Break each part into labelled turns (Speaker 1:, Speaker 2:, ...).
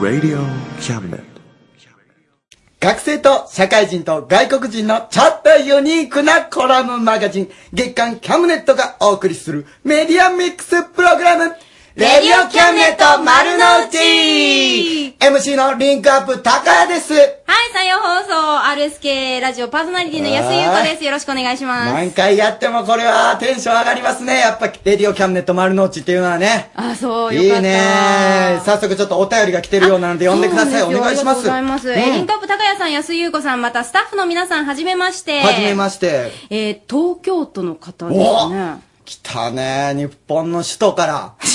Speaker 1: Radio Cabinet.
Speaker 2: 学生と社会人と外国人のちょっとユニークなコラムマガジン、月刊キャムネットがお送りするメディアミックスプログラム、レディオキャムネット丸の内 !MC のリンクアップ高谷です
Speaker 3: はい、採用放送、RSK ラジオパーソナリティの安井優子です。よろしくお願いします。
Speaker 2: 何回やってもこれはテンション上がりますね。やっぱ、レディオキャムネット丸の内っていうのはね。
Speaker 3: あ、そう、
Speaker 2: いい
Speaker 3: よかった。
Speaker 2: ね早速ちょっとお便りが来てるようなので読んでください。
Speaker 3: そ
Speaker 2: お
Speaker 3: うなん
Speaker 2: 願いします。
Speaker 3: ですよありがとうございます。えーリンクアップ高谷さん、安井優子さん、またスタッフの皆さん、はじめまして。
Speaker 2: はじめまして。
Speaker 3: えー東京都の方です
Speaker 2: お
Speaker 3: ね。
Speaker 2: 来たね日本の首都から。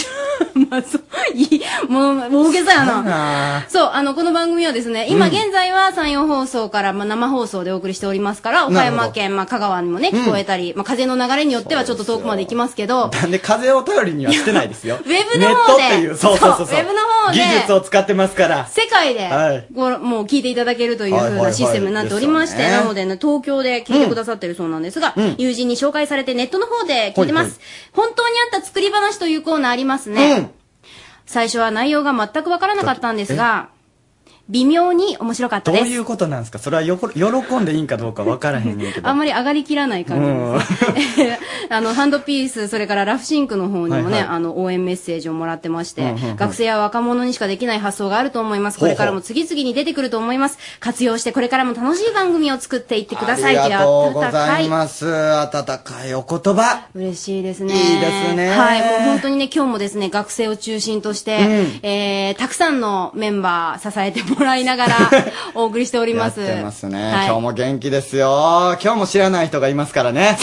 Speaker 3: もう、大げさや
Speaker 2: そうや
Speaker 3: な。
Speaker 2: な
Speaker 3: そう、あの、この番組はですね、今
Speaker 2: うん
Speaker 3: 現在は山陽放送から、まあ、生放送でお送りしておりますから、岡
Speaker 2: なる
Speaker 3: 山
Speaker 2: ほど
Speaker 3: 県、まあ、香川にもね、聞こえたり、まあ、風の流れによってはちょっと遠くまで行きますけど、
Speaker 2: なんで風を頼りにはしてないですよ。 ウェ
Speaker 3: ブの方で
Speaker 2: ネットっていう、そうそうそうそう。
Speaker 3: そうウェブの方で
Speaker 2: 技術を使ってますから。
Speaker 3: 世界で
Speaker 2: はい
Speaker 3: ご、もう聞いていただけるという
Speaker 2: はい
Speaker 3: ふ
Speaker 2: は
Speaker 3: う
Speaker 2: いは
Speaker 3: ないシステムになっておりまして、
Speaker 2: ですよね
Speaker 3: なのでね、東京で聞いてくださってるそうなんですが、
Speaker 2: うん
Speaker 3: 友人に紹介されてネットの方で聞いてます。本当にあった作り話というコーナーありますね。最初は内容が全くわからなかったんですが、微妙に面白かった
Speaker 2: どう
Speaker 3: で
Speaker 2: い
Speaker 3: す。
Speaker 2: うことなんですかそれはよこ喜んでいいんかどうかわからへんねんけど。
Speaker 3: あんまり上がりきらない感じです
Speaker 2: うん。
Speaker 3: あの、ハンドピース、それからラフシンクの方にもね、
Speaker 2: はいはい
Speaker 3: あの、応援メッセージをもらってまして、
Speaker 4: うんうんうん
Speaker 3: 学生や若者にしかできない発想があると思います。これからも次々に出てくると思います。活用して、これからも楽しい番組を作っていってください。
Speaker 2: ありがとうご
Speaker 3: 温
Speaker 2: ざ
Speaker 3: か
Speaker 2: います。温かいお言葉。
Speaker 3: 嬉しいですね。
Speaker 2: いいですね
Speaker 3: はい、もう本当にね、今日もですね、学生を中心として、えー、たくさんのメンバー支えてもらい ながらお送りしております。
Speaker 2: やってますね、
Speaker 3: はい
Speaker 2: 今日も元気ですよ。今日も知らない人がいますからね。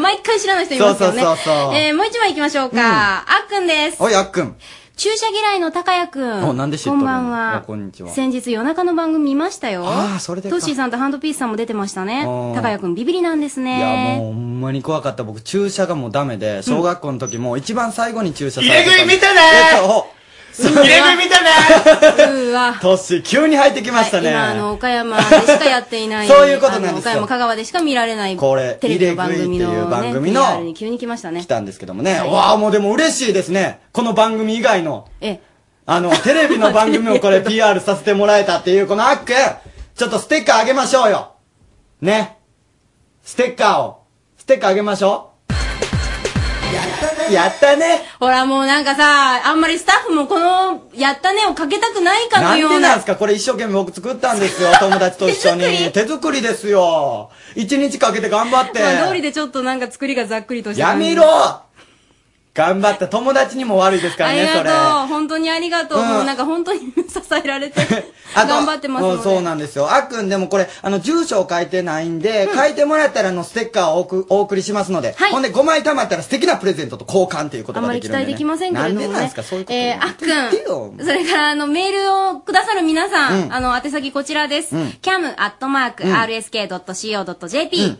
Speaker 3: 毎回知らない人いますよね。
Speaker 2: そうそうそうそう
Speaker 3: えー、もう一枚行きましょうか。
Speaker 2: うん
Speaker 3: あっくんです。
Speaker 2: おい、あっくん。
Speaker 3: 注射嫌いの高谷く
Speaker 2: お
Speaker 3: ん。
Speaker 2: なんで知っと
Speaker 3: こ
Speaker 2: る
Speaker 3: ん
Speaker 2: の
Speaker 3: ばん
Speaker 2: あ
Speaker 3: は。
Speaker 2: こんにちは。
Speaker 3: 先日夜中の番組見ましたよ。
Speaker 2: あーそれでか
Speaker 3: トッシーさんとハンドピースさんも出てましたね
Speaker 2: あ。ー
Speaker 3: 高谷くんビビりなんです
Speaker 2: いや、
Speaker 3: ね。
Speaker 2: もうほんまに怖かった。僕、注射がもうダメで、小学校の時もう一番最後に注射されてんで
Speaker 5: 入れ食い見たね
Speaker 2: えっと
Speaker 3: う
Speaker 2: お
Speaker 3: わ
Speaker 2: 入れ食い見たね
Speaker 3: うわ。
Speaker 2: トッシー、急に入ってきましたね。
Speaker 3: 今、あの、岡山でしかやっていな い。
Speaker 2: そういうことなんですよ
Speaker 3: あの岡山、香川でしか見られない。
Speaker 2: これ
Speaker 3: テレビの番
Speaker 2: 入れ食いっ
Speaker 3: 組の、ね。
Speaker 2: ていう番組の
Speaker 3: PR に急に来ましたね
Speaker 2: 来。たんですけどもね。
Speaker 3: はいう
Speaker 2: わあもうでも嬉しいですね。この番組以外の。
Speaker 3: え、
Speaker 2: あ の、テレビの番組をこれ PR させてもらえたっていう、このアックちょっとステッカーあげましょうよ。ね。ステッカーを。ステッカーあげましょう。やったね。
Speaker 3: ほら、もうなんかさ、あんまりスタッフもこの、やったねをかけたくないか
Speaker 2: な
Speaker 3: の
Speaker 2: ん
Speaker 3: よ
Speaker 2: で
Speaker 3: う
Speaker 2: なん
Speaker 3: な
Speaker 2: です。かこれ一生懸命僕作ったんです よ。友達と一緒に。手作りですよ。一日かけて頑張って。
Speaker 3: まあ、通りでちょっとなんか作りがざっくりとした
Speaker 2: や
Speaker 3: 感じ。
Speaker 2: めろ頑張った友達にも悪いですから
Speaker 3: あ
Speaker 2: ね、
Speaker 3: り
Speaker 2: それ。
Speaker 3: がとう。本当にありがとう。
Speaker 2: うん
Speaker 3: もうなんか本当に支えられて、
Speaker 2: あと
Speaker 3: 頑張ってますの
Speaker 2: うん
Speaker 3: で。
Speaker 2: そうなんですよ。あっくんでもこれ、あの、住所を書いてないんで、書いてもらったら、あの、ステッカーをお送お送りしますので、ほんで5枚貯まったら素敵なプレゼントと交換ということ
Speaker 3: あん
Speaker 2: が
Speaker 3: ま
Speaker 2: で
Speaker 3: り
Speaker 2: き
Speaker 3: 期
Speaker 2: るんで、ね。
Speaker 3: 待できませんけれどもね。
Speaker 2: なんでなんですか、そういうこと。
Speaker 3: えー、あっくん。それから、あの、メールをくださる皆さん、
Speaker 2: うん
Speaker 3: あの、宛先こちらです。
Speaker 2: うん
Speaker 3: cam.rsk.co.jp、
Speaker 2: うん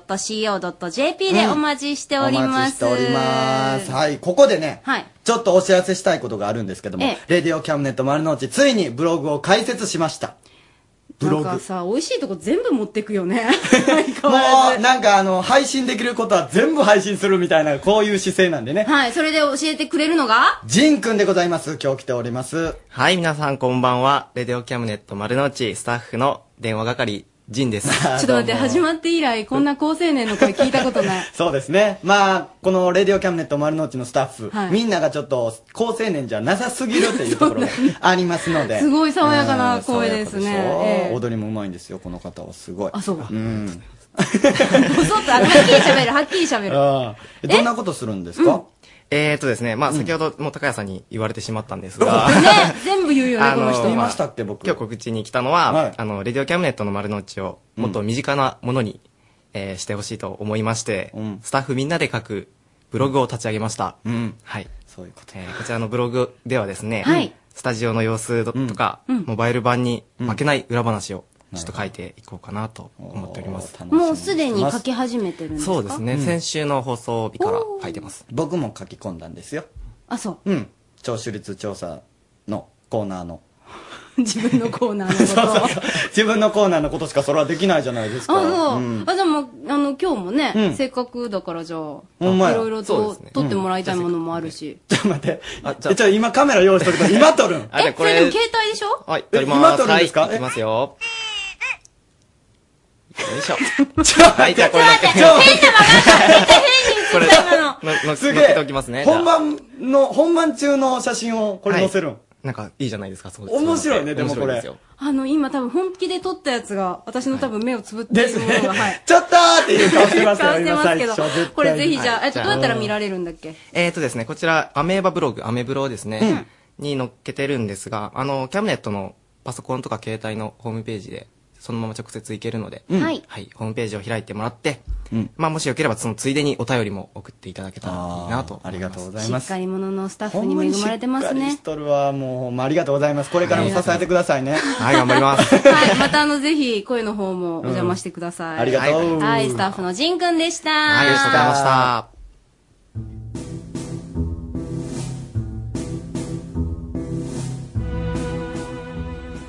Speaker 3: cam.rsk.co.jp でお待ちしており
Speaker 2: お
Speaker 3: ま
Speaker 2: 待ちし
Speaker 3: す。
Speaker 2: ております。はい、ここでね、
Speaker 3: はい。
Speaker 2: ちょっとお知らせしたいことがあるんですけども、
Speaker 3: ええ
Speaker 2: レディオキャムネット丸の内、ついにブログを開設しました。ブログ。
Speaker 3: なん
Speaker 2: も
Speaker 3: かさ、美味しいとこ全部持ってくよね。
Speaker 2: う、なんかあの、配信できることは全部配信するみたいな、こういう姿勢なんでね。
Speaker 3: はい、それで教えてくれるのが、
Speaker 2: ジンくんでございます。今日来ております。
Speaker 6: はい、皆さんこんばんは。レディオキャムネット丸の内スタッフの電話係、ジンです。ちょ
Speaker 3: ちょっと待って、始まって以来、こんな高青年の声聞いたこと ない。
Speaker 2: そうですね。まあ、このレディオキャムネット丸の内のスタッフ、
Speaker 3: はい
Speaker 2: みんながちょっと高青年じゃなさすぎるっていうところがありますので。
Speaker 3: すごい爽やかな
Speaker 2: うん
Speaker 3: 声ですね
Speaker 2: 爽やかでしょ
Speaker 3: ええ
Speaker 2: 踊りもうまいんですよ、この方は。すごい。
Speaker 3: あそう
Speaker 2: うん。
Speaker 3: 細っと、あのはっきり喋る、はっきり喋る。
Speaker 2: ああえどんなことするんですか、
Speaker 6: えーとですね、まあ先ほどもう高谷さんに言われてしまったんですが、
Speaker 3: 全部言うよね、こ の人
Speaker 6: ま
Speaker 3: は。
Speaker 6: あ今日告知に来たのは、あの、レディオキャムネットの丸の内をもっと身近なものに、えーしてほしいと思いまして、スタッフみんなで書くブログを立ち上げました。はい。
Speaker 2: そういうこと、
Speaker 6: えーこちらのブログではですね、
Speaker 3: はい
Speaker 6: スタジオの様子とか、
Speaker 3: うん
Speaker 6: モバイル版に負けない裏話をちょっと書いていこうかなと思っております。
Speaker 3: もうすでに書き始めてるんですか
Speaker 6: そうですね、
Speaker 2: うん
Speaker 6: 先週の放送日から書いてます。
Speaker 2: 僕も書き込んだんですよ。
Speaker 3: あ、そう。
Speaker 2: うん。聴取率調査のコーナーの。
Speaker 3: 自分のコーナーのことを。
Speaker 2: 自分のコーナーのことしかそれはできないじゃないですか。
Speaker 3: あ、そう。
Speaker 2: ん
Speaker 3: あ、じゃあもう、あの、今日もね、
Speaker 2: うん
Speaker 3: せっかくだからじゃあ、
Speaker 2: ほんまや
Speaker 3: いろいろ
Speaker 2: そう
Speaker 3: と、
Speaker 2: ですね
Speaker 3: 撮ってもらいたいものもあるし。
Speaker 2: えちょ、今カメラ用意しとる から、今撮るん。
Speaker 3: え、それでも携帯でしょ
Speaker 6: はい、
Speaker 2: え
Speaker 6: 撮ります。
Speaker 2: 今撮るんですか
Speaker 6: はい、いきますよ。よい しょ。
Speaker 2: ちょっと待って、
Speaker 6: これだけ。
Speaker 2: ちょっと待って
Speaker 6: これ、の、の、
Speaker 2: す
Speaker 6: す
Speaker 2: げ
Speaker 6: げ
Speaker 2: え
Speaker 6: え。ておきますね。
Speaker 2: 本番の、本番中の写真をこれ載せるん。
Speaker 6: なんか、いいじゃないですか、そう
Speaker 2: 面白いねでもこれ
Speaker 6: 面白いすよ
Speaker 3: あの、今多分本気で撮ったやつが、私の多分目をつぶっているものが、はい。
Speaker 2: ちょっとーっていう顔してます
Speaker 3: 顔
Speaker 2: よ、
Speaker 3: して
Speaker 2: 今
Speaker 3: ます
Speaker 2: 最
Speaker 3: け
Speaker 2: 初。絶対
Speaker 3: ど、これぜひじゃあ、
Speaker 6: はい
Speaker 3: えっと、どうやったら見られるんだっけ
Speaker 6: えーとですね、こちら、アメーバブログ、アメブロですね、に載っけてるんですが、あの、キャムネットのパソコンとか携帯のホームページで、そのまま直接いけるので、
Speaker 3: うんはい
Speaker 6: ホームページを開いてもらって、まあ、もしよければ、そのついでにお便りも送っていただけたらいいなと。ありがとうご、
Speaker 2: ざ
Speaker 3: しっかり者のスタッフに恵まれてます
Speaker 2: ほんまにしっかり
Speaker 3: ね
Speaker 2: し。とるわ、もう、ほんまありがとうございます。これからも支えてくださいね。はい
Speaker 6: 頑張ります。
Speaker 3: はい、 またあの、ぜひ、声の方もお邪魔してください。
Speaker 2: うんありがとう
Speaker 3: はい、スタッフのジンくんでした。
Speaker 6: ありがとうございました。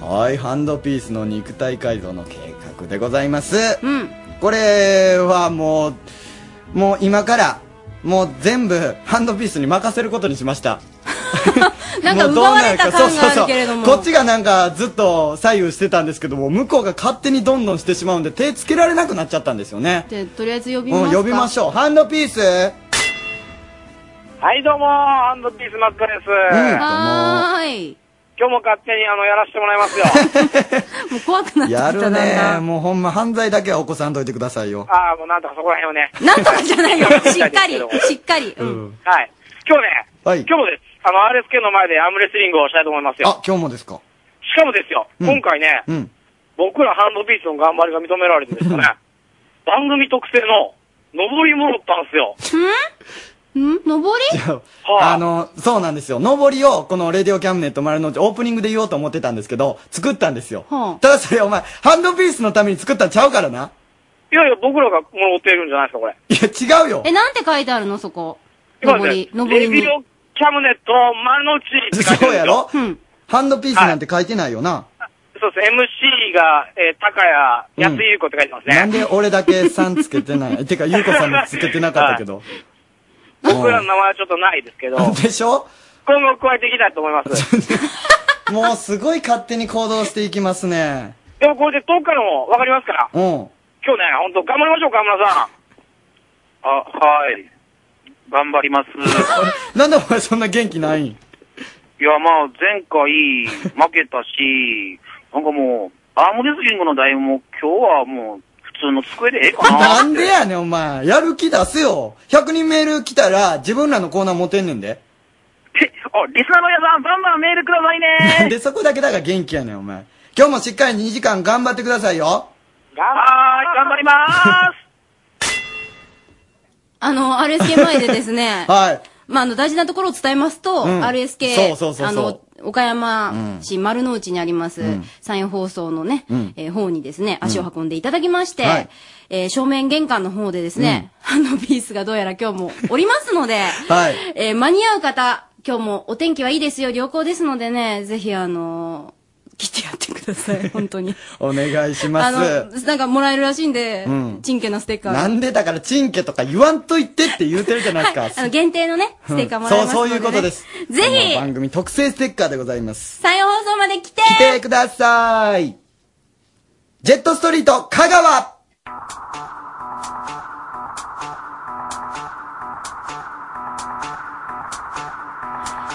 Speaker 2: はい、ハンドピースの肉体改造の計画でございます。
Speaker 3: うん。
Speaker 2: これはもう、もう今から、もう全部ハンドピースに任せることにしました。
Speaker 3: なんか
Speaker 2: もうど
Speaker 3: 奪
Speaker 2: う
Speaker 3: わ
Speaker 2: な
Speaker 3: れ
Speaker 2: るか
Speaker 3: た感があるけれども。
Speaker 2: そうそうそうこっちがなんかずっと左右してたんですけども、向こうが勝手にどんどんしてしまうんで、手つけられなくなっちゃったんですよね。
Speaker 3: でとりあえず呼びます
Speaker 2: う
Speaker 3: か。
Speaker 2: ん、呼びましょう。ハンドピース
Speaker 1: はい、どうも、ハンドピース松田です。
Speaker 3: はーい。
Speaker 1: 今日も勝手にあのやらせてもら いますよ。
Speaker 3: もう怖くなってき
Speaker 2: や
Speaker 3: た
Speaker 2: る
Speaker 3: な
Speaker 2: ね。。もうほんま犯罪だけは起こさんといてくださいよ。
Speaker 1: ああ、もうなんとかそこら辺をね。
Speaker 3: なんとかじゃないよ。しっかり
Speaker 1: うん、
Speaker 3: しっかり。うん。
Speaker 1: はい。今日ね、
Speaker 2: はい
Speaker 1: 今日もです。あの、RSK の前でアームレスリングをしたいと思います
Speaker 2: あ
Speaker 1: よ。、
Speaker 2: 今日もですか。
Speaker 1: しかもですよ、
Speaker 2: うん
Speaker 1: 今回ね、
Speaker 2: うん。
Speaker 1: 僕らハンドピースの頑張りが認められてですね、番組特製の上りもろったんですよ。
Speaker 3: んん登り
Speaker 2: あの、そうなんですよ。上りを、このレディオキャムネット丸の内オープニングで言おうと思ってたんですけど、作ったんですよ。
Speaker 3: は
Speaker 2: ただそれお前、ハンドピースのために作ったんちゃうからな。
Speaker 1: いやいや、僕らがもろっているんじゃないですか、これ。
Speaker 2: いや、違うよ
Speaker 3: あ。え、なんて書いてあるのそこ。
Speaker 1: 今
Speaker 3: 登
Speaker 1: ね
Speaker 3: り、、登り
Speaker 1: レ
Speaker 3: に
Speaker 1: ビ。オキャムネット丸の内って書いて
Speaker 2: そう
Speaker 1: るんですよ
Speaker 2: やろ
Speaker 3: うん。
Speaker 2: ハンドピースなんて書いてないよな。
Speaker 1: そうです。MC が、えー、高谷安井優子って書いてますね。
Speaker 2: なんで俺だけさんつけて ない。てか、ゆうこさんもつけてなかったけど。
Speaker 1: 僕らの名前はちょっとないですけど、
Speaker 2: でしょ
Speaker 1: 今後加えていきたいと思います。
Speaker 2: もうすごい勝手に行動していきますね。
Speaker 1: でもこれで遠くからも分かりますから、
Speaker 2: うん。
Speaker 1: 今日ね、本当頑張りましょう、河村さん。あ、はい。頑張り ます。
Speaker 2: なんでお前そんな元気ないん
Speaker 1: いや、まあ、前回負けたし、なんかもう、アームレスリングの台も今日はもう、普通の机でええか
Speaker 2: なんでやねん、お前。やる気出せよ。100人メール来たら、自分らのコーナー持てんねんで。
Speaker 1: お、リスナーの皆さん、バンバンメールください
Speaker 2: なん
Speaker 1: ね。
Speaker 2: でそこだけだから元気やねん、お前。今日もしっかり2時間頑張ってくださいよ。、
Speaker 1: はーい、頑張りまーす。
Speaker 3: あの、RSK 前でですね
Speaker 2: はい。
Speaker 3: まあ、あの、大事なところを伝えますと、
Speaker 2: うん
Speaker 3: RSK、
Speaker 2: そうそうそうそう
Speaker 3: あの、岡山市丸の内にあります、
Speaker 2: ん
Speaker 3: 山陽放送のね、
Speaker 2: ん
Speaker 3: えー方にですね、足を運んでいただきまして、
Speaker 2: はい
Speaker 3: えー正面玄関の方でですね、あの、ピースがどうやら今日もおります ので、
Speaker 2: はい
Speaker 3: えー間に合う方、今日もお天気はいいですよ、良好ですのでね、ぜひあの来てやってください、本当に。
Speaker 2: お願いし
Speaker 3: あ
Speaker 2: ま
Speaker 3: の
Speaker 2: す。、
Speaker 3: なんかもらえるらしいんで、
Speaker 2: うん
Speaker 3: ちんけなステッカー が
Speaker 2: なんでだから、チンケとか言わんといてって言うてるじゃないで
Speaker 3: はい、
Speaker 2: す
Speaker 3: あの
Speaker 2: か。
Speaker 3: 限定のね、ステッカーもらえます
Speaker 2: そ
Speaker 3: の
Speaker 2: う、そう
Speaker 3: で、ね
Speaker 2: いうことです。
Speaker 3: ぜひ
Speaker 2: あの、番組特製ステッカーでございます。
Speaker 3: 採用放送まで来て
Speaker 2: 来てください。ジェットストリート、香川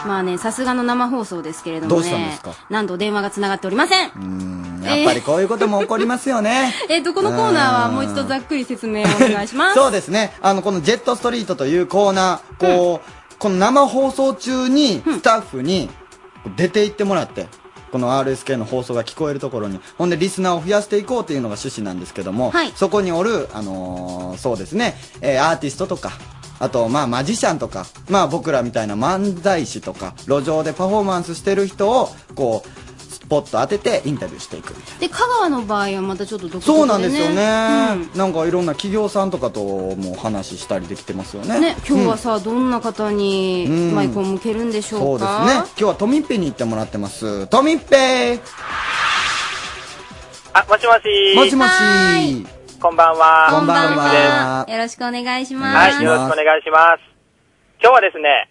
Speaker 3: まあね、さすがの生放送ですけれどもね。
Speaker 2: どうしたんですか
Speaker 3: なんと電話が繋がっておりません。
Speaker 2: やっぱりこういうことも起こりますよね。
Speaker 3: えっと、このコーナーはもう一度ざっくり説明をお願いします。
Speaker 2: そうですね。あの、このジェットストリートというコーナー、こう、この生放送中に、スタッフに出て行ってもらって、この RSK の放送が聞こえるところに、ほんでリスナーを増やしていこうというのが趣旨なんですけども、
Speaker 3: はい
Speaker 2: そこにおる、あのーそうですね、えーアーティストとか、あと、まあ、マジシャンとか、まあ、僕らみたいな漫才師とか、路上でパフォーマンスしてる人を、こう、ポッと当ててインタビューしていくみたいな。
Speaker 3: で、香川の場合はまたちょっと独特で、ね、
Speaker 2: そうなんですよね、なんかいろんな企業さんとかとも話したりできてますよね。
Speaker 3: ね、今日は
Speaker 2: うん
Speaker 3: さ、どんな方に
Speaker 2: うん
Speaker 3: マイクを向けるんでしょ
Speaker 2: そう
Speaker 3: う
Speaker 2: ですね
Speaker 3: か。。
Speaker 2: 今日はトミッペに行ってもらってます。トミッペ
Speaker 7: あ、もしもし。
Speaker 2: もしもし
Speaker 7: こんばんは。
Speaker 2: こんばんは
Speaker 3: よろしくお願いします。
Speaker 7: はい、よろしくお願いします。今日はですね、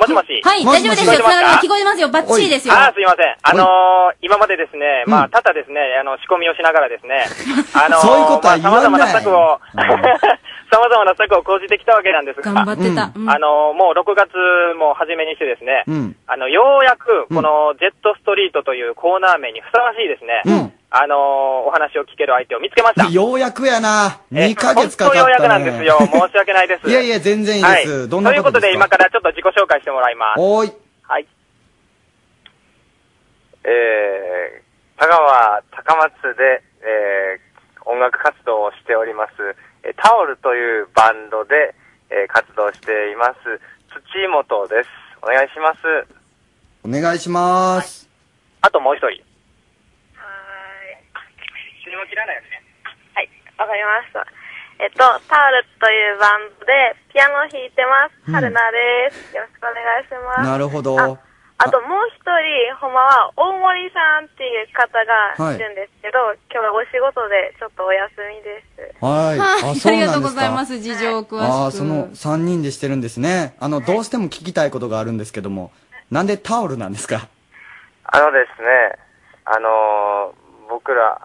Speaker 7: もしもし。
Speaker 3: はい、大丈夫ですよ。つながりは聞こえてますよ。バッチリですよ。
Speaker 7: あーすいません。あのー、今までですね、まあ、ただですね、あの、仕込みをしながらで すね、あのー、
Speaker 2: そういうことは言わない
Speaker 7: まあ様々な策を、 様々な策を講じてきたわけなんですが、
Speaker 8: 頑張ってた
Speaker 7: あのー、もう6月も初めにしてですね、
Speaker 8: ん
Speaker 7: あの、ようやく、この、ジェットストリートというコーナー名にふさわしいですね、あのー、お話を聞ける相手を見つけました。
Speaker 2: ようやくやな。2ヶ月かか
Speaker 7: 本
Speaker 2: った、ね。
Speaker 7: 当ようやくなんですよ。申し訳ないです。
Speaker 2: いやいや全然いいです
Speaker 7: は
Speaker 2: どんなことですか
Speaker 7: ということで、今からちょっと自己紹介してもらいます。
Speaker 2: おーい。
Speaker 7: はい。
Speaker 9: えー、田川高松で、えー、音楽活動をしております、えータオルというバンドで、えー活動しています、土本です。お願いします。
Speaker 2: お願いします。
Speaker 7: あともう一人。
Speaker 10: 誰も切らないよね。はい、わかりました。えっと、タオルというバンドでピアノを弾いてます。
Speaker 2: うん
Speaker 10: 春菜です。よろしくお願いします。
Speaker 2: なるほど。
Speaker 10: あともう一人、ほんまは大森さんっていう方がいるんですけど、今日はお仕事でちょっとお休みです。
Speaker 2: はい。。
Speaker 3: はい、ありがとうございますす。事情を詳しく。
Speaker 2: ああー、その3人でしてるんですね。あの、どうしても聞きたいことがあるんですけども、なんでタオルなんですか
Speaker 9: あのですね、あのー僕ら、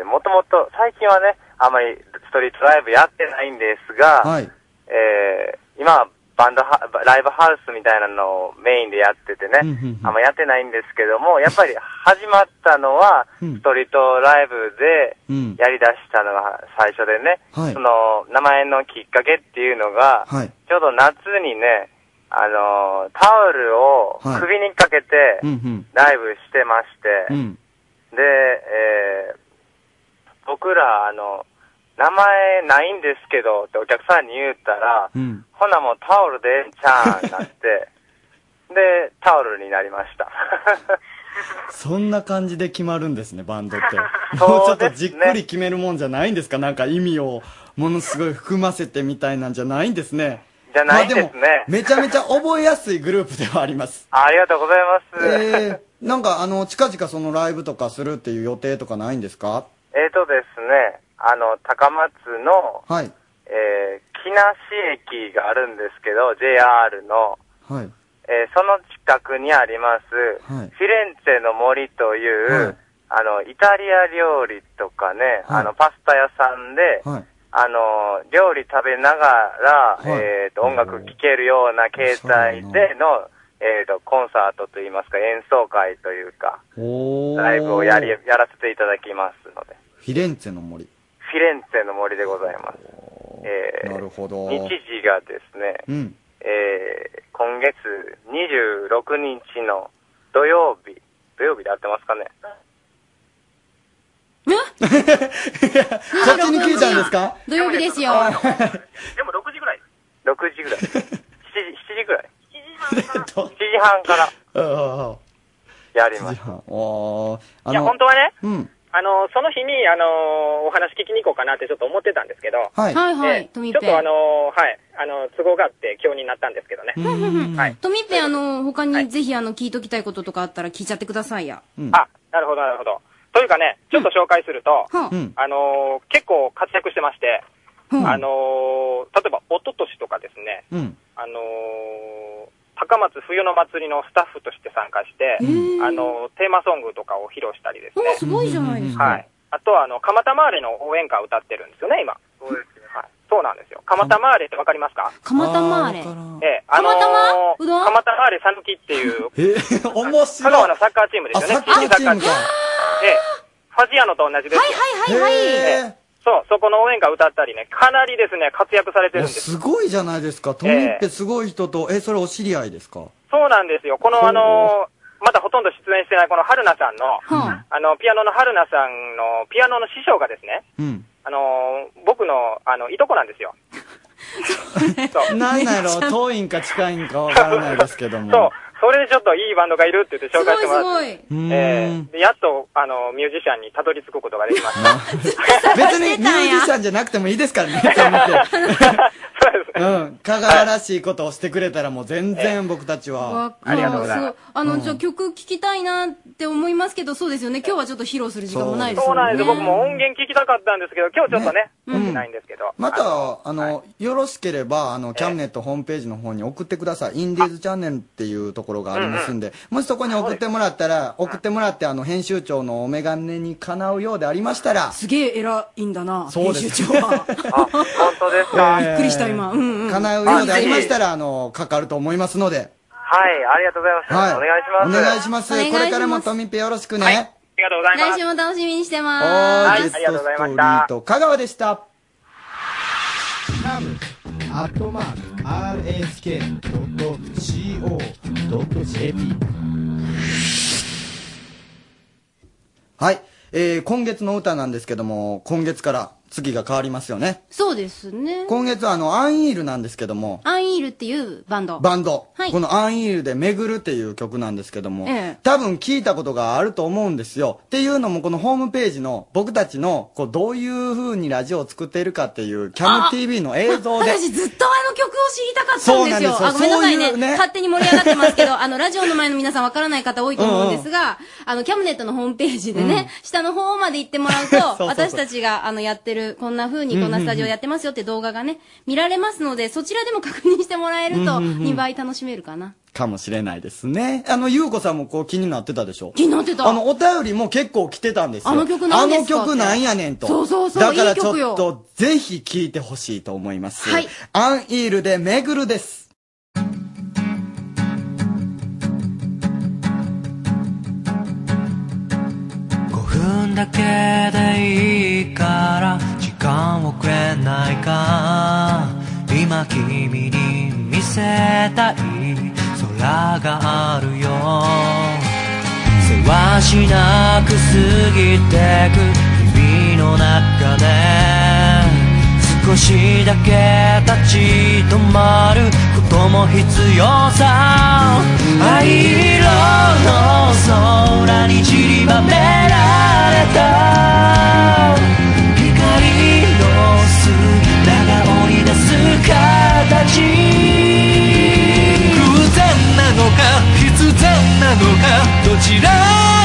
Speaker 9: えー、もともと、最近はね、あまりストリートライブやってないんですが、
Speaker 2: はい。
Speaker 9: えー、今はバンドハ、ライブハウスみたいなのをメインでやっててね、あんまやってないんですけども、やっぱり始まったのは、ストリートライブで
Speaker 2: うん
Speaker 9: やりだしたのが最初でね、
Speaker 2: はい
Speaker 9: その名前のきっかけっていうのが、
Speaker 2: はい。
Speaker 9: ちょうど夏にね、あのータオルを
Speaker 2: はい
Speaker 9: 首にかけて
Speaker 2: うん
Speaker 9: ライブしてまして、
Speaker 2: うん。うん。
Speaker 9: で、えー僕ら、あの、名前ないんですけどってお客さんに言ったら、
Speaker 2: うん。
Speaker 9: ほなもうタオルでええんちゃうんな って、で、タオルになりました。
Speaker 2: そんな感じで決まるんですね、バン ドって。もうちょ
Speaker 9: そ
Speaker 2: っ
Speaker 9: う
Speaker 2: と
Speaker 9: で
Speaker 2: じっ
Speaker 9: すね
Speaker 2: くり決めるもんじゃないんですかなんか意味をものすごい含ませてみたいなんじゃないんですね。
Speaker 9: じゃないんですね
Speaker 2: まあもめちゃめちゃ覚えやすいグループではあります。
Speaker 9: ありがと うございます。
Speaker 2: えー、なんかあの、近々そのライブとかするっていう予定とかないんですか
Speaker 9: えーとですね、あの、高松の、
Speaker 2: はい。
Speaker 9: えー、木梨駅があるんですけど、JR の、
Speaker 2: はい。
Speaker 9: えーその近くにあります、
Speaker 2: はい。
Speaker 9: フィレンツェの森という、
Speaker 2: はい
Speaker 9: あの、イタリア料理とかね、
Speaker 2: はい
Speaker 9: あの、パスタ屋さんで、
Speaker 2: はい。
Speaker 9: あの、料理食べなが
Speaker 2: は
Speaker 9: ら、
Speaker 2: い
Speaker 9: えっ、と、音楽聴けるような携帯での、えっ、と、コンサートといいますか、演奏会というか、
Speaker 2: おー。
Speaker 9: ライブをやり、やらせていただきますので、
Speaker 2: フィレンツェの森。
Speaker 9: フィレンツェの森でございます。えー
Speaker 2: なるほど。
Speaker 9: 日時がですね、
Speaker 2: うん。
Speaker 9: えー今月26日の土曜日、土曜日で合ってますかね
Speaker 2: そっちに聞いたんですか
Speaker 3: 土曜日ですよ。
Speaker 9: でも6時ぐらい ?6 時ぐらい。7時、7時ぐらい ?7 時半から。
Speaker 2: あ
Speaker 9: やり ま
Speaker 2: あ。
Speaker 9: す。
Speaker 2: おー。あ
Speaker 7: いや、本当はね、
Speaker 2: うん。
Speaker 7: あのー、その日に、あのー、お話聞きに行こうかなってちょっと思ってたんですけど、
Speaker 2: はい。
Speaker 3: はいは
Speaker 7: で
Speaker 3: い、
Speaker 7: ち
Speaker 3: ト
Speaker 7: ょ
Speaker 3: ミ
Speaker 7: っ
Speaker 3: ペ
Speaker 7: とあのー、はい、あのー、都合があって今日になったんですけどね。はい。
Speaker 3: トミペ、あの、他にぜひ、あの、聞いときたいこととかあったら聞いちゃってくださいや。
Speaker 7: あ、なるほど、なるほど。というかね、ちょっと紹介すると、
Speaker 3: はあ
Speaker 2: うん。
Speaker 7: あのー、結構活躍してまして、
Speaker 3: うん
Speaker 7: あのー、例えば、おととしとかですね、
Speaker 2: うん。
Speaker 7: あのー高松冬の祭りのスタッフとして参加して、
Speaker 3: ー
Speaker 7: あのーテーマソングとかを披露したりです
Speaker 3: おーす
Speaker 7: ね、
Speaker 3: ごいじゃないですか。
Speaker 7: はい、あとはあの蒲田回りの応援歌を歌ってるんですよね、今。そうですね、はい、そうなんですよ、蒲田回りってわかりますか、
Speaker 3: 蒲田マーレ。
Speaker 7: ええあのー
Speaker 3: 蒲田はうどん
Speaker 7: 蒲田回りさぬきっていう、
Speaker 2: えー、面
Speaker 7: 香川
Speaker 2: 白い
Speaker 7: の。サッカーチームですよね、
Speaker 2: あサッカーチームか
Speaker 7: 新ええファジアノと同じですよ、
Speaker 3: はいはいはいはい。
Speaker 2: へ
Speaker 7: そう、そこの応援歌歌ったりね、かなりですね、活躍されて
Speaker 2: ー。
Speaker 7: るん
Speaker 2: お
Speaker 7: ですよ
Speaker 2: すごいじゃないですか。トミーってすごい人と、え、それお知り合いですか
Speaker 7: そうなんですよ。こ
Speaker 2: ほう
Speaker 7: の、あのー、まだほとんど出演してないこの春菜さんの、
Speaker 3: は
Speaker 7: あの、ピアノの春菜さんの、ピアノの師匠がですね、
Speaker 2: うん。
Speaker 7: あのー、僕の、あの、いとこなんですよ。そう。
Speaker 2: なんなんやろ遠いんか近いんかわからないですけども。
Speaker 7: そう。それでちょっといいバンドがいるって言って紹介してもらって、
Speaker 3: い。
Speaker 7: えーでやっと、あの、ミュージシャンにたどり着くことができ ました。
Speaker 2: 別にミュージシャンじゃなくてもいいです からね、と思って。うん。香川らしいことをしてくれたらもう全然僕たちは。
Speaker 3: あすごいあの、じゃあ曲聴きたいなって思いますけど、そうですよね。今日はちょっと披露する時間もないです
Speaker 7: そう
Speaker 3: よ
Speaker 7: なんで
Speaker 3: ね。
Speaker 7: す。僕も音源聞きたかったんですけど、今日ちょっとね、聞けないんですけど。
Speaker 2: また、あの、よろしければ、あの、キャムネットホームページの方に送ってください。インディーズチャンネルっていうところがありますんで、もしそこに送ってもらったら、送ってもらって、あの、編集長のお眼鏡にかなうようでありましたら、
Speaker 3: すげえ偉いんだな、
Speaker 2: そう
Speaker 3: 編
Speaker 2: です
Speaker 3: 集長は。
Speaker 7: 本当です
Speaker 2: か
Speaker 3: びっくりした、今。うんうん。
Speaker 2: かなうようでありましたら、あの、かかると思いますので、
Speaker 7: はい、ありがとうございます。
Speaker 2: はい。
Speaker 7: お願いします。
Speaker 2: お願いします。
Speaker 3: お願いし
Speaker 2: こ
Speaker 3: ます
Speaker 2: れからもトミペよろしくね。
Speaker 7: ありがとうございます。
Speaker 3: 来週も楽しみにしてま
Speaker 2: は
Speaker 3: ー
Speaker 2: い、ゲス
Speaker 7: い
Speaker 3: す。
Speaker 7: あり
Speaker 2: ト
Speaker 7: がとう
Speaker 2: ス
Speaker 7: ご
Speaker 2: トー
Speaker 7: ざいまし
Speaker 2: リ
Speaker 7: た
Speaker 2: ーと香川でした。
Speaker 11: アットマーク RSK.CO.JP
Speaker 2: はい、えー、今月の歌なんですけども、今月から月が変わりますよね。
Speaker 3: そうですね。
Speaker 2: 今月はあの、アンイールなんですけども、
Speaker 3: アンイールっていうバンド。
Speaker 2: バンド、
Speaker 3: はい
Speaker 2: このアンイールで巡るっていう曲なんですけども、
Speaker 3: ええ
Speaker 2: 多分聞いたことがあると思うんですよ。っていうのも、このホームページの僕たちの、こう、どういう風にラジオを作っているかっていう、キャム TV の映像で。
Speaker 3: 私ずっとあの曲を知りたかったんですよ。
Speaker 2: そうなん
Speaker 3: あ、
Speaker 2: ですよ
Speaker 3: ごめんなさい
Speaker 2: そうい
Speaker 3: ね
Speaker 2: うね
Speaker 3: 勝手に盛り上がってますけど、あの、ラジオの前の皆さんわからない方多いと思うんですが、あの、キャムネットのホームページでね、下の方まで行ってもらうと、
Speaker 2: そうそう
Speaker 3: 私たちがあの、やってる、こんな風にこんなスタジオやってますよって動画がね、見られますので、そちらでも確認してもらえると、2倍楽しめるかな。
Speaker 2: かもしれないですね。あの、ゆうこさんもこう気になってたでしょ
Speaker 3: 気になってた
Speaker 2: あの、お便りも結構来てたんですよ。
Speaker 3: あの曲なんですか
Speaker 2: あの曲なんやねんと。
Speaker 3: そうそうそう
Speaker 2: だから
Speaker 3: いい
Speaker 2: ちょ
Speaker 3: 曲
Speaker 2: っ
Speaker 3: よ
Speaker 2: と、ぜひ聴いてほしいと思います。
Speaker 3: はい
Speaker 2: アンイールで巡るです。
Speaker 8: 5分だけでいいから時間をくれないか今君に見せたい空があるよせわしなく過ぎてく日々の中で少しだけ立ち止まることも必要さ藍色の空に散りばめられた光の素が織り出す形偶然なのか必然なのかどちら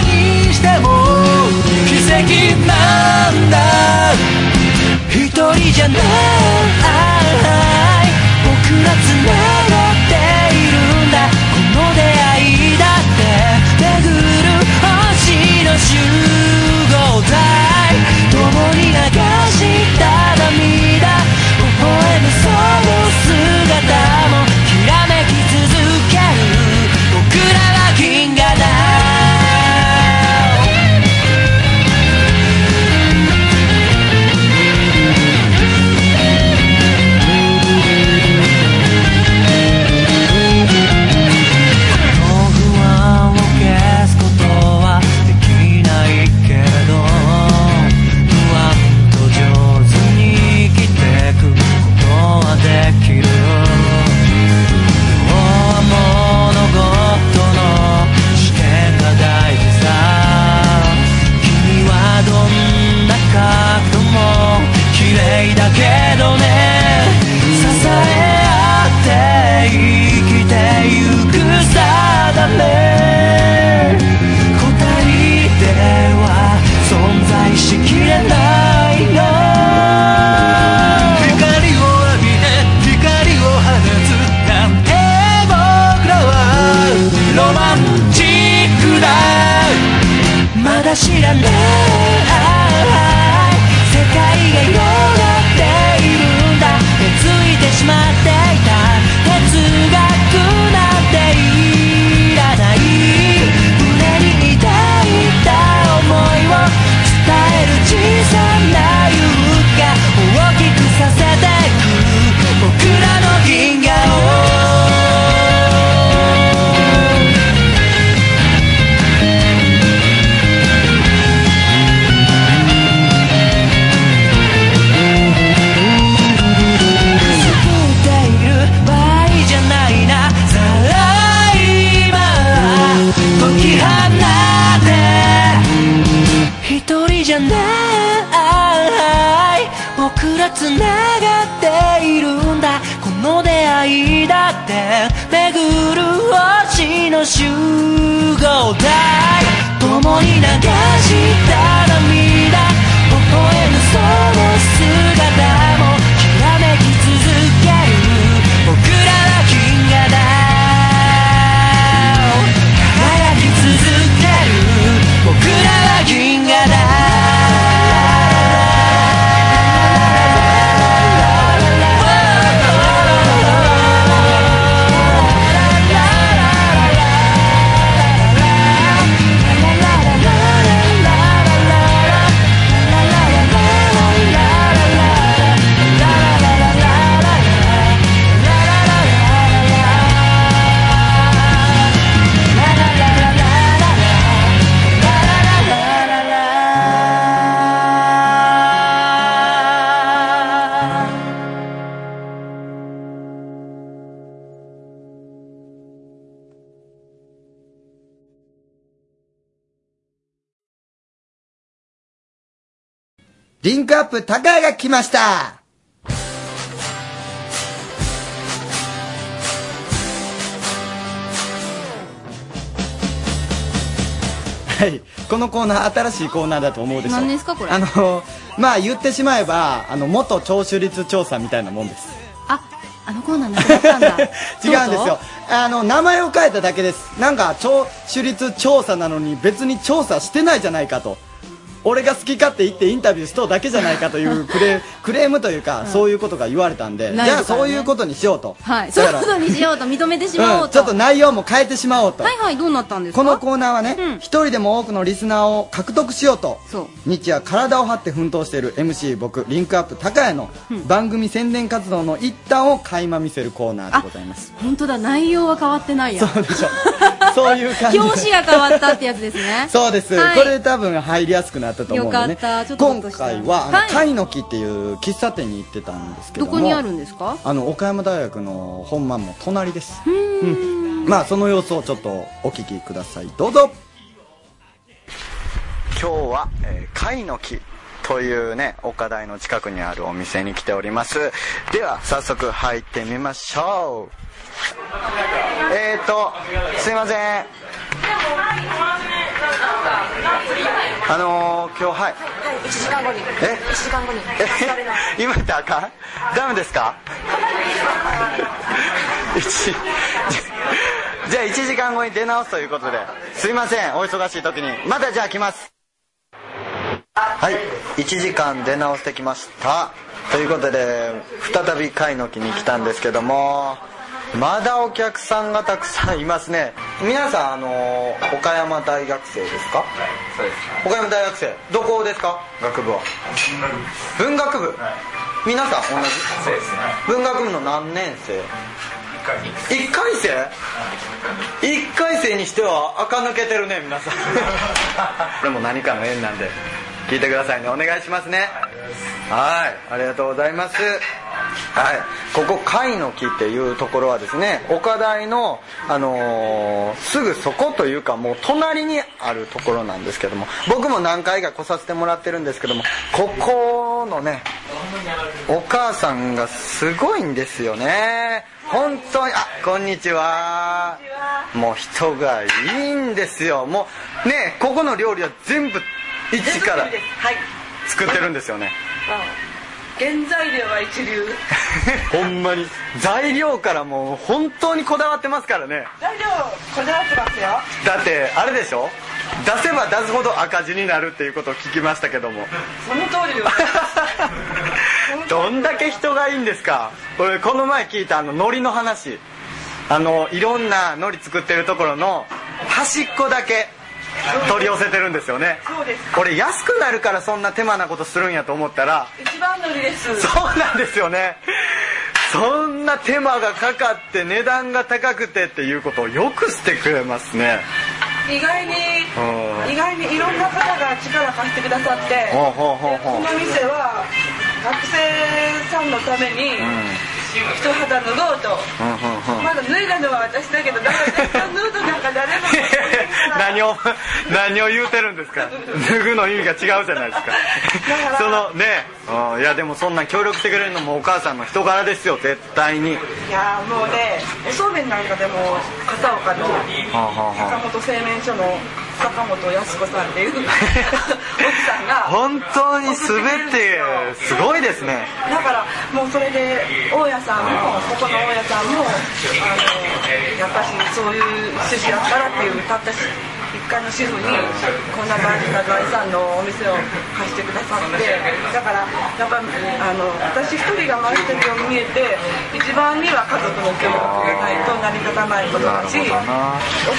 Speaker 8: にしても奇跡なんだ一人じゃない僕ら繋がっているんだこの出会いだって巡る星の集合体共に流した涙微笑むその姿もきらめき続ける僕らは銀河だ不安を消すことはできないけど不安と上手に生きてくことはできる今日は物事の試験が大事さ君はどんな角度も綺麗だけどね支え合って生きてゆく定め答えでは存在しきれないの光を浴びて光を放つなんて僕らはロマンチックだまだ知らない世界が広がってい
Speaker 12: 僕ら繋がっているんだこの出会いだって巡る星の集合体共に流した涙微笑むその姿もきらめき続ける僕らは銀河だ輝き続ける僕らは銀河だ
Speaker 2: リンクアップ高谷が来ましたはいこのコーナー新しいコーナーだと思うでしょ
Speaker 3: 何ですかこれ
Speaker 2: あのまあ言ってしまえばあの元聴取率調査みたいなもんです
Speaker 3: あのコーナーなくなったん
Speaker 2: 違
Speaker 3: だ
Speaker 2: うんですよあの名前を変えただけですなんか聴取率調査なのに別に調査してないじゃないかと俺が好き勝手言ってインタビューしとうだけじゃないかと いうクレークレームというか、そういうことが言われたんで、
Speaker 3: な
Speaker 2: じゃ
Speaker 3: い
Speaker 2: あ
Speaker 3: ですからね
Speaker 2: そういうことにしようと、
Speaker 3: はいそう
Speaker 2: だ
Speaker 3: い
Speaker 2: か
Speaker 3: う
Speaker 2: ら
Speaker 3: ことにしようと認めてしまお
Speaker 2: う、
Speaker 3: うん
Speaker 2: ち
Speaker 3: と、
Speaker 2: ょっと内容も変えてしまおうと、
Speaker 3: はいはいどうなったんですか
Speaker 2: このコーナーはね、一人でも多くのリスナーを獲得しようと
Speaker 3: そう
Speaker 2: 日夜体を張って奮闘している MC 僕リンクアップ高谷の番組宣伝活動の一端を垣間見せるコーナーでございます
Speaker 3: 本当だ内容は変わってないや
Speaker 2: そうでしょそういう感じで
Speaker 3: 表紙が変わったってやつです ね
Speaker 2: そうです、
Speaker 3: はい
Speaker 2: これ多分入りやすくなったと思うんでね
Speaker 3: よかったちょっとほっ
Speaker 2: 今
Speaker 3: とした
Speaker 2: 回はあの、
Speaker 3: はい
Speaker 2: 貝の木っていう喫茶店に行ってたんですけど
Speaker 3: ど
Speaker 2: も
Speaker 3: こにあるんですか
Speaker 2: あの岡山大学の本番の隣ですうんまあその様子をちょっとお聞きくださいどうぞ今日は、えー、貝の木というね岡大の近くにあるお店に来ておりますでは早速入ってみましょうえーとすいませんあのー、今日はい
Speaker 13: 1時間後に
Speaker 2: え
Speaker 13: 1時間後に
Speaker 2: え 今ってあかんダメですか 一じゃあ1時間後に出直すということですいませんお忙しい時にまたじゃあ来ますはい1時間出直してきましたということで再び貝の木に来たんですけどもまだお客さんがたくさんいますね皆さんあの岡山大学生ですか
Speaker 14: そうです
Speaker 2: 岡山大学生どこですか学部は文学部、皆さん同じ
Speaker 14: そうですね
Speaker 2: 文学部の何年生
Speaker 14: 1回に
Speaker 2: 1回生1回生にしては垢抜けてるね皆さんこれも何かの縁なんで聞いてくださいねお願いしますねはいありがとうございますはいここ貝の木っていうところはですね岡大の、あのーすぐそこというかもう隣にあるところなんですけども僕も何回か来させてもらってるんですけどもここのねお母さんがすごいんですよね本当にあこんにちはもう人がいいんですよもうねここの料理は全部一から
Speaker 13: はい、
Speaker 2: 作ってるんですよね
Speaker 13: 原材料は一流
Speaker 2: ほんまに材料からもう本当にこだわってますからね
Speaker 13: 材料こだわってますよ
Speaker 2: だってあれでしょ出せば出すほど赤字になるっていうことを聞きましたけども
Speaker 13: その通りよ
Speaker 2: どんだけ人がいいんですか俺この前聞いたあの海苔の話あのいろんな海苔作ってるところの端っこだけ取り寄せてるんですよね
Speaker 13: そうです
Speaker 2: 俺安くなるからそんな手間なことするんやと思ったら
Speaker 13: 一番乗りです
Speaker 2: そうなんですよねそんな手間がかかって値段が高くてっていうことをよくしてくれますね
Speaker 13: 意外
Speaker 2: う
Speaker 13: に
Speaker 2: ん
Speaker 13: 意外にいろんな方が力貸してくださって
Speaker 2: ほうほうほうほう
Speaker 13: この店は学生さんのために一肌脱ごうと
Speaker 2: うんうんうん
Speaker 13: まだ脱いだのは私だけどだから脱ぐとなんか誰も
Speaker 15: 何を何を言うてるんですか脱ぐの意味が違うじゃないですかそのねうんいやでもそんなん協力してくれるのもお母さんの人柄ですよ絶対に
Speaker 13: いやーもうねおそうめんなんかでも片岡の
Speaker 15: はあはあ
Speaker 13: 坂
Speaker 15: は
Speaker 13: 本製麺所の坂本靖子さんっていう奥さんが
Speaker 15: あ本当に全てすごいですね
Speaker 13: だからもうそれで大家さんもここの大家さんもあのやっぱりそういう趣旨やったらっていうたったし一回の主婦にこんな感じの財産のお店を貸してくださってだからやっぱあの私一人が回してるように見えて一番には家族の協力がないと成り立たないことだし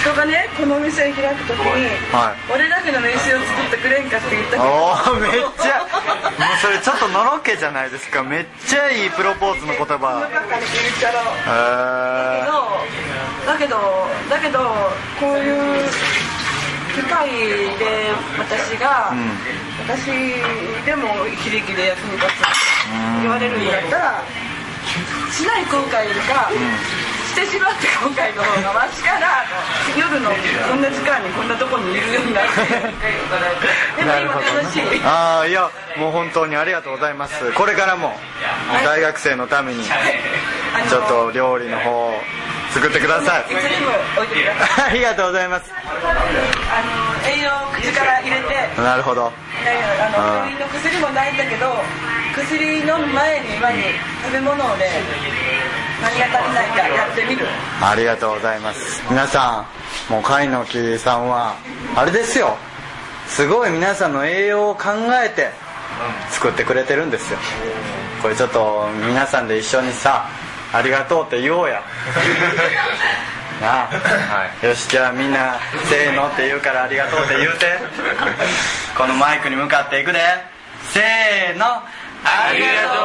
Speaker 13: 夫がねこのお店を開く時に
Speaker 15: はい
Speaker 13: 俺だけの名刺を作ってくれんかって言ったけど
Speaker 15: おーめっちゃもうそれちょっとのろけじゃないですかめっちゃいいプロポーズの言葉
Speaker 13: だから言っちゃろう
Speaker 15: へー
Speaker 13: だけどだけどこういう機会で私が、
Speaker 15: うん
Speaker 13: 私でも非力で役に立つ言われるんだったらしない後悔よりか、してしまって後悔の方がマシかなと夜のこんな時間にこんなとこにいるようになってでも
Speaker 15: なる
Speaker 13: 今
Speaker 15: ほど、
Speaker 13: 楽しい
Speaker 15: ね、ああいやもう本当にありがとうございますこれからも大学生のためにちょっと料理の方を作ってください
Speaker 13: いつにも置いてください
Speaker 15: ありがとうございます
Speaker 13: あの栄養を口から入れて
Speaker 15: なるほど
Speaker 13: いやいやあの病院の薬もないんだけど薬飲む前に今に食べ物をね何が足りないかやってみる
Speaker 15: ありがとうございます皆さんもう貝の木さんはあれですよすごい皆さんの栄養を考えて作ってくれてるんですよこれちょっと皆さんで一緒にさありがとうって言おうや なあ、よしじゃあみんなせーのって言うからありがとうって言うてこのマイクに向かっていくでせーのありがとう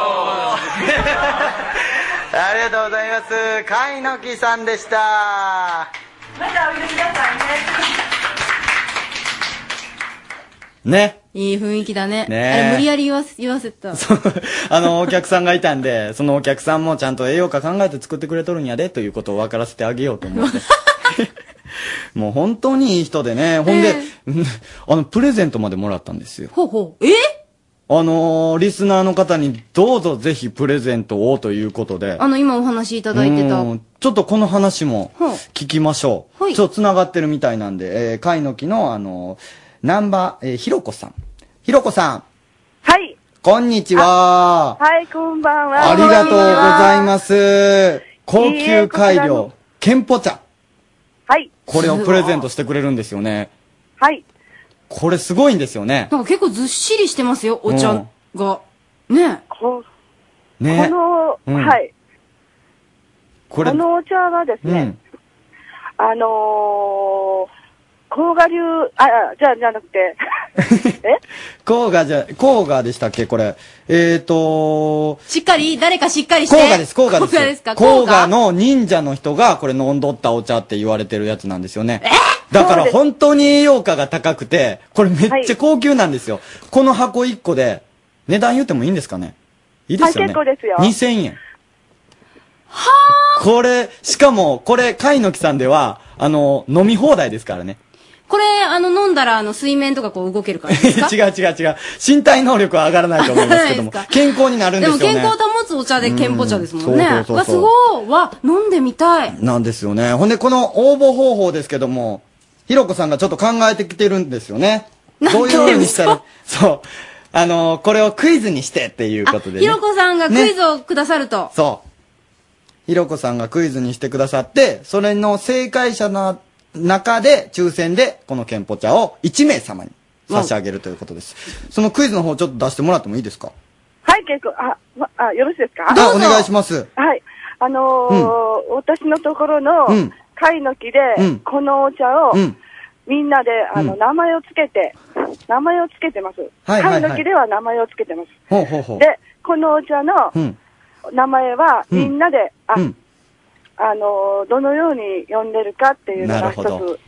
Speaker 15: ありがとうございます貝の木さんでした
Speaker 13: まだおいでくださいね
Speaker 2: ね。
Speaker 3: いい雰囲気だね。
Speaker 2: ねえ
Speaker 3: あれ無理やり言わせ、言わせた。
Speaker 2: あの、お客さんがいたんで、 そのお客さんもちゃんと栄養価考えて作ってくれとるんやで、ということを分からせてあげようと 思って。もう本当にいい人でね。ほんで、うんあの、プレゼントまでもらったんですよ。
Speaker 3: ほうほう。え
Speaker 2: あのーリスナーの方にどうぞぜひプレゼントをということで。
Speaker 3: あの、今お話いただいてた。
Speaker 2: う
Speaker 3: ほうん
Speaker 2: ちょっとこの話も聞きましょう。
Speaker 3: はい
Speaker 2: ちょっと繋がってるみたいなんで、えー、貝の木の、あのー、ナンバー、えー、ひろこさん。ひろこさん。
Speaker 16: はい。
Speaker 2: こんにちは。
Speaker 16: はい、こんばんは。
Speaker 2: ありがとうござい
Speaker 16: す。
Speaker 2: ます。高級
Speaker 16: い
Speaker 2: 改
Speaker 16: いえこちら
Speaker 2: 良
Speaker 16: の、
Speaker 2: ケンポ茶。
Speaker 16: はい。
Speaker 2: これをプレゼン
Speaker 16: ト。
Speaker 2: トしてくれるんですよね。
Speaker 16: はい。
Speaker 2: これすごいんですよね。
Speaker 3: なんか結構ずっしりしてますよ、お
Speaker 2: う
Speaker 3: 茶
Speaker 2: ん
Speaker 3: が。ね
Speaker 16: こ
Speaker 2: ね
Speaker 16: この、
Speaker 2: うん
Speaker 16: はい。
Speaker 2: これ、
Speaker 16: このお茶はです
Speaker 2: う
Speaker 16: ね、
Speaker 2: ん。
Speaker 16: あのー、甲賀流、あ、あじゃあ、じゃなくて、
Speaker 2: コーガじゃ、コーガでしたっけこれ。えーと、
Speaker 3: しっかり、誰かしっかりして。
Speaker 2: コーガです、コーガです。
Speaker 3: 甲賀ですか、
Speaker 2: 甲
Speaker 3: 甲
Speaker 2: 賀
Speaker 3: 賀。
Speaker 2: の忍者の人がこれ飲んどったお茶って言われてるやつなんですよね。だから本当に栄養価が高くて、これめっちゃ高級なんですよ。この箱1個で、値段言ってもいいんですかねいいですよね。
Speaker 16: はい結構ですよ
Speaker 2: 2000円。これ、しかも、これ、貝の木さんでは、あの、飲み放題ですからね。
Speaker 3: これ、あの、飲んだら、あの、水面とかこう動け るから。
Speaker 2: 違う違う違う。身体能力は上がらないと思うんですけども、健康になるんで
Speaker 3: です
Speaker 2: よ
Speaker 3: も
Speaker 2: ね。
Speaker 3: 健康を保つお茶で健保茶ですもんね。
Speaker 2: うんそうそう
Speaker 3: わ、
Speaker 2: そ
Speaker 3: す
Speaker 2: うそう
Speaker 3: ごい。わ、飲んでみたい。
Speaker 2: なんですよね。ほんで、この応募方法ですけども、ひろこさんがちょっと考えてきてるんですよね。どういう風にしたら、そう。あのーこれをクイズにしてっていうことで、ね。
Speaker 3: ひろこさんがクイ
Speaker 2: ね
Speaker 3: ズをくださると。
Speaker 2: そう。ひろこさんがクイズにしてくださって、それの正解者の中で、抽選で、このケンポ茶を1名様に差し上げるということです。そのクイズの方ちょっと出してもらってもいいですか
Speaker 16: はい、結構、あ、まあ、よろしいですか
Speaker 2: あお願いします。
Speaker 16: はい。あのー私のところの、
Speaker 2: うん
Speaker 16: 貝の木で、
Speaker 2: うん
Speaker 16: このお茶を、
Speaker 2: うん
Speaker 16: みんなで、あの、
Speaker 2: うん
Speaker 16: 名前をつけて、名前をつけてます。
Speaker 2: はいはいはい
Speaker 16: 貝の木では名前をつけてます。
Speaker 2: ほうほうほう。
Speaker 16: で、このお茶の
Speaker 2: うん。
Speaker 16: 名前は、
Speaker 2: うん
Speaker 16: みんなで、あ、
Speaker 2: うん
Speaker 16: あのーどのように呼んでるかっていうの
Speaker 2: な
Speaker 16: が
Speaker 2: る
Speaker 16: 一
Speaker 2: ほど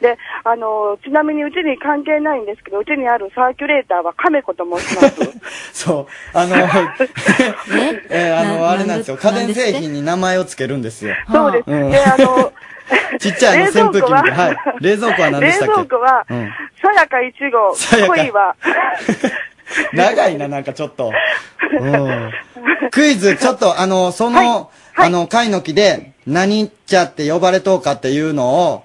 Speaker 16: つ。で、あのーちなみにうちに関係ないんですけど、うちにあるサーキュレーターは亀子と申します。
Speaker 2: そう。あ の、えーあの、あれなんですよ。家電製品に名前をつけるんですよ。
Speaker 16: そうです。
Speaker 2: うん
Speaker 16: で、あの、
Speaker 2: ちっちゃいあの扇風機みたいな。はい。冷蔵庫は何でしたっけ
Speaker 16: 冷蔵庫は、
Speaker 2: うん
Speaker 16: さやか1
Speaker 2: さや
Speaker 16: 号、
Speaker 2: か
Speaker 16: 恋は、
Speaker 2: 長いな、なんかちょっと。うん。クイズ、ちょっと、あの、その、あの、貝の木で、何茶って呼ばれとうかっていうのを、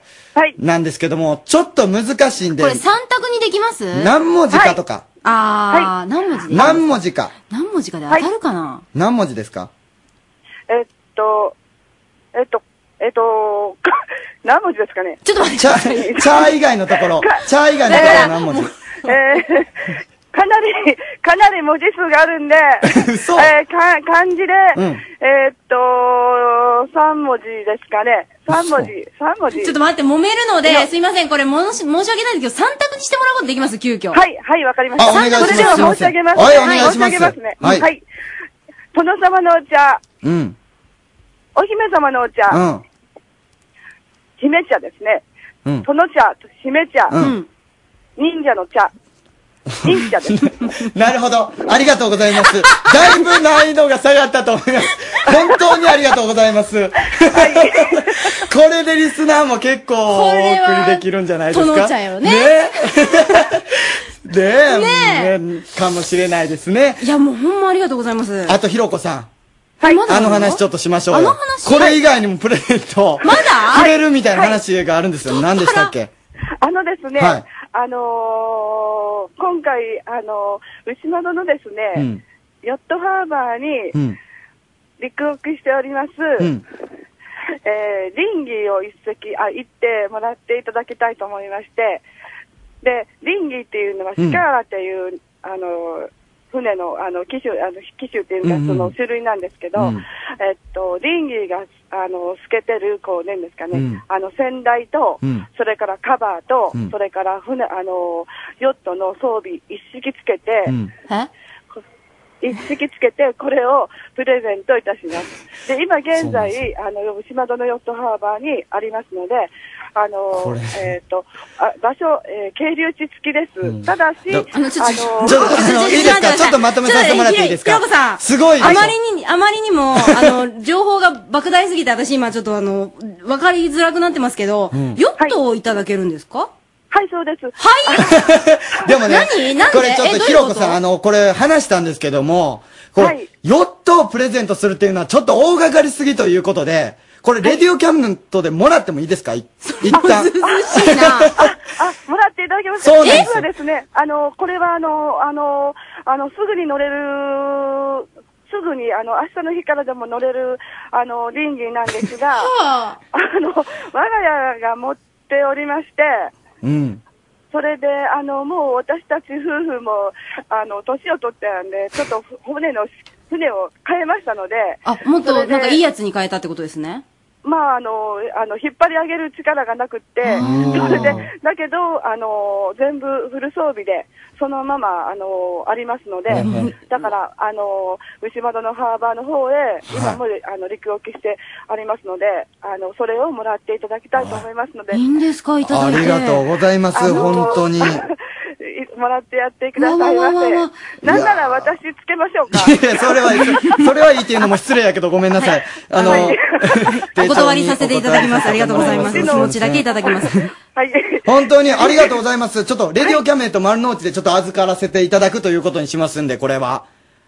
Speaker 2: なんですけども、ちょっと難しいんで
Speaker 3: こ、れ三択にできます
Speaker 2: 何文字かとか、
Speaker 3: あー、何文字で
Speaker 2: 何文字か、
Speaker 3: 何文字かで当たるかな
Speaker 2: 何文字ですか
Speaker 16: えっと、えっと、えっと、 か何文字ですかね
Speaker 3: ちょっと待
Speaker 2: チャー、チャー以外のところ、チャー以外のところは何文字
Speaker 16: えー、かなり、かなり文字数が あるんで、えー、か漢字で、
Speaker 2: うん
Speaker 16: えーっと、三文字ですかね。三文字、三文字。
Speaker 3: ちょっと待って、揉めるの
Speaker 16: い
Speaker 3: で、
Speaker 16: や
Speaker 3: すいません、これ、ものし、申し訳ないんですけど、三択にしてもらうことできます、急遽。
Speaker 16: はい、はい、わかりました。
Speaker 3: あお願いします
Speaker 16: それでは申し上げます。
Speaker 3: はいお願いします
Speaker 16: 申し上げますね。
Speaker 2: はい
Speaker 16: はい。殿様のお茶、
Speaker 2: うん。
Speaker 16: お姫様のお茶、
Speaker 2: うん。
Speaker 16: 姫茶ですね。
Speaker 2: うん
Speaker 16: 殿茶、姫茶、
Speaker 2: うん
Speaker 16: 忍者の茶、忍者です。
Speaker 2: なるほど。ありがとうございます。だいぶ難易度が下がったと思います。本当にありがとうございます。これでリスナーも結構お
Speaker 3: れは
Speaker 2: 送りできるんじゃないですか。
Speaker 3: 殿ちゃんよね
Speaker 2: えで、ねかもしれないですね。
Speaker 3: いや、もうほんまありがとうございます。
Speaker 2: あと、ひろこさん。
Speaker 3: はい
Speaker 2: あの話ちょっとしましょうよ
Speaker 3: あの話
Speaker 2: これ以外にもプレゼント。
Speaker 16: まだ
Speaker 2: くれるみたいな話があるんですよ。何でしたっけ
Speaker 16: あのですね、
Speaker 2: はい
Speaker 16: あのー今回、あのー牛窓のですね、
Speaker 2: うん。
Speaker 16: ヨットハーバーに
Speaker 2: うん。
Speaker 16: 陸奥しております、
Speaker 2: うん。
Speaker 16: えー、林儀を一席、あ、行ってもらっていただきたいと思いまして、で、林儀っていうのは、シカーラっていう、あのー、船の、あの、機種、あの、機種っていうの
Speaker 8: うんうん
Speaker 16: がその種類なんですけど、
Speaker 8: うん
Speaker 16: えっと、林儀が、あの、透けてる、こう、ねんですかね、
Speaker 8: うん
Speaker 16: あの、船台と、
Speaker 8: うん
Speaker 16: それからカバーと、
Speaker 8: うん
Speaker 16: それから船、あのー、ヨットの装備一式つけて、
Speaker 8: うん
Speaker 3: え
Speaker 16: 一式つけて、これをプレゼントいたします。で、今現在、あの、牛窓のヨットハーバーにありますので、あ
Speaker 2: こ
Speaker 16: の
Speaker 2: れ、
Speaker 16: えっ、とあ、場所、えー、渓流地付きです。ただし、
Speaker 2: だ
Speaker 16: あの、
Speaker 3: ちょっと
Speaker 2: ちょっと、あの、いいですかちょっとまとめさせてもらっていいですか
Speaker 3: ひろこさん。
Speaker 2: すごいでしょ
Speaker 3: あまりに、あまりにも、あの、情報が莫大すぎて、私今ちょっとあの、わかりづらくなってますけど、ヨットをいただけるんですか
Speaker 16: はい、そうです。
Speaker 2: でもね
Speaker 3: 何なん、で
Speaker 2: これちょっ
Speaker 3: え
Speaker 2: と
Speaker 3: どう
Speaker 2: ひ
Speaker 3: いうこ
Speaker 2: ろ
Speaker 3: と
Speaker 2: こさん、あの、これ話したんですけども、こ
Speaker 16: は
Speaker 2: れ
Speaker 16: い、
Speaker 2: ヨットをプレゼントするっていうのはちょっと大掛かりすぎということで、これ、レディオキャムネットでもらってもいいですかい一旦。
Speaker 16: あ、もらっていただけますか
Speaker 2: そうなんです
Speaker 16: 実はですね、あの、これはあの、あの、あの、すぐに乗れる、すぐに、あの、明日の日からでも乗れる、あの、臨時なんですが、
Speaker 3: あ
Speaker 16: の、我が家が持っておりまして、
Speaker 2: うん。
Speaker 16: それで、あの、もう私たち夫婦も、あの、年を取ってたんで、ちょっとふ船の、船を変えましたので、
Speaker 3: あ、もっ
Speaker 16: それ
Speaker 3: と、
Speaker 16: で
Speaker 3: なんかいいやつに変えたってことですね。
Speaker 16: まあ、あの、あの、引っ張り上げる力がなくって、それで、だけど、あの、全部フル装備で、そのまま、あの、ありますので
Speaker 8: はいはい、
Speaker 16: だから、あの、牛窓のハーバーの方へ、
Speaker 8: は
Speaker 16: 今
Speaker 8: い
Speaker 16: も、あの、陸置きしてありますので、あの、それをもらっていただきたいと思いますので。
Speaker 3: いいんですかいただ
Speaker 2: あ
Speaker 3: いて。
Speaker 2: りがとうございます、本当に。い
Speaker 16: い もらってやってくださいませ。なんなら私つけましょうか。
Speaker 2: や、それは、それはいいっていうのも失礼やけど、ごめんなさい。あの、
Speaker 3: お断りさせていただきます。ありがとうございます。お気持ちだけいただきます。
Speaker 2: 本当にありがとうございます。ちょっと、レディオキャムネット丸の内でちょっと預からせていただくということにしますんで、これは。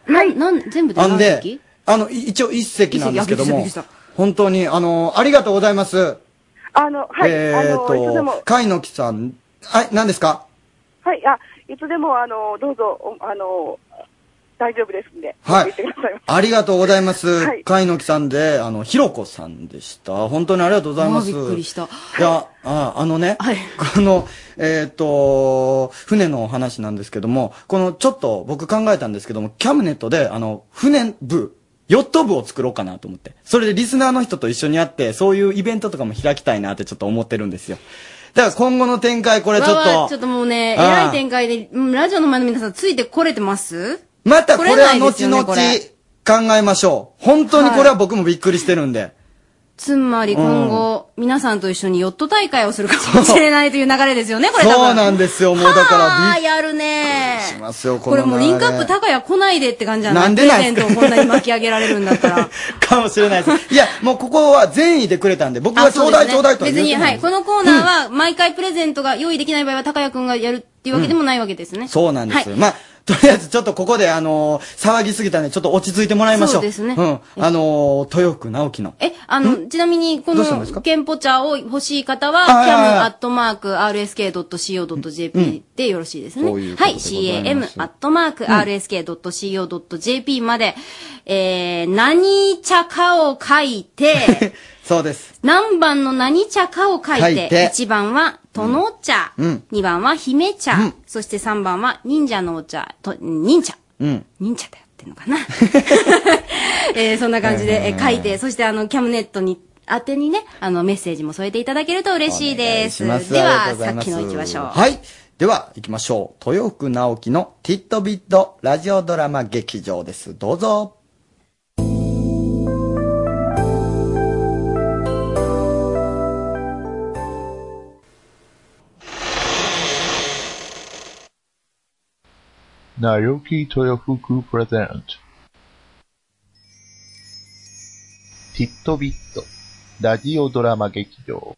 Speaker 3: はい。なん、全部で
Speaker 2: なん
Speaker 3: 何
Speaker 2: で
Speaker 3: 匹、
Speaker 2: あの、い一応一席なんですけど
Speaker 3: 一席あびっく
Speaker 2: も
Speaker 3: りしたびっく、
Speaker 2: 本当に、あの、ありがとうございます。
Speaker 16: あの、はい、あ
Speaker 2: えっ
Speaker 16: の、いつでも
Speaker 2: と、、貝の木さん、はい、何ですか
Speaker 16: はい、あ、いつでも、あの、どうぞ、おあの、大丈夫ですんで、
Speaker 2: はい
Speaker 16: 言ってください。
Speaker 2: ありがとうございま
Speaker 16: は
Speaker 2: す。
Speaker 16: い
Speaker 2: 貝の木さんで、あの、ひろこさんでした。本当にありがとうございます。
Speaker 3: まあびっくりした
Speaker 2: いや、ああのね、この、えっと、船のお話なんですけども、この、ちょっと僕考えたんですけども、キャムネットで、あの、船部、ヨット部を作ろうかなと思って。それでリスナーの人と一緒に会って、そういうイベントとかも開きたいなってちょっと思ってるんですよ。だから今後の展開、これちょ
Speaker 3: わあわあ
Speaker 2: っ
Speaker 3: ちょ
Speaker 2: と
Speaker 3: っ、ともうね、え
Speaker 2: ああ
Speaker 3: らい展開で、うんラジオの前の皆さんついてこれてます
Speaker 2: またこれは
Speaker 3: 来れないです
Speaker 2: 後
Speaker 3: よね
Speaker 2: 々
Speaker 3: これ
Speaker 2: 考えましょう。本当にこれは僕もびっくりしてるんで。
Speaker 3: つまり今後、皆さんと一緒にヨット大会をするかもしれないという流れですよね、これ多分。
Speaker 2: そうなんですよ、もうだ
Speaker 3: あ
Speaker 2: か
Speaker 3: あ、
Speaker 2: らびっ
Speaker 3: やるね
Speaker 2: くりしますよ、
Speaker 3: これもうリンクアップ
Speaker 2: 高
Speaker 3: 高谷来ないでって感じじゃない
Speaker 2: なんでなんす
Speaker 3: プ
Speaker 2: か
Speaker 3: レゼントをこんなに巻き上げられるんだったら。
Speaker 2: かもしれないです。いや、もうここは善意でくれたんで、僕はちょうだいちょうだいとは
Speaker 3: 別
Speaker 2: 言って
Speaker 3: に、
Speaker 2: な
Speaker 3: はいい。このコーナーは、毎回プレゼントが用意できない場合は、高谷くんがやるっていうわけでもないわけですね。
Speaker 2: そうなんです。
Speaker 3: はい
Speaker 2: まあ、とりあえずちょっとここで、あのー騒ぎすぎたんで、ちょっと落ち着いてもらいましょう。
Speaker 3: そうですね
Speaker 2: うん。あのー豊福直樹の。
Speaker 3: え、あの、ちなみに、こ
Speaker 2: どうしたんです
Speaker 3: の、
Speaker 2: か
Speaker 3: ケンポ茶を欲しい方は、
Speaker 2: はいはいはい
Speaker 3: cam.rsk.co.jp でよろしいです
Speaker 8: うんとい
Speaker 3: ね。
Speaker 8: うこ
Speaker 3: は
Speaker 8: と
Speaker 3: い、
Speaker 8: でございます
Speaker 3: cam.rsk.co.jp まで、えー、何茶かを書い て、
Speaker 2: そうです。
Speaker 3: 何番の何茶かを書い
Speaker 2: 書いて
Speaker 3: て、1番は、殿茶、
Speaker 2: うん
Speaker 3: 2番は、姫茶、そして3番は、忍者のお茶、と、忍者。
Speaker 2: うん。
Speaker 3: 忍者だよってんのか な。えーそんな感じで、えー書いて、そしてあの、キャムネットに、宛てにね、あの、メッセージも添えていただけると嬉しいです。
Speaker 2: します
Speaker 3: で
Speaker 2: あ
Speaker 3: は、
Speaker 2: りがとうござい
Speaker 3: さっ
Speaker 2: ます
Speaker 3: きの行きましょう。
Speaker 2: はい。では、行きましょう。豊福直樹のティットビットラジオドラマ劇場です。どうぞ。
Speaker 17: Naoki Toyofuku Present ティットビットラジオドラマ劇場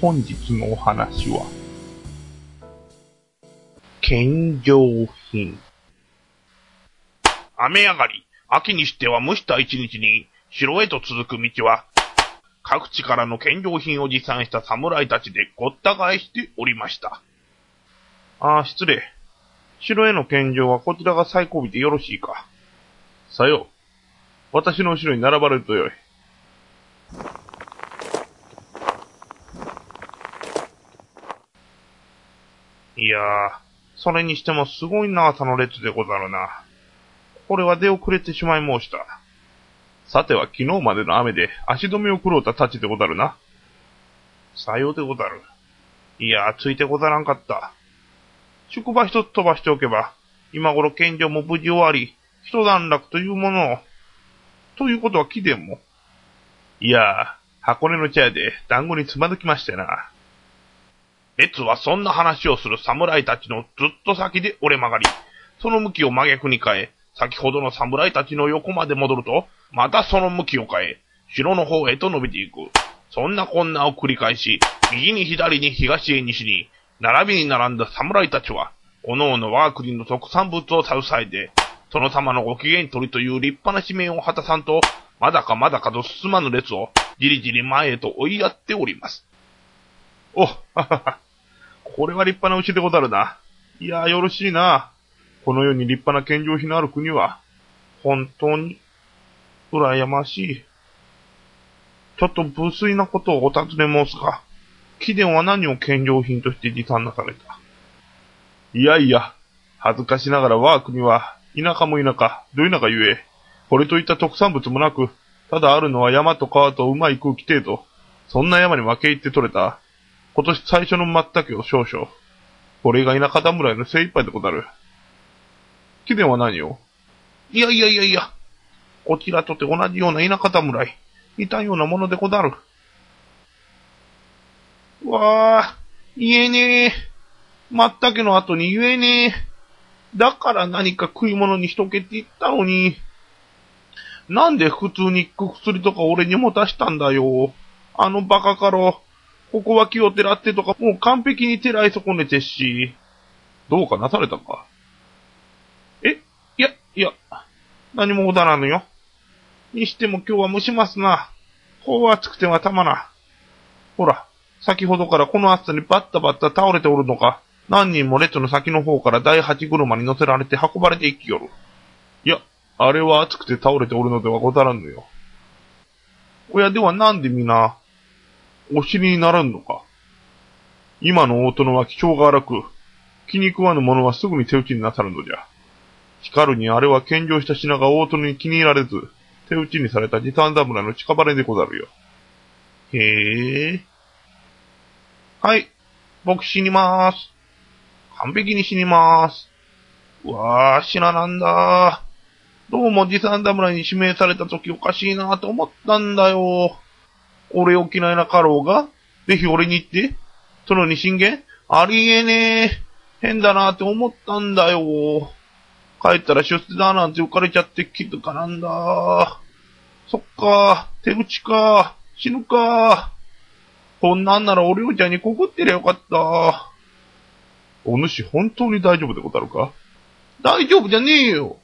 Speaker 17: 本日のお話は、献上品。
Speaker 18: 雨上がり、秋にしては蒸した一日に、城へと続く道は、各地からの献上品を持参した侍たちでごった返しておりました。ああ、失礼。城への献上はこちらが最後尾でよろしいか。さよう。私の後ろに並ばれるとよい。いやー、それにしてもすごい長さの列でござるな。これは出遅れてしまい申した。さては昨日までの雨で足止めを食ろうたたちでござるな。さようでござる。いや、ついてござらんかった。宿場一つ飛ばしておけば、今頃献上も無事終わり、一段落というものを。ということは貴殿も。いや、箱根の茶屋で団子につまずきましてな。列はそんな話をする侍たちのずっと先で折れ曲がり、その向きを真逆に変え、先ほどの侍たちの横まで戻ると、またその向きを変え、城の方へと伸びていく。そんなこんなを繰り返し、右に左に東へ西に、並びに並んだ侍たちは、各々我が国の特産物を携えて、殿様のご機嫌取りという立派な使命を果たさんと、まだかまだかと進まぬ列を、じりじり前へと追いやっております。お、ははは。これは立派な牛でござるな。いやー、よろしいな。この世に立派な献上品のある国は、本当に、羨ましい。ちょっと無粋なことをお尋ね申すが、貴殿は何を献上品として持参なされたいやいや、恥ずかしながら我が国は、田舎も田舎、ど田舎ゆえ、これといった特産物もなく、ただあるのは山と川とうまい空気程度、そんな山に分け入って取れた、今年最初の松茸を少々。これが田舎侍の精一杯でござる。貴殿は何をいやいやいやいや。こちらとて同じような田舎侍。似たようなものでござる。わあ、言えねえ。まったけの後に言えねえ。だから何か食い物にしとけって言ったのに。なんで普通に薬とか俺にも出したんだよ。あのバカ野郎。ここは気を照らってとか、もう完璧に照らい損ねてし、どうかなされたか。えいや、いや、何もおだらぬよ。にしても今日は蒸しますな。こう暑くてはたまらん。ほら、先ほどからこの暑さにバッタバッタ倒れておるのか、何人も列の先の方から第八車に乗せられて運ばれていきよる。いや、あれは暑くて倒れておるのではござらぬよ。おやではなんで皆、お尻にならんのか。今の大殿は気性が荒く、気に食わぬ者はすぐに手打ちになさるのじゃ。光るにあれは献上した品が大殿に気に入られず、手打ちにされた時短侍の近バレでござるよ。へえ。はい。僕死にまーす。完璧に死にまーす。うわー、死ななんだー。どうも持参侍に指名された時おかしいなーと思ったんだよー。俺を嫌いな家老が、ぜひ俺に言って、そのに進言ありえねー。変だなーって思ったんだよー。帰ったら出世だなんて浮かれちゃって気づかなんだー。そっかー、手口かー、死ぬかー。こんなんならおりょうちゃんに告ってりゃよかったー。お主本当に大丈夫でござるか大丈夫じゃねえよ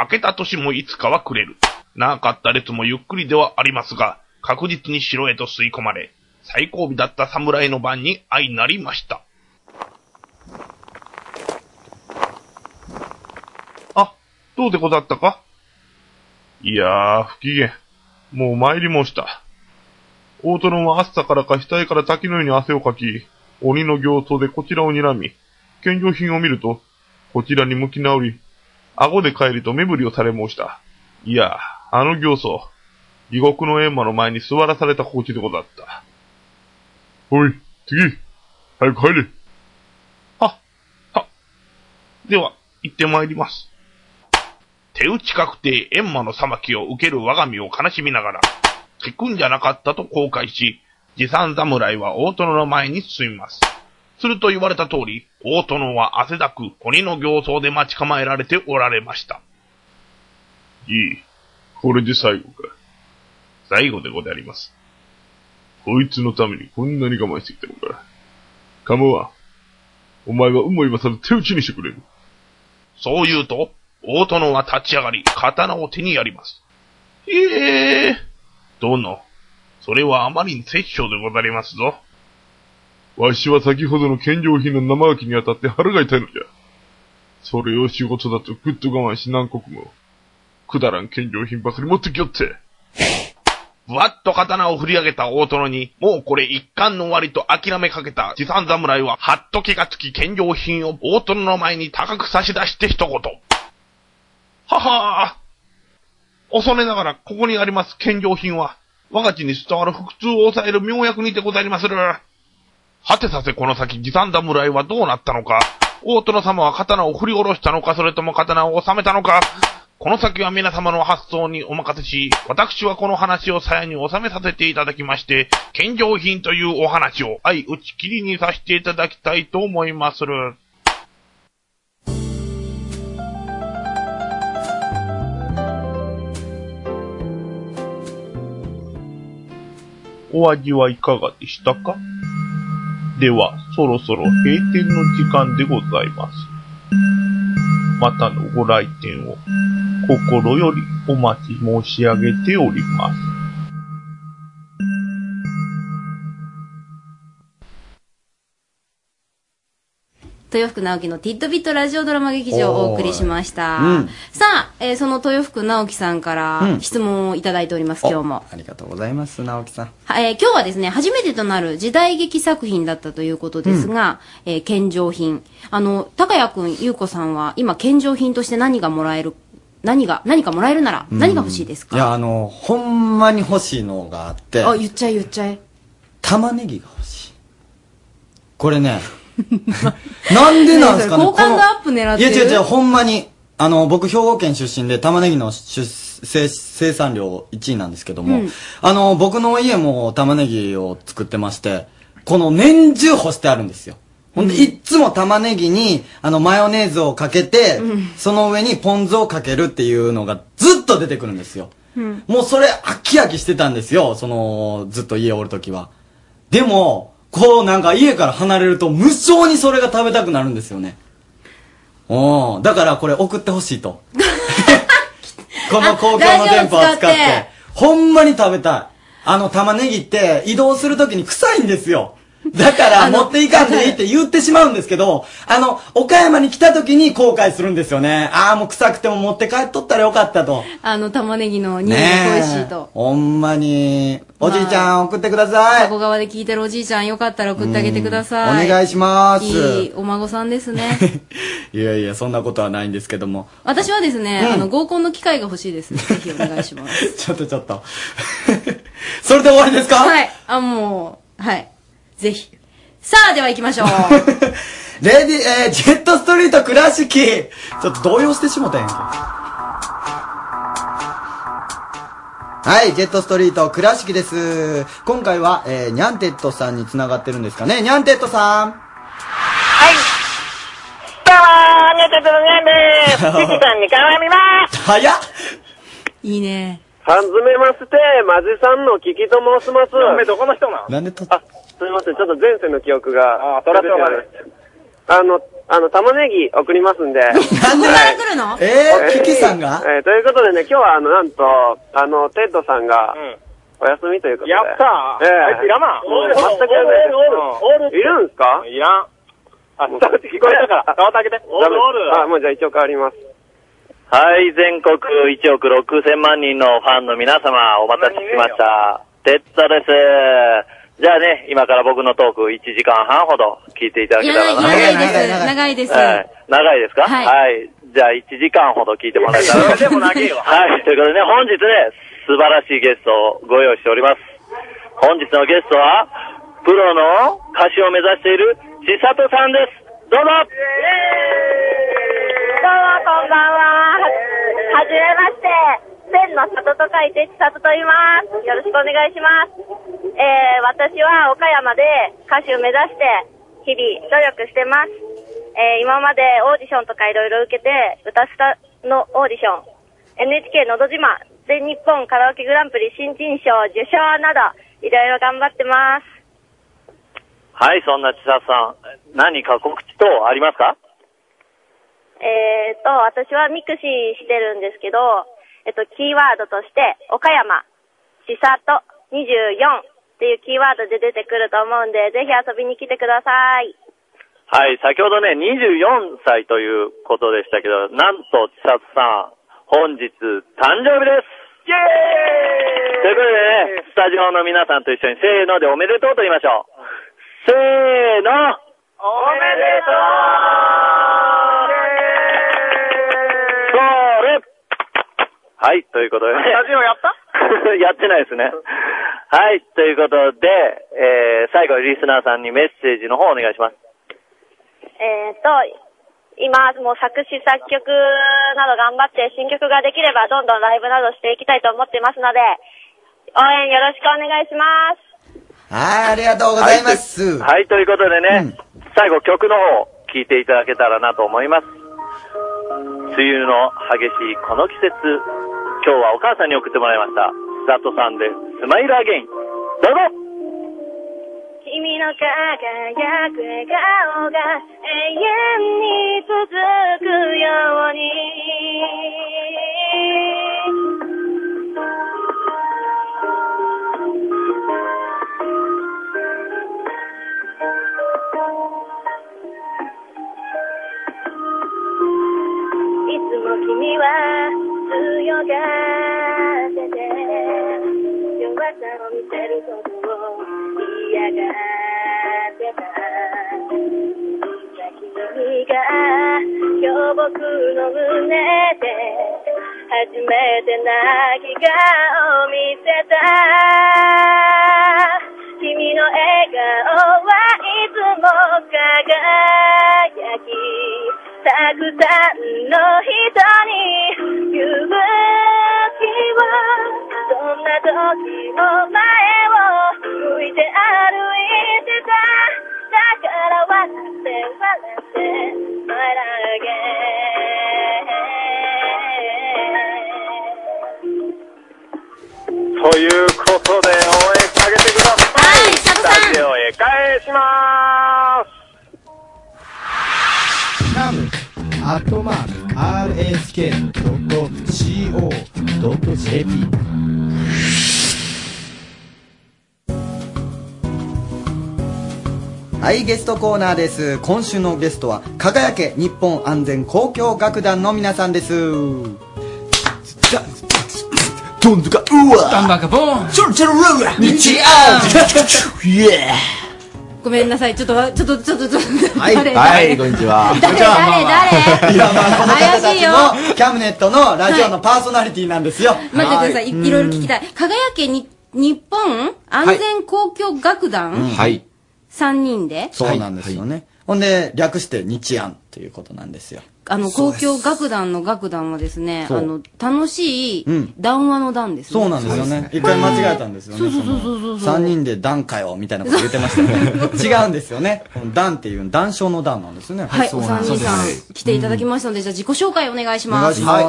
Speaker 18: 明けた年もいつかはくれる。長かった列もゆっくりではありますが、確実に城へと吸い込まれ、最後尾だった侍の番に相なりました。あ、どうでござったかいやー、不機嫌。もう参り申した。大殿は暑さからか額から滝のように汗をかき、鬼の形相でこちらを睨み、献上品を見ると、こちらに向き直り、顎で帰りと目振りをされ申した。いや、あの形相、地獄の閻魔の前に座らされた心地でござった。おい、次、早く帰れ。は、は、では、行ってまいります。手打ち確定閻魔の裁きを受ける我が身を悲しみながら、聞くんじゃなかったと後悔し、持参侍は大殿の前に進みます。すると言われた通り、大殿は汗だく鬼の形相で待ち構えられておられました。いい。これで最後か。最後でござります。こいつのためにこんなに我慢してきたのか。構わん。お前はうも今さら手打ちにしてくれる。そう言うと、大殿は立ち上がり、刀を手にやります。いえー。殿、それはあまりに殺生でござりますぞ。
Speaker 17: わしは先ほどの献上品の生焼きにあたって腹が痛いのじゃ。それを仕事だとぐっと我慢し何刻も、くだらん献上品ばかり持ってきよって。
Speaker 18: ぶわっと刀を振り上げた大殿に、もうこれ一貫の終わりと諦めかけた持参侍は、はっと気がつき献上品を大殿の前に高く差し出して一言。ははー恐れながら、ここにあります献上品は、我が地に伝わる腹痛を抑える妙薬にてござりまする。果てさせこの先、持参侍はどうなったのか大殿様は刀を振り下ろしたのか、それとも刀を収めたのかこの先は皆様の発想にお任せし、私はこの話を鞘に収めさせていただきまして、献上品というお話を相打ち切りにさせていただきたいと思いまする。お味はいかがでしたかでは、そろそろ閉店の時間でございます。またのご来店を心よりお待ち申し上げております。
Speaker 3: 豊福直樹のティッドビットラジオドラマ劇場をお送りしました。
Speaker 2: うん
Speaker 3: さあ、えーその豊福直樹さんか
Speaker 2: う
Speaker 3: ら
Speaker 2: ん
Speaker 3: 質問をいただいております、今日も。
Speaker 2: ありがとうございます、直樹さん。
Speaker 3: はえー今日はですね、初めてとなる時代劇作品だったということですが、えー献上品。あの、高谷くん、ゆうこさんは、今、献上品として何がもらえる、何が、何かもらえるなら、
Speaker 2: うん
Speaker 3: 何が欲しいですか、
Speaker 2: いや、あの、ほんまに欲しいのがあって、
Speaker 3: あ、言っちゃえ言っちゃえ。
Speaker 2: 玉ねぎが欲しい。これね、 なんでなん ですかね
Speaker 3: 好感度アップ狙っ
Speaker 2: い
Speaker 3: て
Speaker 2: や
Speaker 3: る
Speaker 2: 違う違う、ほんまに。あの、僕、兵庫県出身で、玉ねぎの出生生産量1位なんですけども、
Speaker 8: うん
Speaker 2: あの、僕の家も玉ねぎを作ってまして、この年中干してあるんですよ。ほんで、いっつも玉ねぎに、あの、マヨネーズをかけて、
Speaker 8: うん
Speaker 2: その上にポン酢をかけるっていうのがずっと出てくるんですよ。もうそれ、飽き飽きしてたんですよ、その、ずっと家おるときは。でも、こうなんか家から離れると無性にそれが食べたくなるんですよね。うん。だからこれ送ってほしい と。この公共の電波を使っ。
Speaker 3: ラジオ使って
Speaker 2: ほんまに食べたい。あの玉ねぎって移動するときに臭いんですよ。だから持っていかんでいいって言ってしまうんですけど、あの、岡山に来た時に後悔するんですよね。ああ、もう臭くても持って帰っとったらよかったと。
Speaker 3: あの玉ねぎの匂いが
Speaker 2: ね
Speaker 3: 恋しい
Speaker 2: え
Speaker 3: と。。
Speaker 2: ほんまに。おじいちゃん、送ってくだ
Speaker 3: 加
Speaker 2: さい。
Speaker 3: 古川で聞いてるおじいちゃんよかったら送ってあげてください。
Speaker 2: お願いします
Speaker 3: いいお孫さんで すね。
Speaker 2: いやいや、そんなことはないんですけども。
Speaker 3: 私はですね、
Speaker 2: うん
Speaker 3: あの、合コンの機会が欲しい です。ぜひお願いします。
Speaker 2: ちょっとちょっと。 それで終わりですか
Speaker 3: はい。あ、もう、はい。ぜひ。さあ、では行きましょう。
Speaker 2: レディ、えー、ジェットストリート倉敷ちょっと動揺してしもたやんけはい、ジェットストリート倉敷です。今回は、えー、ニャンテッドさんに繋がってるんですかね。ニャンテッドさん。
Speaker 19: どうも、ニャンテッドのニャンです。父さんに絡みます。
Speaker 2: 早っ
Speaker 3: いいね。
Speaker 1: 缶詰まして、マジさんのキキと申します。おめどこの人なん
Speaker 2: なんでと、
Speaker 1: すみません、ちょっと前世の記憶が。あ、
Speaker 19: そらしょうがない
Speaker 1: あの、あの、玉ねぎ送りますんで。なんで
Speaker 3: 来るの
Speaker 2: えー、キキさんが
Speaker 1: えーということでね、今日はあの、なんと、あの、テッドさんが、お休みということで。
Speaker 19: やったーあいついらんわ
Speaker 1: うん全くやんないです
Speaker 19: おるおるおるおる
Speaker 1: いるんすかいらん。あ、伝わって聞こえたから。わってあげて。
Speaker 19: おるおる
Speaker 1: あ、もうじゃあ一応変わります。
Speaker 20: はい、全国1億6000万人のファンの皆様、お待たせしました。哲太です。じゃあね、今から僕のトーク1時間半ほど聞いていただ
Speaker 3: い
Speaker 20: け
Speaker 3: ら
Speaker 20: た
Speaker 3: ない、い
Speaker 20: ら
Speaker 3: ら
Speaker 20: な。
Speaker 3: ないです。長いです。
Speaker 20: はい長いですか
Speaker 3: はい
Speaker 20: はい。じゃあ1時間ほど聞いてもらえたら。 でも長いよ。はい。ということでね、本日ね、素晴らしいゲストをご用意しております。本日のゲストは、プロの歌手を目指している千里さんです。どう
Speaker 10: どう
Speaker 20: ぞ
Speaker 10: も、こんばんは。はじめまして。千の里と書いて千里と言います。よろしくお願いします。えー、私は岡山で歌手を目指して日々努力してます。えー、今までオーディションとかいろいろ受けて、歌スタのオーディション、NHK のど自慢、全日本カラオケグランプリ新人賞受賞など、いろいろ頑張ってます。
Speaker 20: はい、そんな千里さん、何か告知等ありますか
Speaker 10: えー、と、私はミクシーしてるんですけど、えっと、キーワードとして、岡山、しさと24っていうキーワードで出てくると思うんで、ぜひ遊びに来てください。
Speaker 20: はい、先ほどね、24歳ということでしたけど、なんと千里さん、本日誕生日です
Speaker 19: イェーイ
Speaker 20: ということでね、スタジオの皆さんと一緒にせーのでおめでとうと言いましょう。せーの
Speaker 19: おめでと
Speaker 20: それはい、ということで
Speaker 19: う
Speaker 20: ね。
Speaker 19: スタジオやった
Speaker 20: やってないですね。はい、ということで、えー、最後にリスナーさんにメッセージの方お願いします。
Speaker 10: えー、と、今、もう作詞作曲など頑張って新曲ができれば、どんどんライブなどしていきたいと思ってますので、応援よろしくお願いします。
Speaker 2: はい、ありがとうございます。
Speaker 20: はい、ということでね、最後曲の方、聴いていただけたらなと思います。梅雨の激しいこの季節、今日はお母さんに送ってもらいました。千里さんで、スマイルアゲイン。どうぞ
Speaker 10: 君の輝く笑顔が永遠に続くようにいつも君は強がってて弱さを見せることを嫌がってた実は君が今日僕の胸で初めて泣き顔を見せた君の笑顔はいつも輝きたくさんの人に勇気をそんな時お前を向いて歩いてただから笑って笑って Smile again
Speaker 20: ということで、応援してあげてください。スタジオ
Speaker 11: アットマーク RSK.CO.JP
Speaker 2: はい、ゲストコーナーです。今週のゲストは、輝け日本安全交響楽団の皆さんです。
Speaker 1: どんずか、うわダンバカボンチョルチョルルー日曜イエ
Speaker 3: ごめんなさい、ちょっとわ、ちょっと、ちょっと、ちょっと、
Speaker 2: はい
Speaker 3: 誰
Speaker 2: はい
Speaker 21: こんにちは
Speaker 3: 誰誰誰
Speaker 2: いや、まあ、この方
Speaker 3: 怪しいよ
Speaker 2: たちも、キャムネットのラジオのパーソナリティなんですよ。
Speaker 3: 待ってください、いいろいろ聞きたい。輝けに、日本安全公共楽団
Speaker 2: い。
Speaker 3: 三人で、
Speaker 2: そうなんですよね。ほんで、略して日安ということなんですよ。
Speaker 3: あの、公共楽団の楽団はですね、あ
Speaker 2: そう
Speaker 3: の、楽しい
Speaker 2: うん
Speaker 3: 談話の談ですね。
Speaker 2: そうなんですよね。一回間違えたんですよね。
Speaker 3: そうそうそうそうそう
Speaker 2: 3人で段階をみたいなこと言ってました ね。違うんですよね。段っていう、段章の段なんですね。
Speaker 3: はい、お三人さ
Speaker 21: そうなん
Speaker 3: ん来ていただきましたので、じゃあ自己紹介お願いします。
Speaker 21: はい、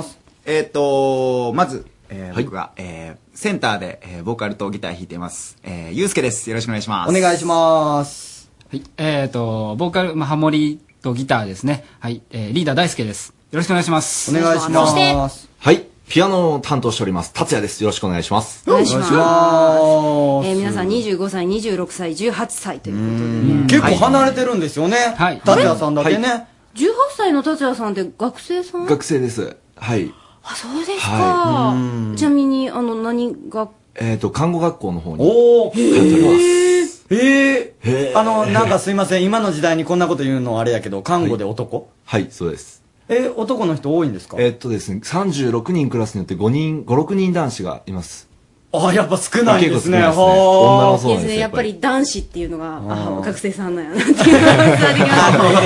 Speaker 21: えっ、とまず、えー僕が、えーセンターで、えーボーカルとギター弾いてます、えー、ゆうすけですよろしくお願いします
Speaker 2: お願いします。
Speaker 22: はい、えっ、と、ボーカル、まあ、ハモリとギターですね。はい、えー、リーダー大輔です。よろしくお願いします。
Speaker 2: お願いしますそして
Speaker 23: はい。ピアノを担当しております。達也です。よろしくお願いします。
Speaker 3: お願いしますお願いし
Speaker 2: ま
Speaker 3: えー皆さん25歳、26歳、18歳ということで。
Speaker 2: 結構離れてるんですよね。はい。達也さんだけね。
Speaker 3: 18歳の達也さんって学生さん
Speaker 23: 学生です。はい。
Speaker 3: あ、そうですか。
Speaker 23: はいう
Speaker 3: ちなみに、あの、何が、
Speaker 23: えっ、と、看護学校の方に。
Speaker 2: お
Speaker 23: ー
Speaker 2: ええあの、なんかすいません。今の時代にこんなこと言うのはあれやけど、看護で男
Speaker 23: はい、そうです。
Speaker 2: え、男の人多いんですか
Speaker 23: えっ、とですね、36人クラスによって5人、5、6人男子がいます。
Speaker 2: あ、やっぱ少ないんですね。
Speaker 23: 結構少ないですね
Speaker 2: はあ
Speaker 23: 女のそうなん
Speaker 3: です
Speaker 23: です
Speaker 3: ね、
Speaker 23: よ。
Speaker 3: や
Speaker 23: や
Speaker 3: っ
Speaker 23: っ
Speaker 3: ぱ
Speaker 23: ぱり。
Speaker 3: り男子っていうのが、あ
Speaker 23: ー
Speaker 3: 学生さんなんやな。
Speaker 2: あ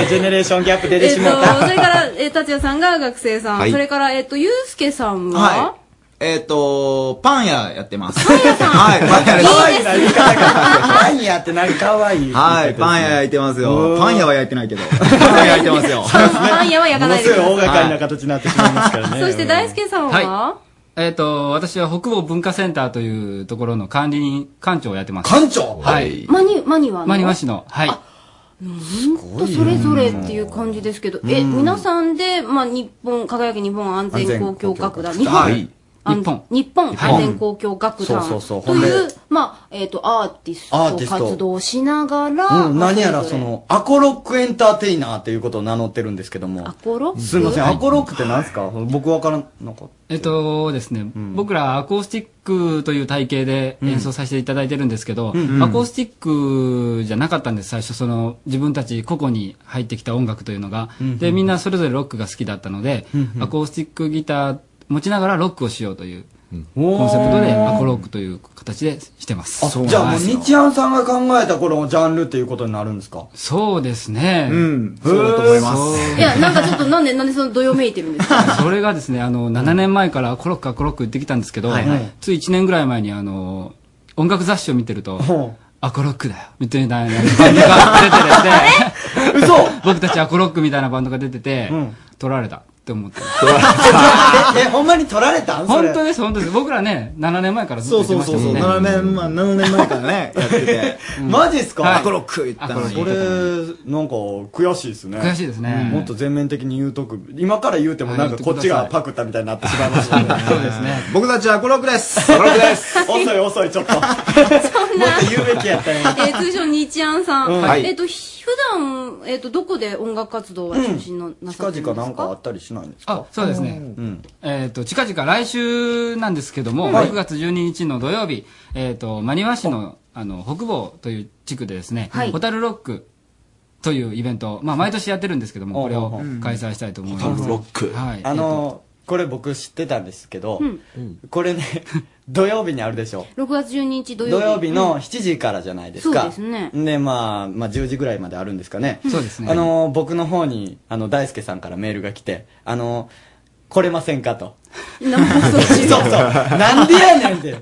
Speaker 2: のジェネレーションギャップ出
Speaker 3: え
Speaker 2: て
Speaker 3: っ
Speaker 2: し
Speaker 3: と、
Speaker 2: まった。
Speaker 3: それから、えー、達也さんが学生さん。
Speaker 23: はい
Speaker 3: それから、えっ、と、ゆうすけさんは、
Speaker 23: はい。えっ、と、パン屋やってます。パン屋さんはい、パン屋です。
Speaker 2: 可愛いな言い方が。パン屋ってなんか可愛い。
Speaker 23: はい、パン屋焼いてます
Speaker 2: う
Speaker 23: よ。
Speaker 2: ん
Speaker 23: パン屋は焼いてないけど。パン屋焼いてますよ。
Speaker 3: パン屋は焼かないです。
Speaker 2: ものすごい大掛かりな形になってしまいますからね。
Speaker 3: そして、大輔さんは、
Speaker 22: はえっ、と、私は北欧文化センターというところの管理人、館長をやってます。
Speaker 2: 館長
Speaker 22: はい。
Speaker 3: マニ、マニは
Speaker 22: マニマ市の、はい。
Speaker 3: ほんとそれぞれっていう感じですけど、え、
Speaker 22: うん
Speaker 3: 皆さんで、まあ、日本、輝き日本安全公共楽団、日
Speaker 2: は
Speaker 3: 本
Speaker 2: い、
Speaker 3: 安日本安全公共楽団
Speaker 2: そうそうそう
Speaker 3: と
Speaker 2: ほんで
Speaker 3: いう、まあ、えっ、と、アーティス
Speaker 2: アーテ
Speaker 3: ト
Speaker 2: ィスト
Speaker 3: 活動をしながら、
Speaker 2: うん、何やら
Speaker 3: まあ
Speaker 2: そ、の、アコロックエンターテイナーっていうことを名乗ってるんですけども。
Speaker 3: れぞれコロ
Speaker 2: すいません、
Speaker 22: は
Speaker 2: ア
Speaker 22: い
Speaker 2: コロックって何すか僕わからなかった。
Speaker 22: えっとですね、僕らアコースティックという体系で演奏させていただいてるんですけど、
Speaker 2: うんうん
Speaker 22: アコースティックじゃなかったんです、最初。その、自分たち個々に入ってきた音楽というのが。
Speaker 24: うんうん
Speaker 22: で、みんなそれぞれロックが好きだったので、
Speaker 24: うんうん
Speaker 22: アコースティックギター持ちながらロックをしようというコンセプトで、アコロックという形でしてます。
Speaker 2: じゃあもう、
Speaker 22: はい
Speaker 2: 日安さんが考えた頃のジャンルっていうことになるんですか
Speaker 22: そうですね。
Speaker 2: うん
Speaker 22: そうだと思います
Speaker 3: いや、なんかちょっと、なんで、なんでその、どよめいてるんですか
Speaker 22: それがですね、あの、7年前からコロッカコロック言ってきたんですけど、
Speaker 3: はいはい
Speaker 22: つい1年ぐらい前に、あの、音楽雑誌を見てると、アコロックだよ、みたいなバンドが 出てて、
Speaker 2: 嘘
Speaker 22: 僕たちアコロックみたいなバンドが出てて、取られたって思って。
Speaker 2: え、えほんまに取られたんそれ
Speaker 22: 本当です、本当です。僕ら ね、7年前からずっと言ってましたもんね。
Speaker 23: そうそうそうそう7年前7年前からね、やってて。
Speaker 2: マジっすか、
Speaker 23: はいアコロック言ったのに
Speaker 2: これ、なんか、悔しいですね。
Speaker 22: 悔しいですね
Speaker 2: うんもっと全面的に言うとく。今から言うてもなんかこっちがパクったみたいになってしまいますので。そうですね。
Speaker 23: 僕たちはアコロックです。アコロックです。
Speaker 2: 遅い遅い、ちょっと。もっと言うべきやったよ。
Speaker 3: えー通称、日安さん。
Speaker 2: うんはい
Speaker 3: えっ、と、ひ普段、えっ、と、どこで音楽活動は中心の、なさ
Speaker 2: 近
Speaker 3: ってるんです
Speaker 2: 々
Speaker 3: か
Speaker 2: なんかあったりしないんですか
Speaker 22: あ、そうですね。えっ、と、近々来週なんですけども、
Speaker 2: はい
Speaker 22: 6月12日の土曜日、えっ、と、真庭市の、あの、北房という地区でですね、
Speaker 3: はい
Speaker 22: ホタルロックというイベント、まあ、毎年やってるんですけども、これを
Speaker 2: うん
Speaker 22: 開催したいと思います。はい。
Speaker 2: あの、これ僕知ってたんですけど
Speaker 3: うん、
Speaker 2: これね、土曜日にあるでしょ。
Speaker 3: 6月12日土
Speaker 2: 土
Speaker 3: 曜日。
Speaker 2: 曜日
Speaker 3: う
Speaker 2: の
Speaker 3: ん
Speaker 2: 7時からじゃないですか。
Speaker 3: そうですね
Speaker 2: で、まあ、まあ、10時ぐらいまであるんですかね。
Speaker 22: そうですね
Speaker 2: あの、僕の方に、あの、大輔さんからメールが来て、あの、来れませんかと。そう そう。なんでやねんって。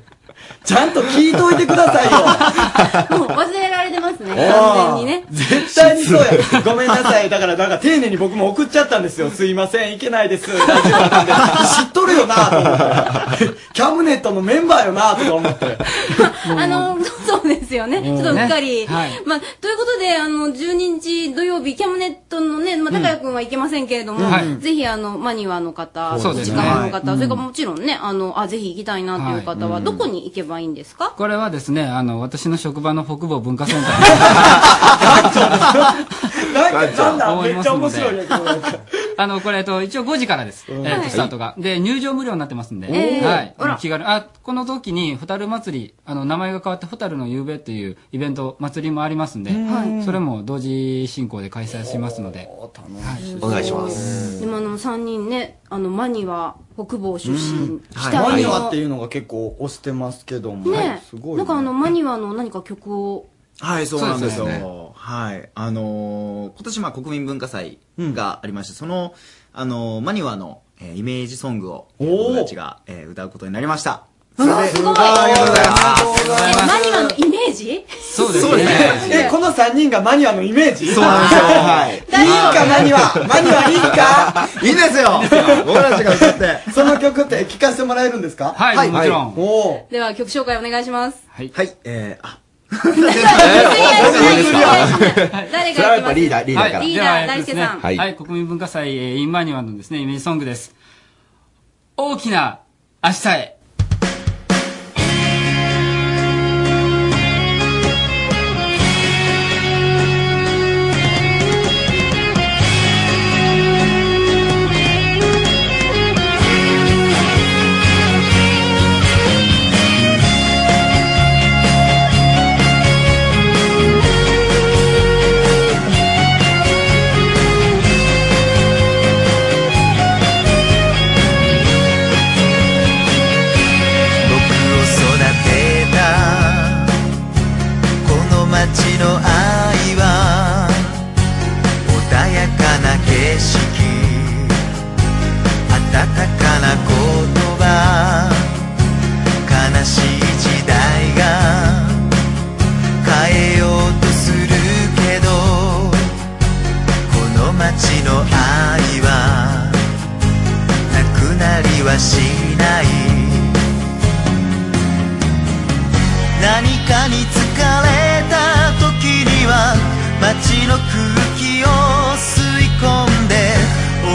Speaker 2: ちゃんと聞いといてくださいよ。
Speaker 3: もう忘れられてますね、
Speaker 2: おー
Speaker 3: 完全にね。
Speaker 2: 絶対にそうや。ごめんなさい。だからなんか丁寧に僕も送っちゃったんですよ。すいません、いけないです。ラジオなんで。知っとるよなと思って。キャムネットのメンバーよなとか思って。
Speaker 3: あの、そうですよね。ち
Speaker 4: うん
Speaker 3: ょっとうっかり。
Speaker 4: ねはい
Speaker 3: まあ、ということで、あの、12日土曜日、キャムネットのね、まあ、高谷くんは行けませんけれども、
Speaker 4: うん
Speaker 3: ぜひ、あの、マニュアの方、
Speaker 22: そう
Speaker 3: お
Speaker 22: ですね
Speaker 3: 近くの方、
Speaker 22: はい
Speaker 3: それからもちろんね、あの、あ、ぜひ行きたいなという方は、どこに行けばいいんですか
Speaker 22: これはですね、あの、私の職場の北部文化センター
Speaker 8: なんか、なんだ、
Speaker 22: 思
Speaker 8: め
Speaker 22: い
Speaker 8: っ
Speaker 22: ま
Speaker 8: ちゃ
Speaker 22: す
Speaker 8: 面
Speaker 22: ので
Speaker 8: 白いね、この
Speaker 22: あの、これ、えっと、一応5時からです。え
Speaker 8: ん
Speaker 22: っ
Speaker 8: は
Speaker 22: と、
Speaker 8: い
Speaker 22: スタートが。で、入場無料になってますんで。
Speaker 8: おー
Speaker 22: はい
Speaker 8: あら。
Speaker 22: 気軽に。あ、この時に、ホタル祭り、あの、名前が変わったホタルの夕べというイベント、祭りもありますんで
Speaker 3: はい、
Speaker 22: それも同時進行で開催しますので。はい
Speaker 23: お願いします
Speaker 3: 今の3人ね、あの、マニは北房出身、北の
Speaker 8: マニアっていうのが結構押してますけども。
Speaker 3: ね
Speaker 8: すごいね。
Speaker 3: なんかあの、マニはの何か曲を、
Speaker 23: はい、そうなんですよ。
Speaker 8: そうです
Speaker 23: はい。あのー今年、まあ、国民文化祭がありまして、その、あのーマニュアの、えーイメージソングを、えー僕たちが、えー歌うことになりました。それで、
Speaker 3: すごい
Speaker 23: ありがとうございます。
Speaker 3: えマニはのイメージ
Speaker 23: そう
Speaker 8: そうですね。え、この3人がマニアのイメージ
Speaker 23: そうなんですよ。はい。
Speaker 8: いいか、マニア。マニアいいか
Speaker 23: いいですよ僕らたちが歌って。
Speaker 8: その曲って聞かせてもらえるんですか
Speaker 23: はいもちろん
Speaker 8: はいおー
Speaker 3: では曲紹介お願いします。
Speaker 23: はい。はい、えー、あ、
Speaker 3: 誰が行きます
Speaker 23: それはやっぱリーダーリーダーから。
Speaker 3: はいリーダー
Speaker 22: ではえ
Speaker 3: 大
Speaker 22: っと
Speaker 3: 輔さん
Speaker 22: ですねはいはい、国民文化祭、えーインマニュアのですね、イメージソングです。大きな明日へ。
Speaker 4: 僕を育てたこの街の愛は穏やかな景色温かな言葉悲しい時代が変えようとするけどこの街の愛はなくなりはしない何かに疲れた時には街の空気を吸い込んで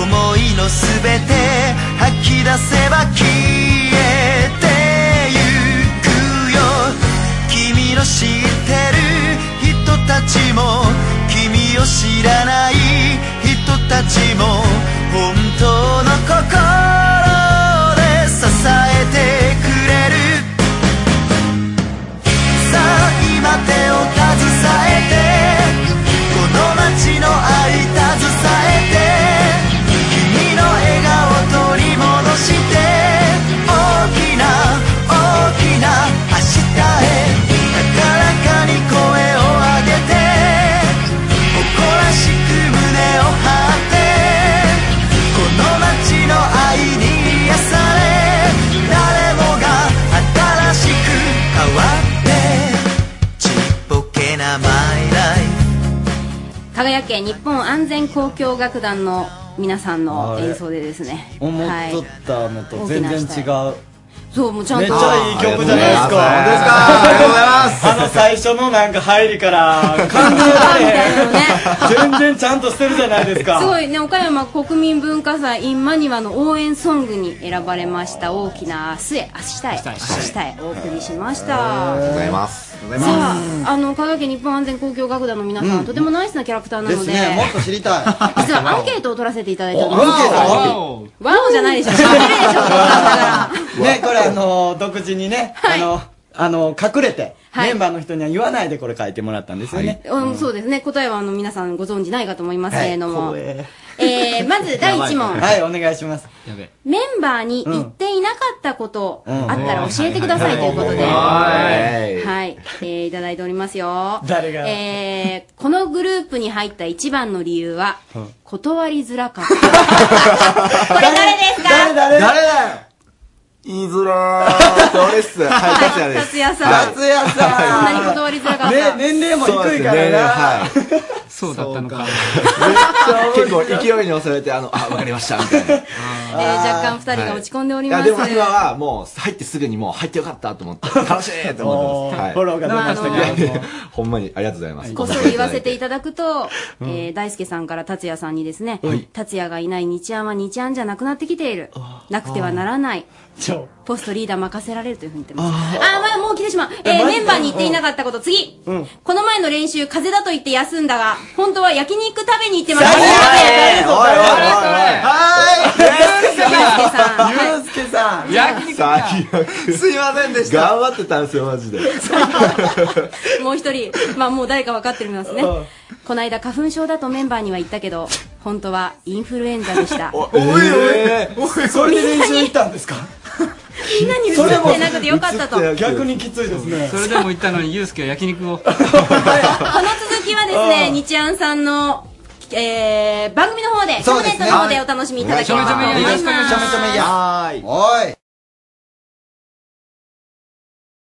Speaker 4: 思いのすべて吐き出せば消えてゆくよ君の知ってる人たちも君を知らない人たちも本当の心で支えてくれるさあ今手を携えてこの街の愛携えて君の笑顔取り戻して大きな大きな明日へ高らかに声を上げて誇らしく胸を張ってこの街の愛に癒され誰もが新しく変わってちっぽけなマイライフ
Speaker 3: 香川県日本安全交響楽団の皆さんの
Speaker 8: あれ
Speaker 3: 演奏でですね。
Speaker 8: 思っ
Speaker 3: はい
Speaker 8: とったのと全然違う。
Speaker 3: そう、もうちゃん
Speaker 8: め
Speaker 3: と。
Speaker 8: っちゃいい曲じゃないですか。
Speaker 3: あ
Speaker 8: ありがとうございます。あの最初のなんか入りから、感動だね。全然ちゃんとしてるじゃないですか。
Speaker 3: すごいね、岡山国民文化祭 in マニュアの応援ソングに選ばれました大きな明日へ、明日へ、明日へお送りしました。
Speaker 6: ありがとうございます
Speaker 3: さあ、あの、香川県日本安全交響楽団の皆さん、
Speaker 8: うん
Speaker 3: とてもナイスなキャラクターな
Speaker 8: で
Speaker 3: の
Speaker 8: す
Speaker 3: で、
Speaker 8: ね、もっと知りたい。
Speaker 3: 実はアンケートを取らせていただいており
Speaker 8: お
Speaker 3: ま
Speaker 8: ア
Speaker 3: す。
Speaker 8: ンケート
Speaker 3: ワオじゃないでしょ。知ってるでしょ。
Speaker 8: ね、これあの、独自にね、あの、あの、隠れて、メンバーの人には言わないでこれ書いてもらったんですよね。
Speaker 3: うん、そうですね。答えはあの皆さんご存知ないかと思いますけれども。
Speaker 8: はい光栄
Speaker 3: えー、まず第1問。
Speaker 8: はい、お願いします。
Speaker 3: メンバーに言っていなかったこと、
Speaker 8: うん
Speaker 3: あったら教えてくださいということで。
Speaker 8: うんはい
Speaker 3: はい。えー、いただいておりますよ。
Speaker 8: 誰が
Speaker 3: えー、このグループに入った一番の理由は、断りづ らかった。
Speaker 8: 誰誰
Speaker 23: 誰だよ言いづらーって俺っす。はい、達也です。
Speaker 3: 達也さん。
Speaker 23: はい
Speaker 3: 何断りづらかった
Speaker 8: ね、年齢も
Speaker 23: そう
Speaker 8: 低
Speaker 23: で
Speaker 8: い
Speaker 23: す
Speaker 8: か
Speaker 23: ね
Speaker 8: らな。
Speaker 23: はい。
Speaker 22: そうだったのか。
Speaker 11: 結構勢いに押されて、あの、あ、わかりました、みたいな。
Speaker 3: えー若干二人が落ち込んでおり
Speaker 11: い
Speaker 3: ま
Speaker 11: や、
Speaker 3: す。
Speaker 11: でも今はもう、入ってすぐにもう、入ってよかったと思って、楽しいと思ってます。はい
Speaker 12: フォローが出ましたけど
Speaker 11: いやいや ほんまにありがとうございます。
Speaker 3: こっそり言わせていただくと、えー大輔さんから達也さんにですね、
Speaker 11: はい
Speaker 3: 達也がいない日安は日安じゃなくなってきている。なくてはならない。ポストリーダー任せられるというふうに言ってます。あー、まあもう来てしまう。え
Speaker 1: え
Speaker 3: ー
Speaker 1: マジで
Speaker 3: メンバーに言っていなかったこと、次。この前の練習、風邪だと言って休んだが、本当は焼肉食べに行ってました。
Speaker 2: ゆうすけさん。
Speaker 11: 最悪。
Speaker 2: すいませんでした
Speaker 11: 頑張ってたんですよ、マジで。
Speaker 3: もう一人、まあもう誰か分かってるんですね。この間花粉症だとメンバーには言ったけど、本当はインフルエンザで した。
Speaker 12: えーそれで練習行ったんですか
Speaker 3: みんなに映ってなくてよかったと。この続
Speaker 12: 逆にきついですね。
Speaker 22: それでも言ったのに、ユースケは焼肉を。
Speaker 3: きはですね、日安さんの、えー、番組の方で、キャ
Speaker 2: そう
Speaker 3: ム
Speaker 2: で
Speaker 3: ネ
Speaker 2: す
Speaker 3: ッ
Speaker 2: ね
Speaker 3: トの方でお楽しみいただければと思います。
Speaker 2: はーい。おい。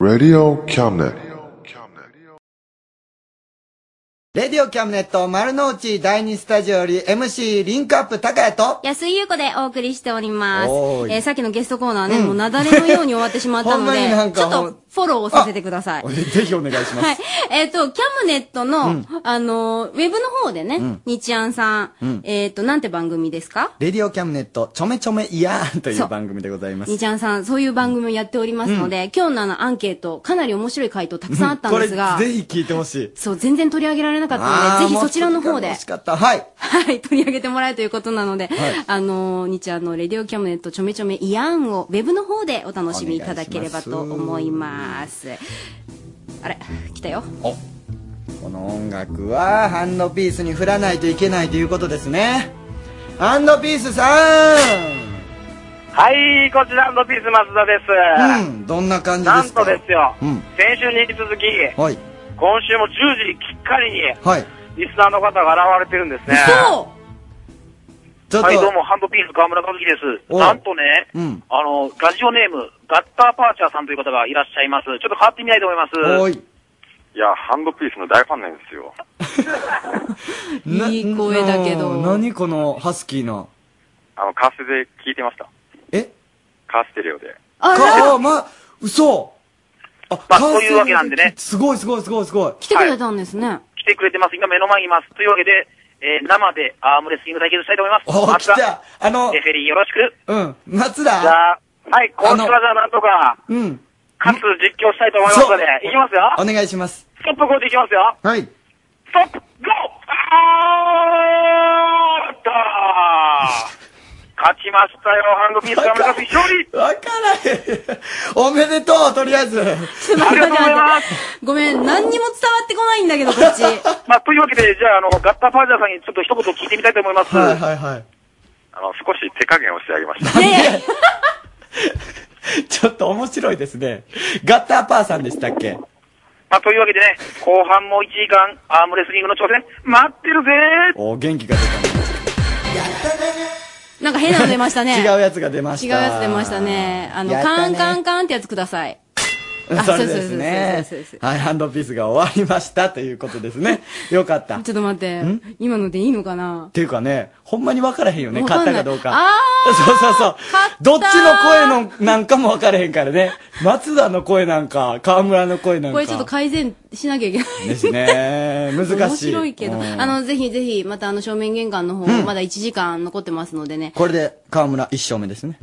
Speaker 8: Radio Cabinet.
Speaker 2: レディオキャムネット丸の内第二スタジオより MC リンクアップ高谷と、
Speaker 3: 安井優子でお送りしております。
Speaker 2: おーい
Speaker 3: えー、さっきのゲストコーナーね、
Speaker 2: うん
Speaker 3: もうなだれのように終わってしまったの
Speaker 2: ほんまになんか
Speaker 3: で、ちょっ
Speaker 2: ほん
Speaker 3: とフォローをさせてください。
Speaker 2: ぜひお願いします。
Speaker 3: はい。えっ、と、キャムネットの、
Speaker 2: うん
Speaker 3: あのー、ウェブの方でね、
Speaker 2: うん
Speaker 3: 日安さん、
Speaker 2: うん
Speaker 3: えっ、と、なんて番組ですか
Speaker 2: レディオキャムネット、ちょめちょめイヤーとい
Speaker 3: そう
Speaker 2: 番組でございます。
Speaker 3: 日安さん、そういう番組をやっておりますので、今日のあのアンケート、かなり面白い回答たくさんあったんですが、
Speaker 2: これ、ぜひ聞いてほしい。
Speaker 3: そう、全然取り上げられなかった
Speaker 2: あー
Speaker 3: ので、ぜひそちらの方で
Speaker 2: もうちょっと楽し、かった。はい。
Speaker 3: はい、取り上げてもらえるということなので、
Speaker 2: はい
Speaker 3: あのー、日安のレディオキャムネットちょめちょめイアンを、ウェブの方でお楽しみいただければと思います。あれ、来たよ。
Speaker 2: この音楽はハンドピースに振らないといけないということですね。ハンドピースさ
Speaker 1: はい、こちらのピース松田です。
Speaker 2: んうん、どんな感じで
Speaker 1: なん
Speaker 2: す
Speaker 1: と
Speaker 2: か
Speaker 1: ですよ、
Speaker 2: うん
Speaker 1: 先週に引き続き、
Speaker 2: はい。
Speaker 1: 今週も10時にきっかりに、
Speaker 2: はい。
Speaker 1: リスナーの方が現れてるんですね。
Speaker 2: ちょっと
Speaker 1: はい、どうも、ハンドピース川村和樹です。
Speaker 2: お
Speaker 1: なんとね、
Speaker 2: うん。
Speaker 1: あの、ラジオネーム、ガッターパーチャーさんという方がいらっしゃいます。ちょっと変わってみたいと思います。
Speaker 2: おい。
Speaker 9: いや、ハンドピースの大ファンなんですよ。
Speaker 2: いい
Speaker 3: 声だけど
Speaker 2: 何このハスキーな。
Speaker 9: あの、カーステで聞いてました。
Speaker 2: え
Speaker 9: カーステレオで。
Speaker 2: あらま、嘘あ、
Speaker 1: まあそういうわけなんでね。
Speaker 2: すごいすごいすごいすごい。
Speaker 3: 来てくれたんですね。
Speaker 1: 来てくれてます。今目の前にいます。というわけで、えー生でアームレスリング対決したいと思います。
Speaker 2: おー
Speaker 1: 松田
Speaker 2: 来たあの
Speaker 1: レフェリーよろしく。
Speaker 2: うん。松
Speaker 1: じゃ
Speaker 2: 田
Speaker 1: あ、はい、こちらじゃなんとか、
Speaker 2: うん。
Speaker 1: 勝つ実況したいと思いますので、いきますよ。
Speaker 2: お願いします。
Speaker 1: ストップコーチいきますよ。
Speaker 2: はい。
Speaker 1: ストップ、ゴーあーっと勝ちましたよ、ハンドピースが目指す勝利
Speaker 2: わからへん。おめでとう、とりあえず。
Speaker 1: ありがとうございます。
Speaker 3: ごめん、何にも伝わってこないんだけど、こっち。
Speaker 1: まあ、というわけで、じゃあ、あの、ガッターパージャーさんにちょっと一言聞いてみたいと思います。
Speaker 9: はい
Speaker 2: はいはい。
Speaker 9: あの、少し手加減をしてあげました。
Speaker 2: ちょっと面白いですね。ガッターパーさんでしたっけ
Speaker 1: まあ、というわけでね、後半も1時間、アームレスリングの挑戦、待ってるぜ
Speaker 2: お元気が出た。
Speaker 3: なんか変なの出ましたね。
Speaker 2: 違うやつが出ました。
Speaker 3: 違うやつ出ました。ね。あの、
Speaker 2: やったね
Speaker 3: カンカンカンってやつください。あ
Speaker 2: それですね
Speaker 3: そうそうそうそうそうそ。
Speaker 2: はい、ハンドピースが終わりましたということですね。よかった。っ
Speaker 3: ちょっと待って
Speaker 2: ん、
Speaker 3: 今のでいいのかな
Speaker 2: ていうかね、ほんまに分からへんよね、
Speaker 3: わか
Speaker 2: 勝っ
Speaker 3: んな
Speaker 2: た
Speaker 3: い
Speaker 2: かどうか。
Speaker 3: あ
Speaker 2: そうそうそう。どっちの声のなんかも分からへんから ね。松田の声なんか、河村の声なんか。
Speaker 3: これちょっと改善しなきゃいけない。
Speaker 2: ですね。難しい。
Speaker 3: 面白いけど。
Speaker 2: うん
Speaker 3: あの、ぜひぜひ、またあの正面玄関の方、
Speaker 2: うん
Speaker 3: まだ1時間残ってますのでね。
Speaker 2: これで、河村一勝目ですね。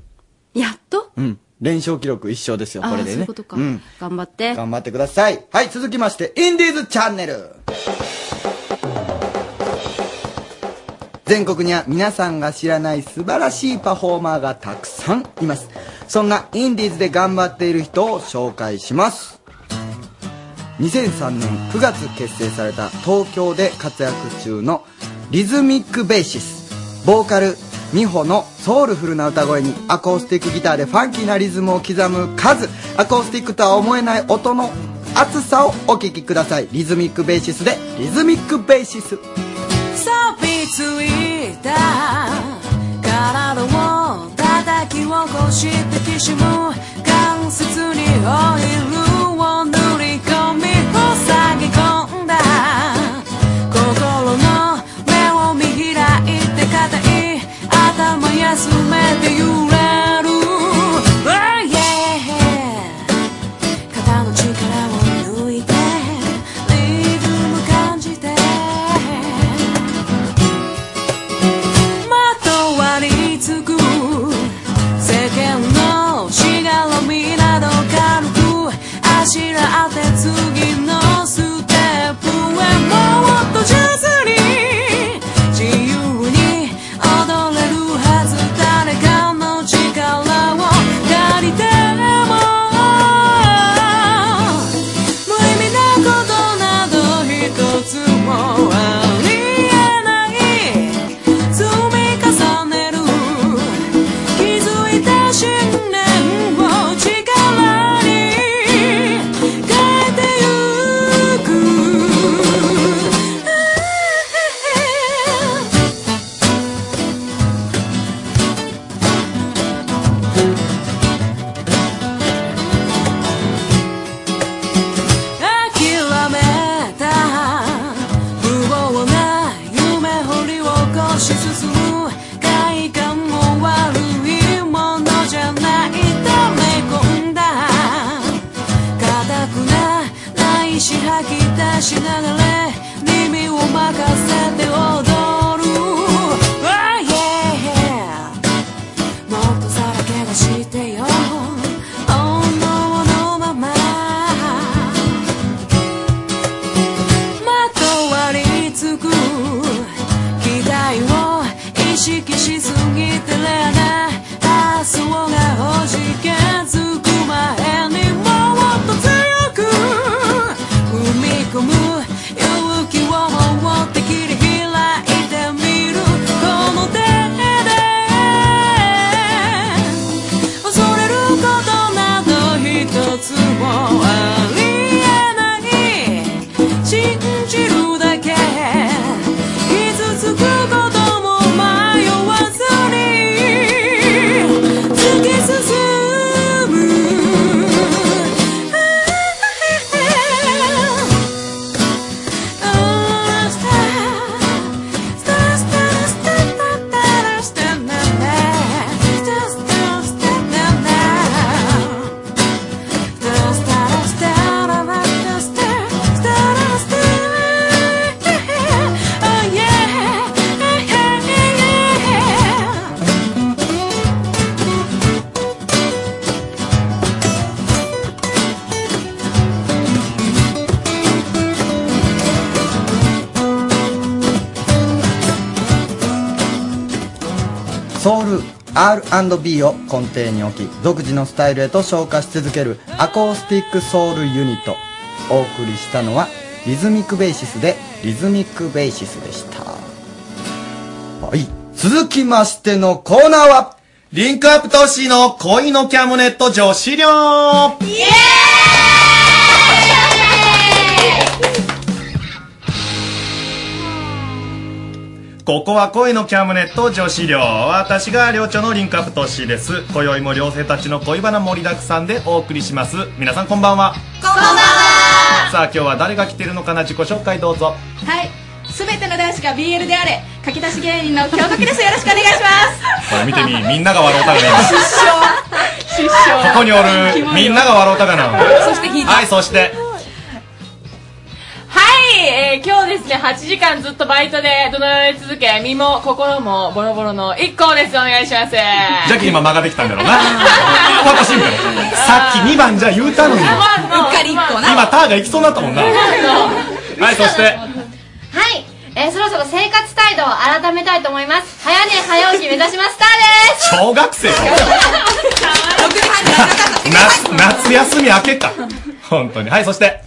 Speaker 3: やっと
Speaker 2: うん。連勝記録一勝ですよ、
Speaker 3: あー
Speaker 2: これでね。
Speaker 3: そういうことか
Speaker 2: うん。
Speaker 3: 頑張って。
Speaker 2: 頑張ってください。はい、続きまして、インディーズチャンネル。全国には皆さんが知らない素晴らしいパフォーマーがたくさんいます。そんなインディーズで頑張っている人を紹介します。2003年9月結成された東京で活躍中のリズミックベーシスボーカル美穂のソウルフルな歌声にアコースティックギターでファンキーなリズムを刻む数アコースティックとは思えない音の熱さをお聴きくださいリズミックベーシスでリズミックベーシス
Speaker 24: 錆びついた体を叩き起こしてきしむ関節にオイルを塗り込みを下げ込んだ心の出しながら耳を任せて踊る Oh yeah もっとさらけ出してよ Oh no のまままとわりつく期待を意識しすぎてレアな発想がおじけづく前にもっと強く踏み込む勇気を持って切り開いてみるこの手で恐れることなど一つもありえない信じるだけ傷つくことも迷わずに突き進む
Speaker 2: ソウル R&B を根底に置き独自のスタイルへと昇華し続けるアコースティックソウルユニットお送りしたのはリズミックベーシスでリズミックベーシスでしたはい続きましてのコーナーは
Speaker 12: リンクアップ投資の恋のキャムネット女子寮イエーイここは恋のキャムネット女子寮私が寮長のリンクアップ投資です今宵も寮生たちの恋バナ盛りだくさんでお送りします皆さんこんばんはこんばんはさあ今日は誰が来てるのかな自己紹介どうぞ
Speaker 13: はい。すべての男子が BL であれ、書き出し芸人の京極です。よろしくお願いしま
Speaker 12: これ見てみみんなが笑うたが な
Speaker 13: す。失笑。失笑。
Speaker 12: ここにお るみんなが笑うたがな
Speaker 13: そして引いた。
Speaker 12: はいそして
Speaker 14: はい、えー今日ですね、8時間ずっとバイトで怒鳴られ続け、身も心もボロボロの一行です。お願いします。
Speaker 12: ジャッキー今間ができたんだろうな。私みたいな。さっき2番じゃ言うたのに。
Speaker 14: うっかり一行
Speaker 12: 今ターが行きそうになったもんな。はい、そして、
Speaker 15: はい、えーそろそろ生活態度を改めたいと思います早寝早起き目指しますスター
Speaker 12: 小学生夏、夏休み明けか。本当に。はい、そして、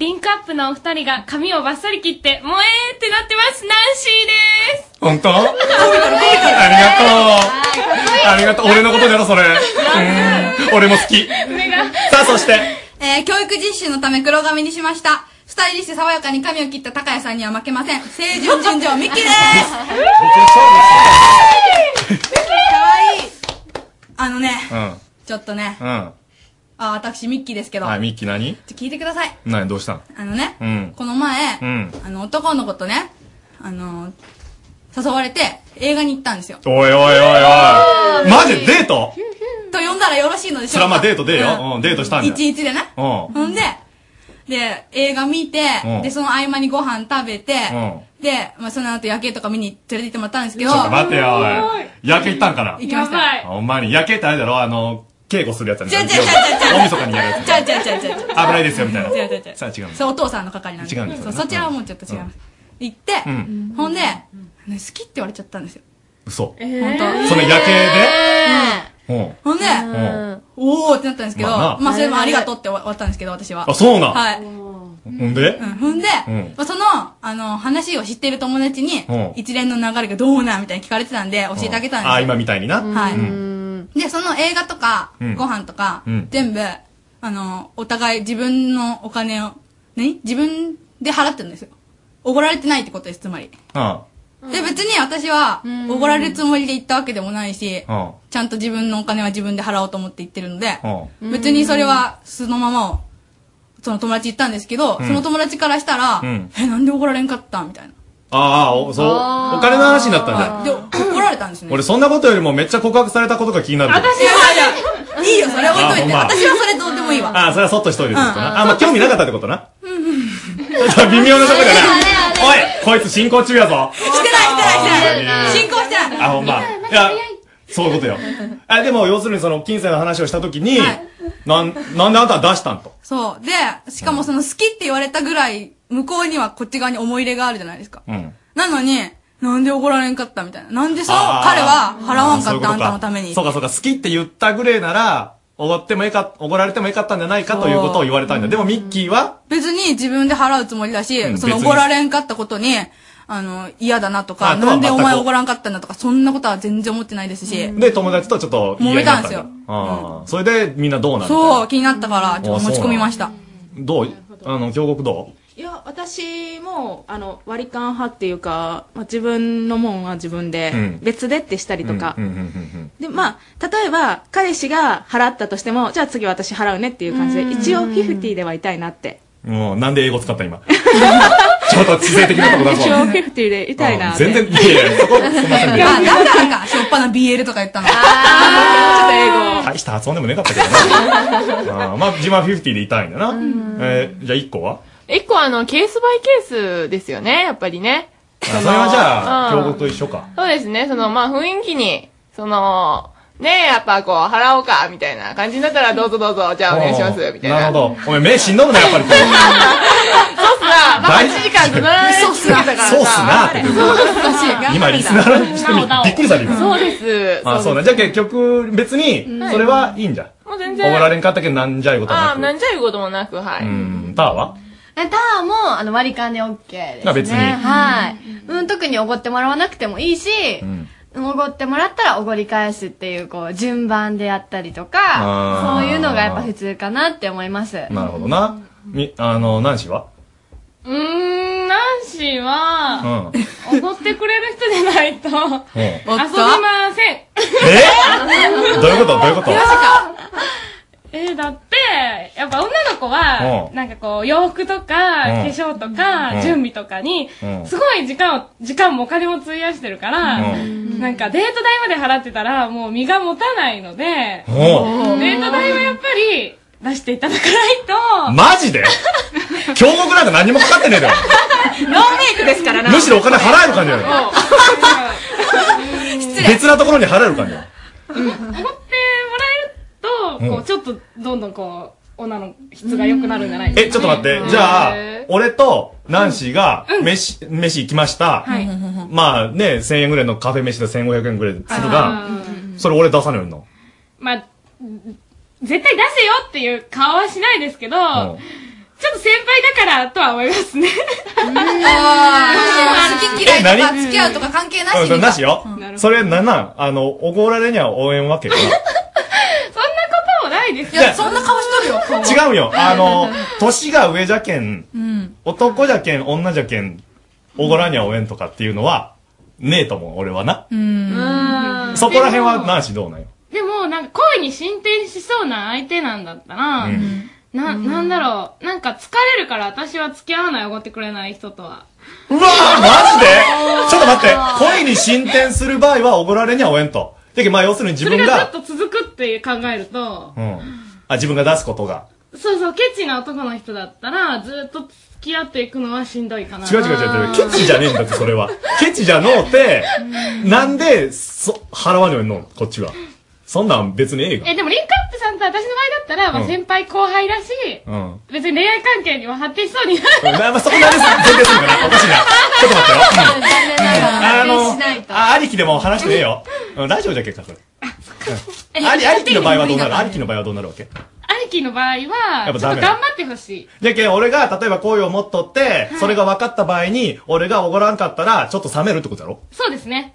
Speaker 14: リンクアップのお二人が髪をバッサリ切って、萌えーってなってます。ナンシーです。
Speaker 12: 本当ありがとう。ありがとう。俺のことだろ、それ。うん俺も好き。さあ、そして、
Speaker 25: えー教育実習のため黒髪にしました。スタイリッシュ爽やかに髪を切った高谷さんには負けません。清純純情ミッキーですかわいいあのね、
Speaker 12: う
Speaker 25: ちょっとね、
Speaker 12: ん。うん。
Speaker 25: あ、私ミッキーですけど、
Speaker 12: はい、ミッキー何
Speaker 25: ちょ聞いてください。
Speaker 12: 何どうしたの
Speaker 25: あのね、
Speaker 12: うん。
Speaker 25: この前、
Speaker 12: うん。
Speaker 25: あの、男の子とね、あの、誘われて映画に行ったんですよ。
Speaker 12: おいおいおいおい。マジデート
Speaker 25: と呼んだらよろしいのでし
Speaker 12: そ
Speaker 25: ょ
Speaker 12: ら
Speaker 25: う
Speaker 12: ま
Speaker 25: か
Speaker 12: あデートでよ。うん、デートしたんだよ。
Speaker 25: 11でね。
Speaker 12: うん。
Speaker 25: ほんで、で、映画見て
Speaker 12: うん、
Speaker 25: で、その合間にご飯食べて、
Speaker 12: うん。
Speaker 25: で、まあ、その後夜景とか見に連れて行ってもらったんですけ
Speaker 12: ち
Speaker 25: ど。
Speaker 12: ょっと待てよ、おい。夜景行ったんかな
Speaker 25: 行きました。
Speaker 12: ほんまに、夜景ってあれだろあの、警護するやつやん。
Speaker 25: 違う違う違う違う違う
Speaker 12: 大晦日にやるやつ。
Speaker 25: ちゃうちゃうちゃうちゃう。
Speaker 12: 危ないですよ、みたいな。
Speaker 25: 違う違う違う。
Speaker 12: さあ違うんだ
Speaker 25: それお父さんの係なんで。
Speaker 12: 違うんですよ
Speaker 25: そうそちらはもうちょっと違います。行って
Speaker 12: う、
Speaker 25: ほんで、あの好きって言われちゃったんですよ。
Speaker 12: 嘘。
Speaker 25: 本当
Speaker 12: その夜景でうん。
Speaker 25: ほんで
Speaker 12: ん、
Speaker 25: おーってなったんですけど、
Speaker 12: まあな
Speaker 25: まあそれもありがとうって終わったんですけど、私は。
Speaker 12: あそうなん
Speaker 25: はい。
Speaker 12: ほんで
Speaker 25: うんほんで、
Speaker 12: うん
Speaker 25: まあ、その、あの、話を知ってる友達に
Speaker 12: うん、
Speaker 25: 一連の流れがどうなんみたいに聞かれてたんで、教えてあげたんですよ。
Speaker 12: あ、今みたいにな。
Speaker 25: はい
Speaker 12: うん。
Speaker 25: で、その映画とか、
Speaker 12: うん
Speaker 25: ご飯とか、
Speaker 12: うん
Speaker 25: 全部、あの、お互い自分のお金を、何自分で払ってるんですよ。おごられてないってことです、つまり。
Speaker 12: うん。
Speaker 25: で、別に私は、おごられるつもりで行ったわけでもないし、
Speaker 12: うん。
Speaker 25: ちゃんと自分のお金は自分で払おうと思って行ってるので、
Speaker 12: うん。
Speaker 25: 別にそれはそのままを、その友達言ったんですけど、
Speaker 12: うん
Speaker 25: その友達からしたら、
Speaker 12: うん
Speaker 25: え、なんで怒られんかったみたいな。
Speaker 12: ああ、おそう。
Speaker 25: あー
Speaker 12: お金の話になったんだ。
Speaker 25: で、怒られたんですね。
Speaker 12: 俺、そんなことよりもめっちゃ告白されたことが気になる。
Speaker 25: いやいやいやいいよ、それは置いといて。
Speaker 12: あほんま
Speaker 25: 私はそれどうでもいいわ。
Speaker 12: ああ、それはそっとしといてですかな。あ、まあ興味なかったってことな。
Speaker 25: うんうん
Speaker 12: 微妙なとこじゃないおいこいつ進行中やぞ
Speaker 25: してないしてないしてない
Speaker 12: して
Speaker 25: 進行してない
Speaker 12: あほんまいやそういうことよあでも要するにその金銭の話をした時に、なんなんであんたは出したんと
Speaker 25: そうでしかもその好きって言われたぐらい向こうにはこっち側に思い入れがあるじゃないですか
Speaker 12: うん
Speaker 25: なのになんで怒られんかったみたいななんでそう
Speaker 12: あー
Speaker 25: 彼は払わんか
Speaker 12: そう
Speaker 25: っ
Speaker 12: いうこ
Speaker 25: たあ
Speaker 12: と
Speaker 25: んたのために
Speaker 12: そうかそうか好きって言ったぐらいならおごってもええかおごられてもええかったんじゃないかということを言われたんだでもミッキーは
Speaker 25: 別に自分で払うつもりだし、
Speaker 12: うん
Speaker 25: その
Speaker 12: 別に
Speaker 25: おごられんかったことに、あの、嫌だなと
Speaker 12: あ
Speaker 25: か、
Speaker 12: とは
Speaker 25: なんでお前
Speaker 12: 全く
Speaker 25: おごらんかったんだとか、そんなことは全然思ってないですし、
Speaker 12: で友達とちょっと言い合いになったんだ
Speaker 25: 揉めたん
Speaker 12: あーそれでみんなどうなる
Speaker 25: そう、気になったから、ちょっと持ち込みました。
Speaker 12: どうあの京極ど
Speaker 14: いや私もあの割り勘派っていうか、まあ、自分のもんは自分で、
Speaker 12: うん
Speaker 14: 別でってした
Speaker 12: う
Speaker 14: りとか、
Speaker 12: うんうんうんうん
Speaker 14: でまあ例えば彼氏が払ったとしてもじゃあ次私払うねっていう感じで
Speaker 25: うん
Speaker 14: 一応フィフティではいたいなって
Speaker 12: もうなんで英語使った今 ちょっと知性的なとこ出
Speaker 14: 一
Speaker 12: そう
Speaker 14: 応フィフティでいたいなって
Speaker 12: 全然いやいやそこすみません
Speaker 25: あ、
Speaker 12: けど
Speaker 25: だからか、しょっぱな BL とか言ったの。あ
Speaker 12: 大した発音でもねかったけど
Speaker 25: ちょっと英語。
Speaker 12: なあーまあ自慢フィフティでいたいんだなえーじゃあ一個は
Speaker 14: 一個あのケースバイケースですよねやっぱりね
Speaker 12: あそれはじゃあ
Speaker 14: うん
Speaker 12: 京極と一緒か
Speaker 14: そうですねそのまあ雰囲気にそのねえやっぱこう払おうかみたいな感じになったらどうぞどうぞじゃあお願いしますみたい
Speaker 12: な
Speaker 14: な
Speaker 12: るほどお前目死んどむなやっぱり
Speaker 14: そうっすなまあ
Speaker 12: 大
Speaker 14: 8時間ずっと乗られ続けたからさ
Speaker 12: そうっすなって
Speaker 14: そう
Speaker 12: 今リスナーの人にびっくりされる今
Speaker 14: そうです
Speaker 12: あそう
Speaker 14: で
Speaker 12: だじゃあ結局別
Speaker 14: うん
Speaker 12: にそれはいいんじゃ
Speaker 14: すもう全
Speaker 12: おごら
Speaker 14: 然
Speaker 12: れんかったけどなんじゃいうこと
Speaker 14: あ
Speaker 12: は
Speaker 14: あ
Speaker 12: な
Speaker 14: なんじゃいうこともなくはい
Speaker 12: くうんターは
Speaker 15: えタワーもあの割り勘で OK です、ね。
Speaker 12: あ別に
Speaker 15: はい。うん、特におごってもらわなくてもいいし、おごってもらったらおごり返すっていう、こう、順番でやったりとか、
Speaker 12: あー
Speaker 15: そういうのがやっぱ普通かなって思います。
Speaker 12: なるほどなみあの何しは
Speaker 14: うーんナンシーは
Speaker 12: うんうん
Speaker 14: おごってくれる人でないと遊
Speaker 12: え
Speaker 14: びません
Speaker 12: どういうことどういうこと
Speaker 14: えー、だって、やっぱ女の子は
Speaker 12: う、ん
Speaker 14: なんかこう、洋服
Speaker 12: う
Speaker 14: とか、
Speaker 12: ん
Speaker 14: 化粧と
Speaker 12: う
Speaker 14: か、
Speaker 12: ん
Speaker 14: 準備とかに、すごい時間を、時間もお金も費やしてるから、なんかデート代まで払ってたら、もう身が持たないので、デ
Speaker 12: おう
Speaker 14: ート代はやっぱり出していただかないと、
Speaker 12: マジで京極なんか何もかかってねえだろ
Speaker 14: ノーメイクですから
Speaker 12: むしろお金払える感じだよ
Speaker 14: 失礼。
Speaker 12: 別なところに払える感じだよ
Speaker 14: 思ってもらえると、こ
Speaker 12: う
Speaker 14: うんちょっとどんどんこう女の質が良くなるんじゃないですか、
Speaker 12: え、ち
Speaker 14: ね、
Speaker 12: ょっと待って。じゃあ
Speaker 14: へ、
Speaker 12: 俺とナンシーが、飯、飯行きました。
Speaker 14: はい
Speaker 12: まあね、1000円ぐらいのカフェ飯で1500円ぐらいするが、それ俺出さないの。
Speaker 14: まあ絶対出せよっていう顔はしないですけど、
Speaker 12: うん
Speaker 14: ちょっと先輩だからとは思いますね。
Speaker 25: あー好き嫌い
Speaker 12: え
Speaker 25: とか
Speaker 12: 何
Speaker 25: 付き合うとか関係なし
Speaker 12: うん
Speaker 25: みたい
Speaker 12: なしよ。それなんなんあの、おごられには応援わけよ
Speaker 14: そんなこともないです
Speaker 25: いや、そんな顔しとるよ、顔
Speaker 12: な。違うよ。あの、年が上じゃけん、
Speaker 25: うん。
Speaker 12: 男じゃけん、女じゃけん、おごらには応援とかっていうのは、ねえと思う、俺はな。
Speaker 14: うん
Speaker 12: そこら辺はナンシーどうなんよ。
Speaker 14: でも、なんか恋に進展しそうな相手なんだったら、
Speaker 12: うん
Speaker 14: な、なんだろう、なんか疲れるから私は付き合わない、おごってくれない人とは。
Speaker 12: うわーマジでちょっと待って、恋に進展する場合はおごられには応援と。だけどまあ要するに自
Speaker 14: それ
Speaker 12: 分
Speaker 14: がず
Speaker 12: が、
Speaker 14: っと続くって考えると、
Speaker 12: うん。あ、自分が出すことが。
Speaker 14: そうそう、ケチな男の人だったら、ずっと付き合っていくのはしんどいかな。
Speaker 12: 違う違う違う違う。ケチじゃねえんだって、それは。ケチじゃのうて、なんで、そ、払わねえのこっちは。そんなん別にええが。
Speaker 14: え、でも、リンクアップさんと私の場合だったら、ま
Speaker 12: う
Speaker 14: あ、
Speaker 12: ん
Speaker 14: 先輩後輩だし、
Speaker 12: うん。
Speaker 14: 別に恋愛関係にも発展しそうに
Speaker 12: う
Speaker 14: な
Speaker 12: ん
Speaker 14: る。
Speaker 12: まあまあそこなんです、全然するから、おかしいな。ちょっと待ってよ。
Speaker 14: 残念な
Speaker 12: がらあの発展し
Speaker 14: ない
Speaker 12: あ、ありきでも話してねえよ。うん、ラジオじゃけっか、それ。うんあり、ありきの場合はどうなるありきの場合はどうなるわけ
Speaker 14: 兄貴の場合
Speaker 12: や
Speaker 14: は
Speaker 12: っ、ぱ
Speaker 14: ちょ
Speaker 12: ダ
Speaker 14: っ
Speaker 12: メ
Speaker 14: と頑張ってほしい。
Speaker 12: じゃけん、俺が、例えば好意を持っとって、それが分かった場合に、俺がおごらんかったら、ちょっと冷めるってことだろ
Speaker 25: そうですね。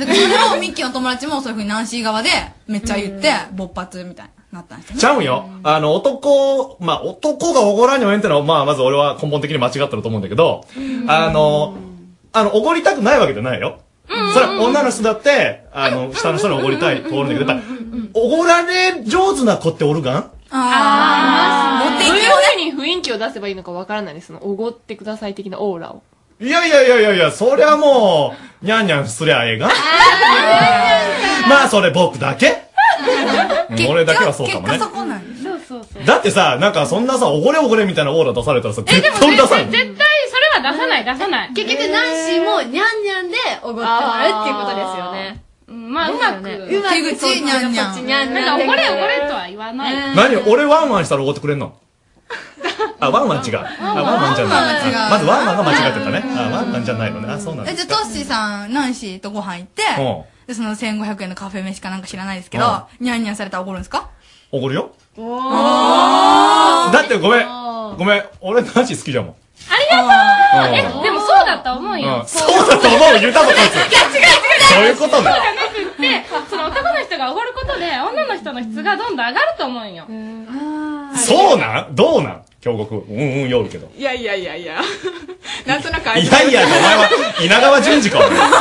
Speaker 25: だからそれをミッキーの友達もそういうふうにナンシー側でめっちゃ言って、勃発みたいになったんですよね。
Speaker 12: ちゃうんよ。あの、男、まあ、男がおごらんに応援ってのは、まあ、まず俺は根本的に間違ってると思うんだけど、あの、あの、おごりたくないわけじゃないよ。それは女の人だって、あの、下の人におごりたい、おるんだけど、やっぱ、おごられ上手な子っておるがん
Speaker 25: あ
Speaker 14: ー
Speaker 25: 持ってい
Speaker 14: どう
Speaker 25: き
Speaker 14: い
Speaker 25: よう
Speaker 14: う風に雰囲気を出せばいいのかわからないです。その、おごってください的なオーラを。
Speaker 12: いやいやいやいやいや、そりゃもう、にゃんにゃんすりゃええがんまあ、それ僕だけうん俺だけはそうかもね。
Speaker 25: そうなんです。
Speaker 14: そうそう
Speaker 12: だってさ、なんかそんなさ、おごれおごれみたいなオーラ出されたらさ、
Speaker 14: え
Speaker 12: 絶
Speaker 14: でも
Speaker 12: 対
Speaker 14: 絶
Speaker 12: 出さな
Speaker 14: 対
Speaker 12: い。
Speaker 14: 絶対それは出さない出さない
Speaker 15: 結局ナンシーもニャンニャンでおごってもらうっていうことですよね
Speaker 14: うんまあうまく
Speaker 15: うまく手口にゃんにゃん
Speaker 14: こっちにゃんにゃんなんかおごれおごれとは言わない
Speaker 12: 何俺ワンワンしたらおごってくれんのあ、ワンワン違う。あ、ワンワンじゃ
Speaker 25: ワンワン
Speaker 12: な
Speaker 25: は違
Speaker 12: い。
Speaker 25: う
Speaker 12: まずワンワンが間違ってたね。あ、ワンワンじゃないのね。あ、そうなんだ。
Speaker 25: え、じゃあ、トッシーさん、ナンシーとご飯行って
Speaker 12: うん、
Speaker 25: で、その1500円のカフェ飯かなんか知らないですけど
Speaker 12: うん、
Speaker 25: ニャンニャンされたら怒るんですか
Speaker 12: おごるよ。
Speaker 25: お
Speaker 12: だってごめん。ごめん。俺の話好きじゃもん。
Speaker 14: ありが
Speaker 12: う
Speaker 14: と
Speaker 12: ん
Speaker 14: うえでもそうだと思う
Speaker 12: う
Speaker 14: よ
Speaker 12: んそうだと思う言うたぞこいつ
Speaker 14: 違う違う
Speaker 12: そういうことね
Speaker 14: そうじゃなくってその男の人がおごることで女の人の質がどんどん上がると思うんよ
Speaker 12: そうなんどうなん京極。うんうん、よるけど。
Speaker 16: いやいやいやいや。 なんとなくあ
Speaker 12: い
Speaker 16: れ
Speaker 12: やいや、お前は、稲川淳二か、お前
Speaker 15: あでも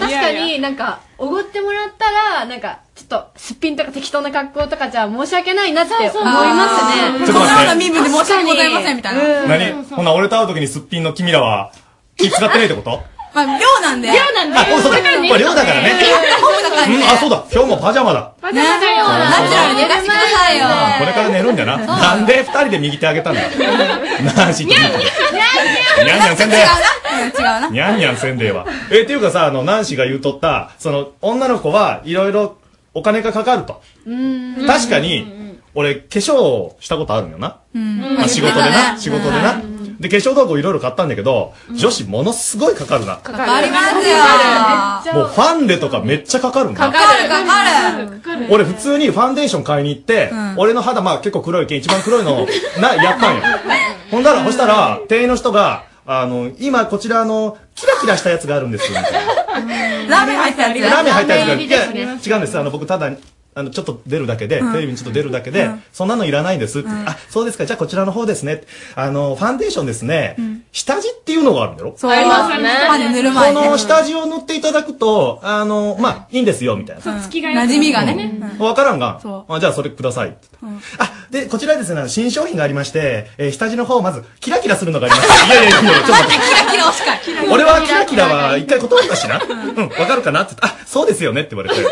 Speaker 15: 確
Speaker 16: いや
Speaker 15: か
Speaker 16: いや
Speaker 15: になんかおごってもらったらなんかちょっとすっぴんとか適当な格好とかじゃ申し訳ないなって思いますね
Speaker 12: そうそうちょっと待ってこのような身
Speaker 25: 分で申し訳ございませんみたいな
Speaker 12: 何ほな、俺と会う時にすっぴんの君らは、気使ってないってこと
Speaker 25: まあ、量なんで。
Speaker 14: 量なんで
Speaker 25: あ
Speaker 12: そうだ
Speaker 25: これから寝る
Speaker 12: まあ量だからね
Speaker 25: やった方がだから
Speaker 12: う
Speaker 25: ね
Speaker 12: ん、あ、そうだ。今日もパジャマだ。
Speaker 25: ねナチュラルに出してくださいよ。
Speaker 12: あこれから寝るんだな。
Speaker 25: そう
Speaker 12: なんで二人で右手あげたんだ。なし、にゃんに ゃんせんべい。
Speaker 25: 違うな。違うな。
Speaker 12: にゃんにゃんせんべいは。え、っていうかさ、あの、ナンシーが言うとった、その、女の子はいろいろお金がかかると。
Speaker 15: うん
Speaker 12: 確かに、俺、化粧したことあるんよな。まあ、仕事でな。仕事でな。で、化粧道具いろいろ買ったんだけど、女子ものすごいかかるな。
Speaker 25: かかりますよ。
Speaker 12: もうファンデとかめっちゃかかるな。
Speaker 25: かかる、かかる。
Speaker 12: 俺普通にファンデーション買いに行って、俺の肌まあ結構黒いけん一番黒いのをな、やったんよ。ほんだら、そしたら、店員の人が、あの、今こちらあの、キラキラしたやつがあるんです、みたいな。
Speaker 25: ラーメン入ったやつ
Speaker 12: ラーメン入ったやつがある。いや、
Speaker 25: ね
Speaker 12: 違うんです。あの、僕ただ、あの、ちょっと出るだけで、
Speaker 25: うん
Speaker 12: テレビにちょっと出るだけで、
Speaker 25: うん
Speaker 12: そんなのいらないんですって、
Speaker 25: うん
Speaker 12: あ、そうですか。じゃあこちらの方ですね。あの、ファンデーションですね。下地っていうのがあるんだろ
Speaker 25: そうありますねファンデ塗る前にね
Speaker 12: この下地を塗っていただくと、あの、まあ、いいんですよ、みたいな。
Speaker 25: うん馴染みがね。
Speaker 12: わからんが
Speaker 25: そ、
Speaker 12: あじゃあそれください。あ、で、こちらですね、あの新商品がありまして、えー下地の方、まず、キラキラするのがあります。いやいやいや、ちょっと待って。
Speaker 25: キラキラ惜しかキラキラ
Speaker 12: 俺はキラキラは一回断ったしな。うん、わかるかなって言ってあ、そうですよねって言われて。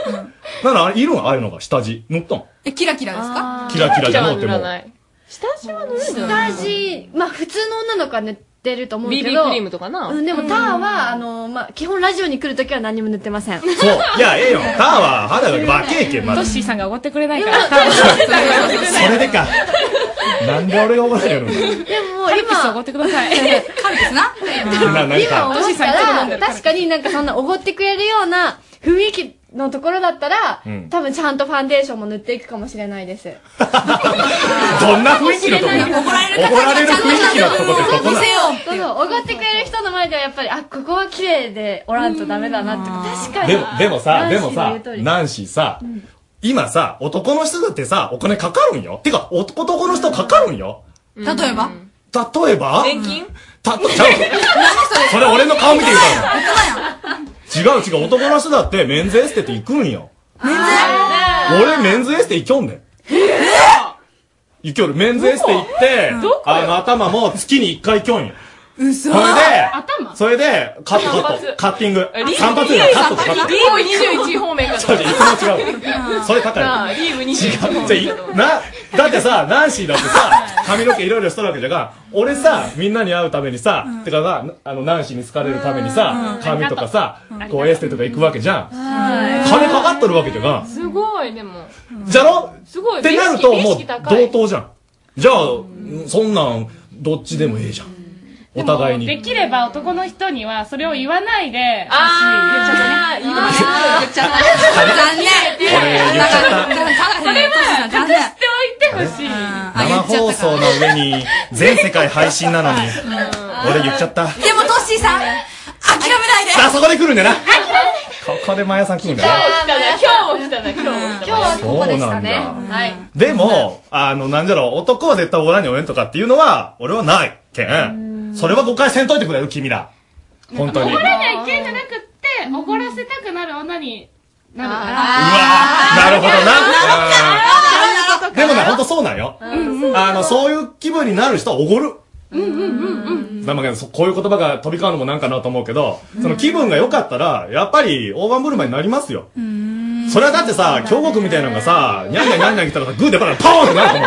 Speaker 12: なら、あれいるんああいうのが下地。塗ったん
Speaker 25: え、キラキラですか
Speaker 12: キラキラじゃのうても。
Speaker 15: 下地は塗
Speaker 25: るんじゃない
Speaker 15: 下地まあ普通の女の子は塗ってると思うけど
Speaker 16: BB クリームとかな
Speaker 15: うんでも
Speaker 16: うん
Speaker 15: ターはあのまあ基本ラジオに来るときは何も塗ってません
Speaker 12: そう。いや、 ええよ。ターは肌が若えけん、ま
Speaker 14: トッ
Speaker 12: だ。
Speaker 14: シーさんがおごってくれないか
Speaker 15: で
Speaker 14: ら
Speaker 15: も
Speaker 14: ターはトッシーさんがおごってくれない
Speaker 12: それでか。なんで俺が怒られるの
Speaker 15: でも
Speaker 14: カルピス
Speaker 15: 今
Speaker 14: おごってく ださい
Speaker 25: カルピスな
Speaker 12: な何か
Speaker 15: 今思
Speaker 14: トシ
Speaker 15: っ
Speaker 14: さん
Speaker 15: た
Speaker 14: いつも飲んで
Speaker 15: ら
Speaker 14: るから
Speaker 15: 確かになんかそんなおごってくれるような雰囲気のところだったら、
Speaker 12: うん
Speaker 15: 多分ちゃんとファンデーションも塗っていくかもしれないです
Speaker 12: どんな雰囲気のとこだ怒られる雰囲気のとこってここな。
Speaker 15: そうそうおごってくれる人の前ではやっぱりあここは綺麗でおらんとダメだなって確かに
Speaker 12: でも、でもさ、でも
Speaker 15: ナ
Speaker 12: さ
Speaker 15: ンシーの言う通、り
Speaker 12: ナンシーさ、今さ、男の人だってさ、お金かかるんよ。てか、お男の人かかるんよ。
Speaker 25: 例えば
Speaker 12: 例えば
Speaker 25: 年金
Speaker 12: た、ちゃうそれ俺の顔見て言うから。違う違う、男の人だってメンズエステって行くんよ。俺メンズエステ行きょんねん。行きょる。メンズエステ行って、あの頭も月に一回行きょんよ。
Speaker 25: 嘘
Speaker 12: それで
Speaker 16: 頭、
Speaker 12: それで、カットカッ
Speaker 16: 散髪
Speaker 12: ト、カッティング
Speaker 16: リー。
Speaker 12: 散髪やカットカット。
Speaker 16: 21方面かと
Speaker 12: そう
Speaker 16: 思っ
Speaker 12: じ
Speaker 16: た
Speaker 12: ゃいつも違う。それ高い。
Speaker 16: なあリーブ21方面
Speaker 12: 違う。じゃいな、だってさ、ナンシーだってさ、髪の毛いろいろしとるわけじゃが、俺さ、みんなに会うためにさ、てかな、あの、ナンシーに好かれるためにさ、髪とかさ、こうエステとか行くわけじゃん。金かかっとるわけじゃが。
Speaker 16: すごいでも
Speaker 12: じゃろ
Speaker 16: すごい
Speaker 12: ってなると、
Speaker 16: 美意識
Speaker 12: もう
Speaker 16: 美意識高い
Speaker 12: 同等じゃん。じゃあ、そんなん、どっちでもええじゃん。お互いに。
Speaker 14: できれば男の人にはそれを言わないで
Speaker 16: あー
Speaker 14: 言っちゃったね
Speaker 16: 言っちゃった
Speaker 25: 残念
Speaker 12: 言っちゃった
Speaker 14: それは隠しておいてほしい
Speaker 12: 生放送の上に、全世界配信なのに、俺言っちゃった。
Speaker 25: でも、トッシーさん、諦めないで
Speaker 12: さあ、そこで来るんだな。こ こでマヤさん来るんだな。
Speaker 16: 今日も来たな今日も来たな今日は
Speaker 12: ここでしたねそうなん
Speaker 16: はい
Speaker 12: でも、あの、なんじゃろう、男は絶対おらんにおえんとかっていうのは、俺はない。けん。それは誤解せんといてくれる、君ら。 本当に。う
Speaker 14: 怒
Speaker 12: わ
Speaker 14: らない系じゃなくって怒らせたくなる女になるから
Speaker 12: なるほどな。
Speaker 14: あ
Speaker 12: うんでもね、ほんとそうなんよ。あの、そういう気分になる人はおごる。
Speaker 14: うんうんうんうん
Speaker 12: なんかねそこういう言葉が飛び交うのもなんかなと思うけど、その気分が良かったら、やっぱり大盤振る舞いになりますよ。そそれはだってさ、京極みたいなのがさ、にゃんにゃんにゃんにゃん来たらさ、グーでパラポーンってなる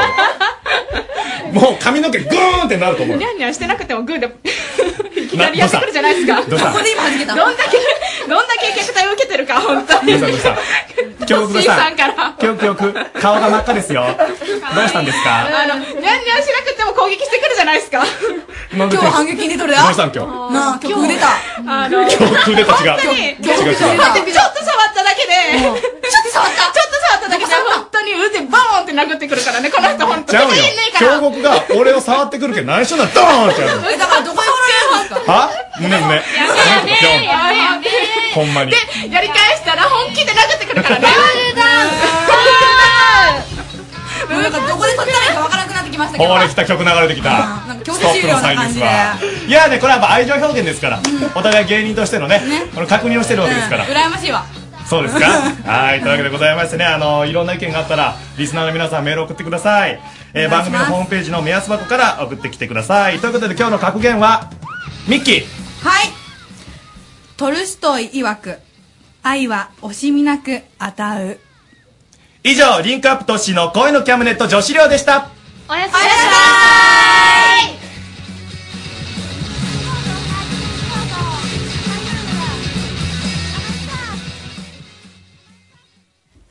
Speaker 12: と思うよ。もう髪の毛グーンってなると思う
Speaker 25: ニ
Speaker 12: よ。
Speaker 25: ャンニャンしてなくてもグーでいき
Speaker 12: な
Speaker 25: なりやってくるじゃないですか
Speaker 12: どうしたどうしたここで
Speaker 25: 今始めたどんだけどんだけ虐待を受けてるか本当に
Speaker 12: どうしたどうした京極
Speaker 25: シー
Speaker 12: さ
Speaker 25: さ
Speaker 12: ん
Speaker 25: ん、から
Speaker 12: 京極、顔が真っ赤ですよ。どうしたんです
Speaker 25: あ
Speaker 12: か
Speaker 25: のニャンニャンしなくても攻撃してくるじゃないですか
Speaker 12: 今の時
Speaker 25: 撃に
Speaker 12: どうしたん今日。
Speaker 25: なあ今日出たあの
Speaker 12: 今日クーデター違う
Speaker 25: 本当に
Speaker 12: 今日今日違う違う
Speaker 25: ちょっと触っただけでちょっと触ったちょっと触っただけで本当に腕バーンって殴ってくるからねこの人本当
Speaker 12: ちゃうよ。京極が俺を触ってくるけど内緒なドーンってやる。
Speaker 25: えだからどこにおられるんですか
Speaker 12: は胸胸。や
Speaker 25: べえやべえやべえ
Speaker 12: ほんまに。
Speaker 25: でやり返したら本気で殴ってくるからね
Speaker 26: もうなんかどこで撮ったらいいかわからなくなってきましたけど。
Speaker 12: ほれ来た曲流れてきた。
Speaker 26: なんか強
Speaker 12: ス
Speaker 26: 制
Speaker 12: トッ
Speaker 26: 終
Speaker 12: プ
Speaker 26: 了
Speaker 12: の
Speaker 26: な
Speaker 12: サイン
Speaker 26: 感
Speaker 12: で
Speaker 26: じ
Speaker 12: す
Speaker 26: で。
Speaker 12: わ。いやね、これはやっぱ愛情表現ですから、お互い芸人としてのね、この確認をしてるわけですから。
Speaker 26: 羨ましいわ。
Speaker 12: そうですかはい、というわけでございましてね、あの、いろんな意見があったら、リスナーの皆さんメール送ってください。えー番組のホームページの目安箱から送ってきてください。ということで今日の格言は、ミッキー
Speaker 26: はい。トルストイ曰く、愛は惜しみなく与う。
Speaker 12: 以上、リンクアップ都市の恋のキャムネット女子寮でした。
Speaker 26: おやすみ
Speaker 8: な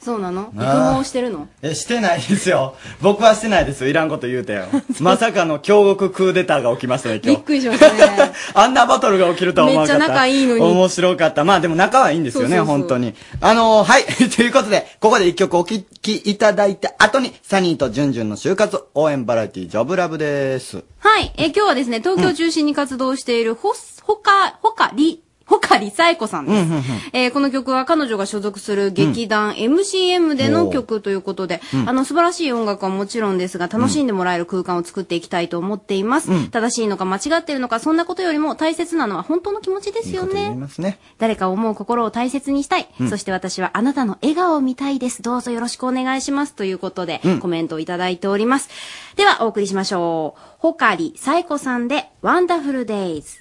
Speaker 3: そうなの育
Speaker 2: あー
Speaker 3: 毛してるの
Speaker 2: え、してないですよ。僕はしてないですよ。いらんこと言うてよ。まさかの京極クーデターが起きましたね、今
Speaker 3: びっ
Speaker 2: 日。
Speaker 3: くりしましたね
Speaker 2: あんなバトルが起きるとは思わなかった。
Speaker 3: めっちゃ仲いいのに
Speaker 2: 面白かった。まあでも仲はいいんですよね、
Speaker 27: そうそうそう
Speaker 2: 本当に。あのーはい。 ということで、ここで一曲お聴きいただいた後に、サニーとジュンジュンの就活応援バラエティジョブラブです。
Speaker 3: はい。えー、今日はですね、東京中心に活動しているほ、ほか、ほかり、ほかりさえこさんです。えーこの曲は彼女が所属する劇団 MCM での曲ということで、
Speaker 28: うん
Speaker 3: あの素晴らしい音楽はもちろんですが、楽しんでもらえる空間を作っていきたいと思っています。
Speaker 28: うん
Speaker 3: 正しいのか間違っているのか、そんなことよりも大切なのは本当の気持ちですよね。
Speaker 2: ますね。
Speaker 3: 誰かを思う心を大切にしたい、
Speaker 28: うん
Speaker 3: そして私はあなたの笑顔を見たいです。どうぞよろしくお願いします。ということで、
Speaker 28: うん
Speaker 3: コメントをいただいております。では、お送りしましょう。ほかりさえこさんで、ワンダフルデイズ。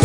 Speaker 8: 「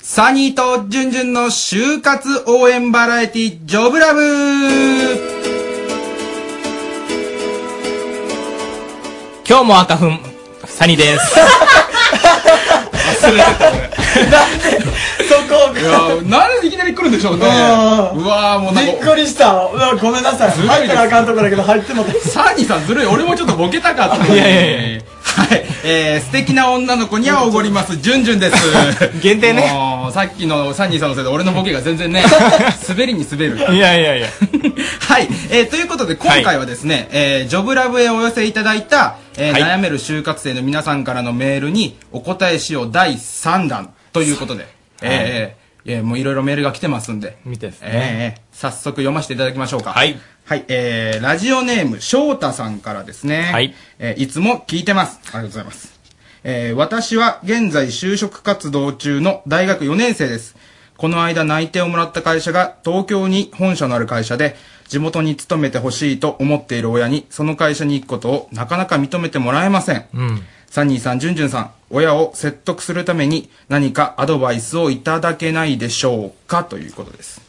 Speaker 29: サニーとジュンジュンの就活応援バラエティジョブラブ
Speaker 17: 今日も赤粉、サニーです。
Speaker 8: そこ
Speaker 29: いやなんでいきなり来るんでしょうねうわーもうなんか
Speaker 8: びっくりしたうわごめんなさい
Speaker 29: ずるい
Speaker 8: 入っ
Speaker 29: です
Speaker 8: たらあかんとこだけど入っても
Speaker 29: サニーさんずるい俺もちょっとボケたか ったいやいやいやはい、えー、素敵な女の子にはおごります、ジュンジュンです。 限定ね。さっきのサニーさんのせいで俺のボケが全 然ね、滑りに滑る。
Speaker 17: いやいやいや。
Speaker 29: はい、えーということで今回はですね、えージョブラブへお寄せいただいた、えー
Speaker 17: はい
Speaker 29: 悩める就活生の皆さんからのメールにお答えしよう第3弾ということで、えーえーもういろいろメールが来てますんで、
Speaker 17: 見てです
Speaker 29: えーえー早速読ませていただきましょうか。はい。えーラジオネーム、翔太さんからですね。はい。えーいつも聞いてます。ありがとうございます。えー私は現在就職活動中の大学4年生です。この間内定をもらった会社が東京に本社のある会社で、地元に勤めてほしいと思っている親に、その会社に行くことをなかなか認めてもらえません。
Speaker 17: うん。
Speaker 29: サニーさん、ジュンジュンさん、親を説得するために何かアドバイスをいただけないでしょうかということです。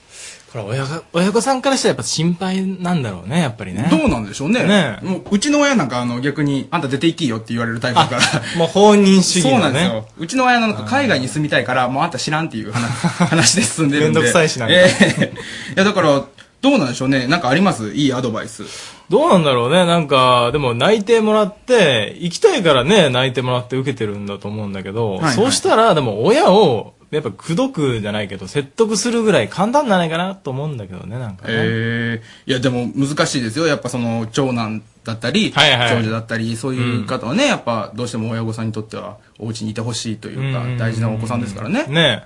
Speaker 17: これ親が、親御さんからしたらやっぱ心配なんだろうね、やっぱりね。
Speaker 29: どうなんでしょうね。
Speaker 17: ね
Speaker 29: もううちの親なんかあの逆に、あんた出て行きよって言われるタイプだから。
Speaker 17: もう放任主義
Speaker 29: そうな
Speaker 17: の
Speaker 29: んです
Speaker 17: ね
Speaker 29: よ。。うちの親なんか海外に住みたいから、もうあんた知らんっていう話 話で進んでるんで。
Speaker 17: めんどくさいしなんか
Speaker 29: ええいや、だから、どうなんでしょうね。なんかありますいいアドバイス。
Speaker 17: どうなんだろうね、なんか、でも内定もらって、行きたいからね、内定もらって受けてるんだと思うんだけど、
Speaker 29: はいはい
Speaker 17: そうしたら、でも親を、やっぱ、口説くじゃないけど、説得するぐらい簡単じゃないかなと思うんだけどね、なんかね。
Speaker 29: ええいや、でも難しいですよ。やっぱその、長男だったり、
Speaker 17: はいはい
Speaker 29: 長女だったり、そういう方はね、やっぱどうしても親御さんにとっては、お家にいてほしいというか、大事なお子さんですからね。
Speaker 17: ね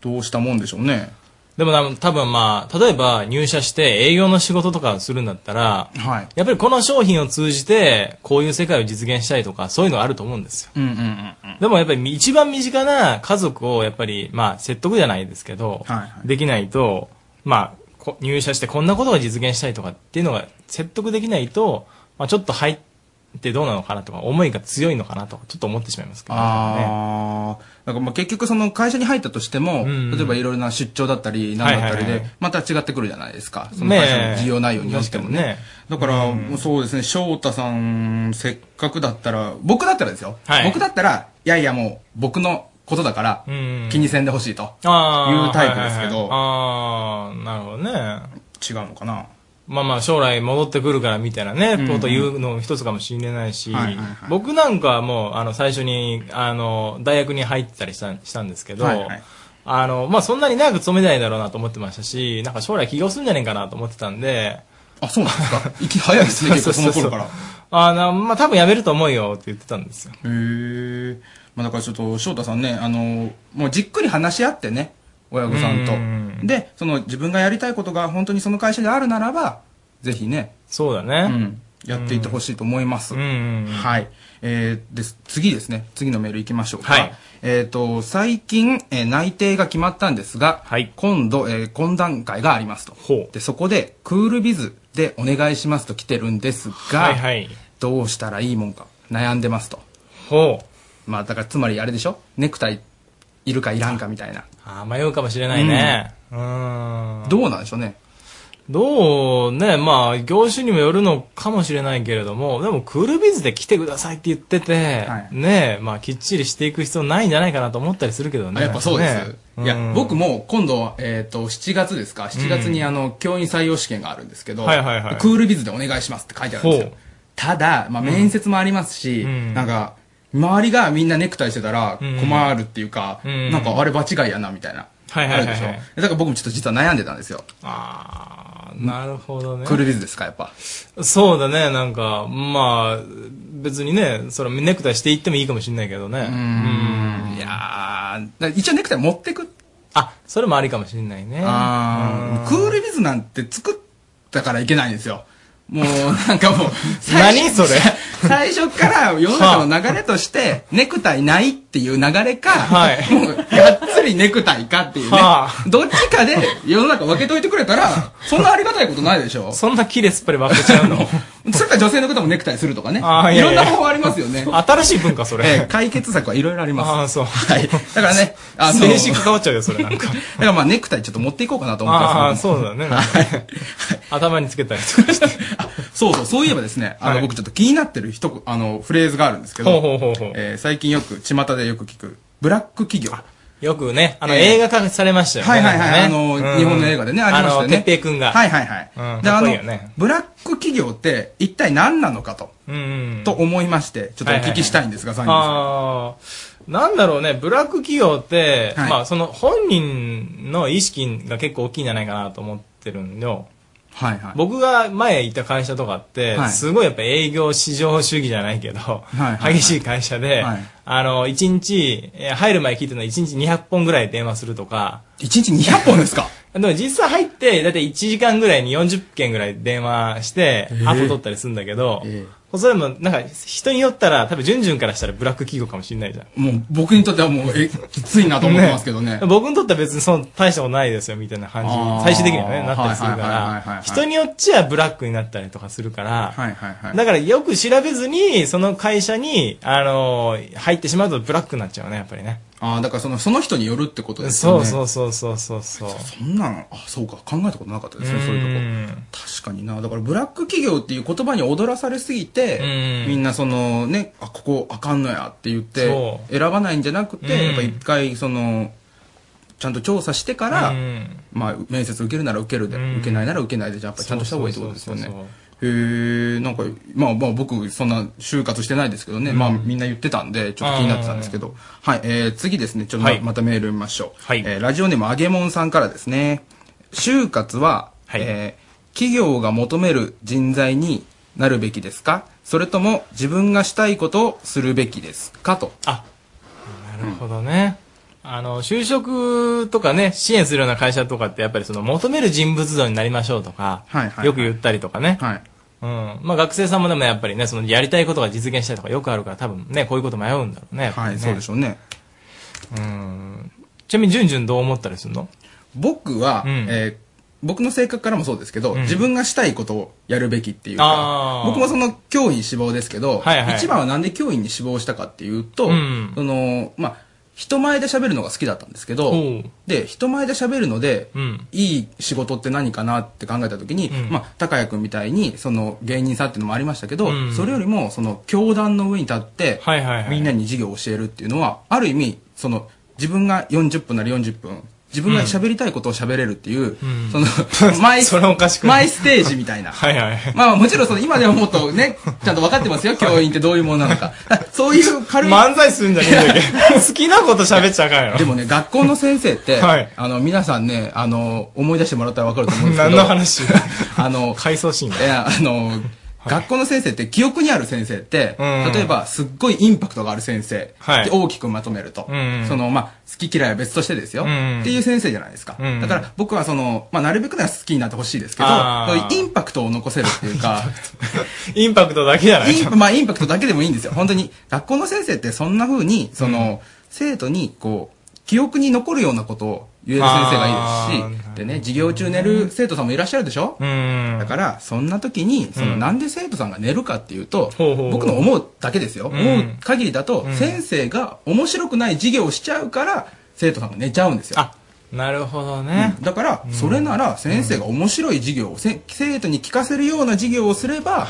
Speaker 29: どうしたもんでしょうね。
Speaker 17: でもな多分まあ、例えば入社して営業の仕事とかするんだったら、
Speaker 29: はい。
Speaker 17: やっぱりこの商品を通じて、こういう世界を実現したいとか、そういうのがあると思うんですよ。
Speaker 29: うんうんうんうん。
Speaker 17: でもやっぱり一番身近な家族をやっぱり、まあ説得じゃないですけど、できないと、まあこ入社してこんなことが実現したいとかっていうのが説得できないと、まあちょっと入ってどうなのかなとか、思いが強いのかなとか、ちょっと思ってしまいますけどね。
Speaker 29: ああ、なんかまあ結局その会社に入ったとしても、例えばいろいろな出張だったり、なんだったり
Speaker 17: はいはいは
Speaker 29: で
Speaker 17: い、
Speaker 29: また違ってくるじゃないですか。その会社の事業内容によってもね。
Speaker 17: ね
Speaker 29: だから、もうそうですね、翔太さん、せっかくだったら、僕だったらですよ。
Speaker 17: はい
Speaker 29: 僕だったら、いやいやもう、僕のことだから、
Speaker 17: うん
Speaker 29: 気にせんでほしいと。
Speaker 17: あー
Speaker 29: いうタイプです
Speaker 17: は
Speaker 29: けど
Speaker 17: いはいはいあーなるほどね。
Speaker 29: 違うのかな。
Speaker 17: まあまあ将来戻ってくるからみたいなね、
Speaker 29: うん
Speaker 17: こと言うのも一つかもしれないし、
Speaker 29: はいはいはい
Speaker 17: 僕なんかはもう、あの、最初に、あの、大学に入ってたりしたしたんですけど、
Speaker 29: はいはい
Speaker 17: あの、まあそんなに長く勤めないだろうなと思ってましたし、なんか将来起業するんじゃねえかなと思ってたんで、
Speaker 29: あ、そうなんですかいき早いですね、結構その 頃から。
Speaker 17: あの、まあ多分辞めると思うよって言ってたんですよ。
Speaker 29: へえ。まあだからちょっと翔太さんね、あの、もうじっくり話し合ってね、親御さんと
Speaker 17: う。ん
Speaker 29: で、その自分がやりたいことが本当にその会社であるならば、ぜひね。
Speaker 17: そうだね。
Speaker 29: ん。やっていってほしいと思います。はい。えー、です、次ですね。次のメール行きましょうか。
Speaker 17: はい
Speaker 29: えっ、と、最近、えー内定が決まったんですが、今度、えー懇談会がありますと。で、そこで、クールビズでお願いしますと来てるんですが、
Speaker 17: はいはい
Speaker 29: どうしたらいいもんか悩んでますと。
Speaker 17: ほ
Speaker 29: う。まあ、だから、つまりあれでしょネクタイいるかいらんかみたいな。
Speaker 17: あー迷うかもしれないね。うん。
Speaker 29: どうなんでしょうね。
Speaker 17: どうね、まあ、業種にもよるのかもしれないけれども、でも、クールビズで来てくださいって言ってて、ねえ、まあ、きっちりしていく必要ないんじゃないかなと思ったりするけどね。
Speaker 29: やっぱそうです。
Speaker 17: ね
Speaker 29: いや、
Speaker 17: うん
Speaker 29: 僕も今度、えっ、と、7月ですか、7月にあの、教員採用試験があるんですけど、
Speaker 17: はいはいはい
Speaker 29: クールビズでお願いしますって書いてあるんですよ
Speaker 17: ほ。
Speaker 29: ただ、まあ、
Speaker 17: うん
Speaker 29: 面接もありますし、
Speaker 17: うん
Speaker 29: なんか、周りがみんなネクタイしてたら
Speaker 17: うん
Speaker 29: 困るっていうか、
Speaker 17: うん
Speaker 29: なんかあれ場違いやなみたいな。
Speaker 17: はいはいはいはい
Speaker 29: あるでしょ。だから僕もちょっと実は悩んでたんですよ。
Speaker 17: あなるほどね。
Speaker 29: クールビズですか、やっぱ。
Speaker 17: そうだね、なんか、まあ、別にね、それネクタイしていってもいいかもしれないけどね。うん。い
Speaker 29: や一応ネクタイ持ってく
Speaker 17: あ、それもありかもしれないね。
Speaker 29: あークールビズなんて作ったからいけないんですよ。 もう、なんかもう、
Speaker 17: 何それ
Speaker 29: 最初から世の中の流れとして、ネクタイないっていう流れか、もう、がっつりネクタイかっていうね。
Speaker 17: は
Speaker 29: どっち かで世の中分けといてくれたら、そんなありがたいことないでしょ
Speaker 17: そんなキレすっぱり分けちゃうの
Speaker 29: それから女性の方もネクタイするとかね。
Speaker 17: あーい
Speaker 29: い
Speaker 17: や
Speaker 29: ろ
Speaker 17: いや
Speaker 29: んな方法ありますよね。
Speaker 17: 新しい文化、そ
Speaker 29: え
Speaker 17: れ
Speaker 29: え。解決策はいろいろあります。
Speaker 17: ああ、そう。
Speaker 29: はい。だか らね、あの、
Speaker 17: 政治関わっちゃうよ、それなんか。
Speaker 29: だからまあネクタイちょっと持っていこうかなと思って
Speaker 17: ああ、
Speaker 29: ます。
Speaker 17: そうだね。なんかね頭につけたりと かして。
Speaker 29: そうそう、そういえばですね、あの、
Speaker 17: はい
Speaker 29: 僕ちょっと気になってる一言、あの、フレーズがあるんですけど、
Speaker 17: ほう
Speaker 29: えー最近よく、巷でよく聞く、ブラック企業。
Speaker 17: よくね、あの、
Speaker 29: ええ
Speaker 17: 映画化されましたよね。
Speaker 29: はいはいはい
Speaker 17: なんかね
Speaker 29: あの
Speaker 17: うん
Speaker 29: 日本の映画でねありましたよね
Speaker 17: あの、哲平くんが。
Speaker 29: はいはいはい
Speaker 17: うん
Speaker 29: で
Speaker 17: か
Speaker 29: あ
Speaker 17: っこ
Speaker 29: の
Speaker 17: いいよね。
Speaker 29: ブラック企業って一体何なのかと、
Speaker 17: うん。
Speaker 29: と思いまして、ちょっとお聞きしたいんですが、
Speaker 17: は
Speaker 29: ザ
Speaker 17: い
Speaker 29: イ
Speaker 17: はいはい
Speaker 29: ンさん。
Speaker 17: あーなんだろうね、ブラック企業って、
Speaker 29: はい
Speaker 17: まあ、その本人の意識が結構大きいんじゃないかなと思ってるんよ。
Speaker 29: はいはい。
Speaker 17: 僕が前行った会社とかって、
Speaker 29: はい
Speaker 17: すごいやっぱ営業市場主義じゃないけど、
Speaker 29: いはい
Speaker 17: 激しい会社で、
Speaker 29: はい
Speaker 17: あの、1日、えー入る前聞いてるのは1日200本ぐらい電話するとか、
Speaker 29: 1日200本ですか
Speaker 17: でも実際入って、だいたい1時間ぐらいに40件ぐらい電話して、
Speaker 29: ー
Speaker 17: アポ取ったりするんだけど、それも、なんか、人によったら、多分、ジュンジュンからしたらブラック企業かもしれないじゃん。
Speaker 29: もう、僕にとってはもう、え、きついなと思ってますけどね。
Speaker 17: 僕にとっては別にその大したことないですよみたいな感じ
Speaker 29: あー
Speaker 17: に最終的にはねなったりするか
Speaker 29: はいはいはいはいはい
Speaker 17: ら人によっちゃブラックになったりとかするから
Speaker 29: はいはいはい。
Speaker 17: だからよく調べずにその会社にあのー入ってしまうとブラックになっちゃうねやっぱりね
Speaker 29: ああ、だからその、その人によるってことです
Speaker 17: そ
Speaker 29: よ
Speaker 17: う
Speaker 29: ね。。
Speaker 17: そううそうそうそうそう
Speaker 29: そんなの、あ、そうか、考えたことなかったですね、そういうとこ。確かにな。だから、ブラック企業っていう言葉に踊らされすぎて、みんなその、ね、あ、ここあかんのやって言って
Speaker 17: そ、
Speaker 29: 選ばないんじゃなく
Speaker 17: うん
Speaker 29: て、やっぱ一回、その、ちゃんと調査してから、まあ、面接受けるなら受けるで、受けないなら受けないで、じゃあやっぱりちゃんとした方がいいってことですよね
Speaker 17: そうそうそう。
Speaker 29: へえ、なんか、まあまあ僕、そんな就活してないですけどね、
Speaker 17: うん
Speaker 29: まあみんな言ってたんで、ちょっと気になってたんですけど、はい、えー、次ですね、ちょっとま,、
Speaker 17: はい
Speaker 29: またメール見ましょう。えーラジオネームあげもんさんからですね、就活は、えー企業が求める人材になるべきですかそれとも自分がしたいことをするべきですかと。
Speaker 17: あ、なるほどね。あの、就職とかね、支援するような会社とかって、やっぱりその、求める人物像になりましょうとか、
Speaker 29: はいはい
Speaker 17: よく言ったりとかね。
Speaker 29: はい。
Speaker 17: うん。まあ、学生さんもでもやっぱりね、その、やりたいことが実現したいとかよくあるから、多分ね、こういうこと迷うんだろうね。やっぱりね
Speaker 29: そうでしょうね。
Speaker 17: うん。ちなみに、じゅんじゅんどう思ったりするの
Speaker 29: 僕は、えー僕の性格からもそうですけど、
Speaker 17: うん
Speaker 29: 自分がしたいことをやるべきっていうか
Speaker 17: あー
Speaker 29: 僕もその教員志望ですけど、
Speaker 17: はいはい
Speaker 29: 一番はなんで教員に志望したかっていうと、
Speaker 17: うん
Speaker 29: そのまあ、人前で喋るのが好きだったんですけど
Speaker 17: おう
Speaker 29: で人前で喋るので、
Speaker 17: うん。
Speaker 29: いい仕事って何かなって考えた時に、
Speaker 17: うん
Speaker 29: まあ、高谷君みたいにその芸人さんっていうのもありましたけど、
Speaker 17: うん
Speaker 29: それよりもその教団の上に立って、みんなに授業を教えるっていうのはある意味その自分が40分なら40分自分が喋りたいことを喋れるっていう、
Speaker 17: うん
Speaker 29: その マイマイステージみたいな。
Speaker 17: はいはい。
Speaker 29: まあもちろんその今ではもっとね、ちゃんと分かってますよ、教員ってどういうものな のか。そういう軽い。
Speaker 17: 漫才するんじゃねえんだけど、好きなこと喋っちゃあかんやろ。
Speaker 29: でもね、学校の先生って、
Speaker 17: はい
Speaker 29: あの、皆さんね、あの、思い出してもらったらわかると思うんですけ
Speaker 17: 何
Speaker 29: ど。
Speaker 17: の話
Speaker 29: あの、
Speaker 17: 回想シーン
Speaker 29: いや、あの、学校の先生って、記憶にある先生って、
Speaker 17: うん
Speaker 29: 例えば、すっごいインパクトがある先生、
Speaker 17: はい
Speaker 29: って大きくまとめると、
Speaker 17: うん
Speaker 29: その、まあ、好き嫌いは別としてですよ、
Speaker 17: うん
Speaker 29: っていう先生じゃないですか。
Speaker 17: うん
Speaker 29: だから、僕はその、まあ、なるべくなら好きになってほしいですけど、
Speaker 17: あー
Speaker 29: そういうインパクトを残せるっていう か、
Speaker 17: インパクトだけじゃない
Speaker 29: インまあ、インパクトだけでもいいんですよ。本当に。学校の先生ってそんな風に、その、生徒に、こう、記憶に残るようなことを言える先生がいいですし、でね、授業中寝る生徒さんもいらっしゃるでしょだから、そんな時に、その、
Speaker 17: うん
Speaker 29: なんで生徒さんが寝るかっていうと、
Speaker 17: ほう
Speaker 29: 僕の思うだけですよ。
Speaker 17: うん
Speaker 29: 思う限りだと
Speaker 17: う、ん
Speaker 29: 先生が面白くない授業をしちゃうから、生徒さんが寝ちゃうんですよ。
Speaker 17: なるほどね
Speaker 29: う。んだから、それなら先生が面白い授業をせ生徒に聞かせるような授業をすれば、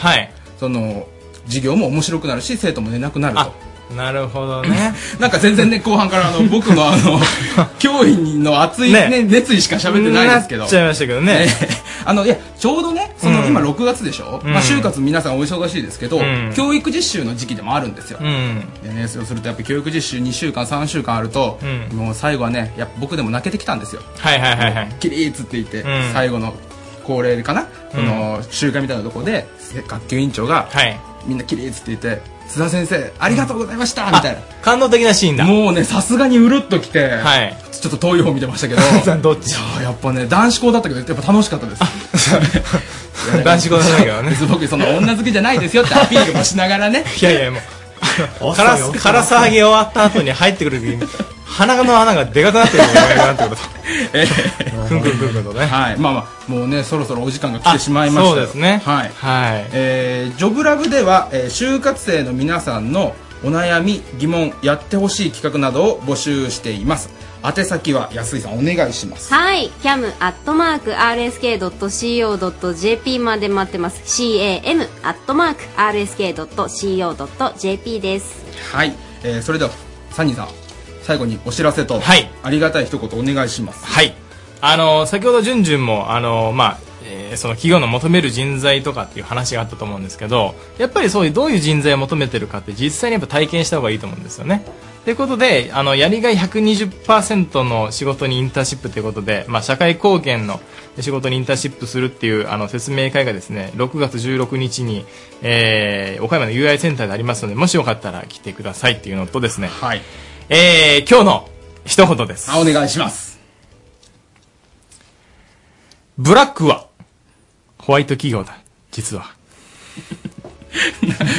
Speaker 29: その授業も面白くなるし生徒も寝なくなると。
Speaker 17: なるほどね。
Speaker 29: なんか全然ね後半からあ の僕のあの教員の熱い、ね
Speaker 17: ね
Speaker 29: 熱意しか喋ってないですけど
Speaker 17: なっちゃいましたけどね。
Speaker 29: ええあのいやちょうどねその、
Speaker 17: うん
Speaker 29: 今6月でしょ、
Speaker 17: うん
Speaker 29: まあ、就活皆さんお忙しいですけど、
Speaker 17: うん
Speaker 29: 教育実習の時期でもあるんですよ、
Speaker 17: うん。
Speaker 29: でね、そうするとやっぱ教育実習2週間3週間あると、
Speaker 17: うん
Speaker 29: もう最後はねやっぱ僕でも泣けてきたんですよ
Speaker 17: はいはいはいはい。
Speaker 29: キリーッつって言って、
Speaker 17: うん
Speaker 29: 最後の恒例かな、
Speaker 17: うん
Speaker 29: その集会みたいなところでせ学級委員長が、みんなキリーッつって言って「津田先生ありがとうございました」みたいな
Speaker 17: 感動的なシーンだ。
Speaker 29: もうねさすがにうるっときて、
Speaker 17: はい。
Speaker 29: ちょっと遠い方見てました けど
Speaker 17: どっち
Speaker 29: いややっぱね男子校だったけどやっぱ楽しかったですいや
Speaker 17: 男子校じゃないけどね
Speaker 29: 別に僕その女好きじゃないですよってアピ ールもしながらね
Speaker 17: いやいやもう。から、から騒ぎ終わった後に入ってくる時鼻の穴がでかくなってるのがやばいなって こと。くんくんくんくんとね。
Speaker 29: はい。まあまあ、もうね、そろそろお時間が来てしまいました。
Speaker 17: あそうですね。
Speaker 29: はい。
Speaker 17: はい。
Speaker 29: えージョブラブでは、えー就活生の皆さんのお悩み、疑問、やってほしい企画などを募集しています。宛先は安井さんお願いします。
Speaker 3: はい、cam.rsk.co.jp まで待ってます。cam.rsk.co.jp です。
Speaker 29: はい。えーそれでは、サニーさん、最後にお知らせと、ありがたい一言お願いします。
Speaker 17: はい。あの、先ほどじゅんじゅんも、あの、まあ、えーその企業の求める人材とかっていう話があったと思うんですけど、やっぱりそういうどういう人材を求めてるかって実際にやっぱ体験した方がいいと思うんですよね。ということで、あの、やりがい120%の仕事にインターンシップということで、まあ、社会貢献の仕事にインターンシップするっていう、あの、説明会がですね、6月16日に、えー、岡山の UI センターでありますので、もしよかったら来てくださいっていうのとですね、
Speaker 29: はい。
Speaker 17: えー、今日の一言です。
Speaker 29: お願いします。
Speaker 17: ブラックは、ホワイト企業だ。実は。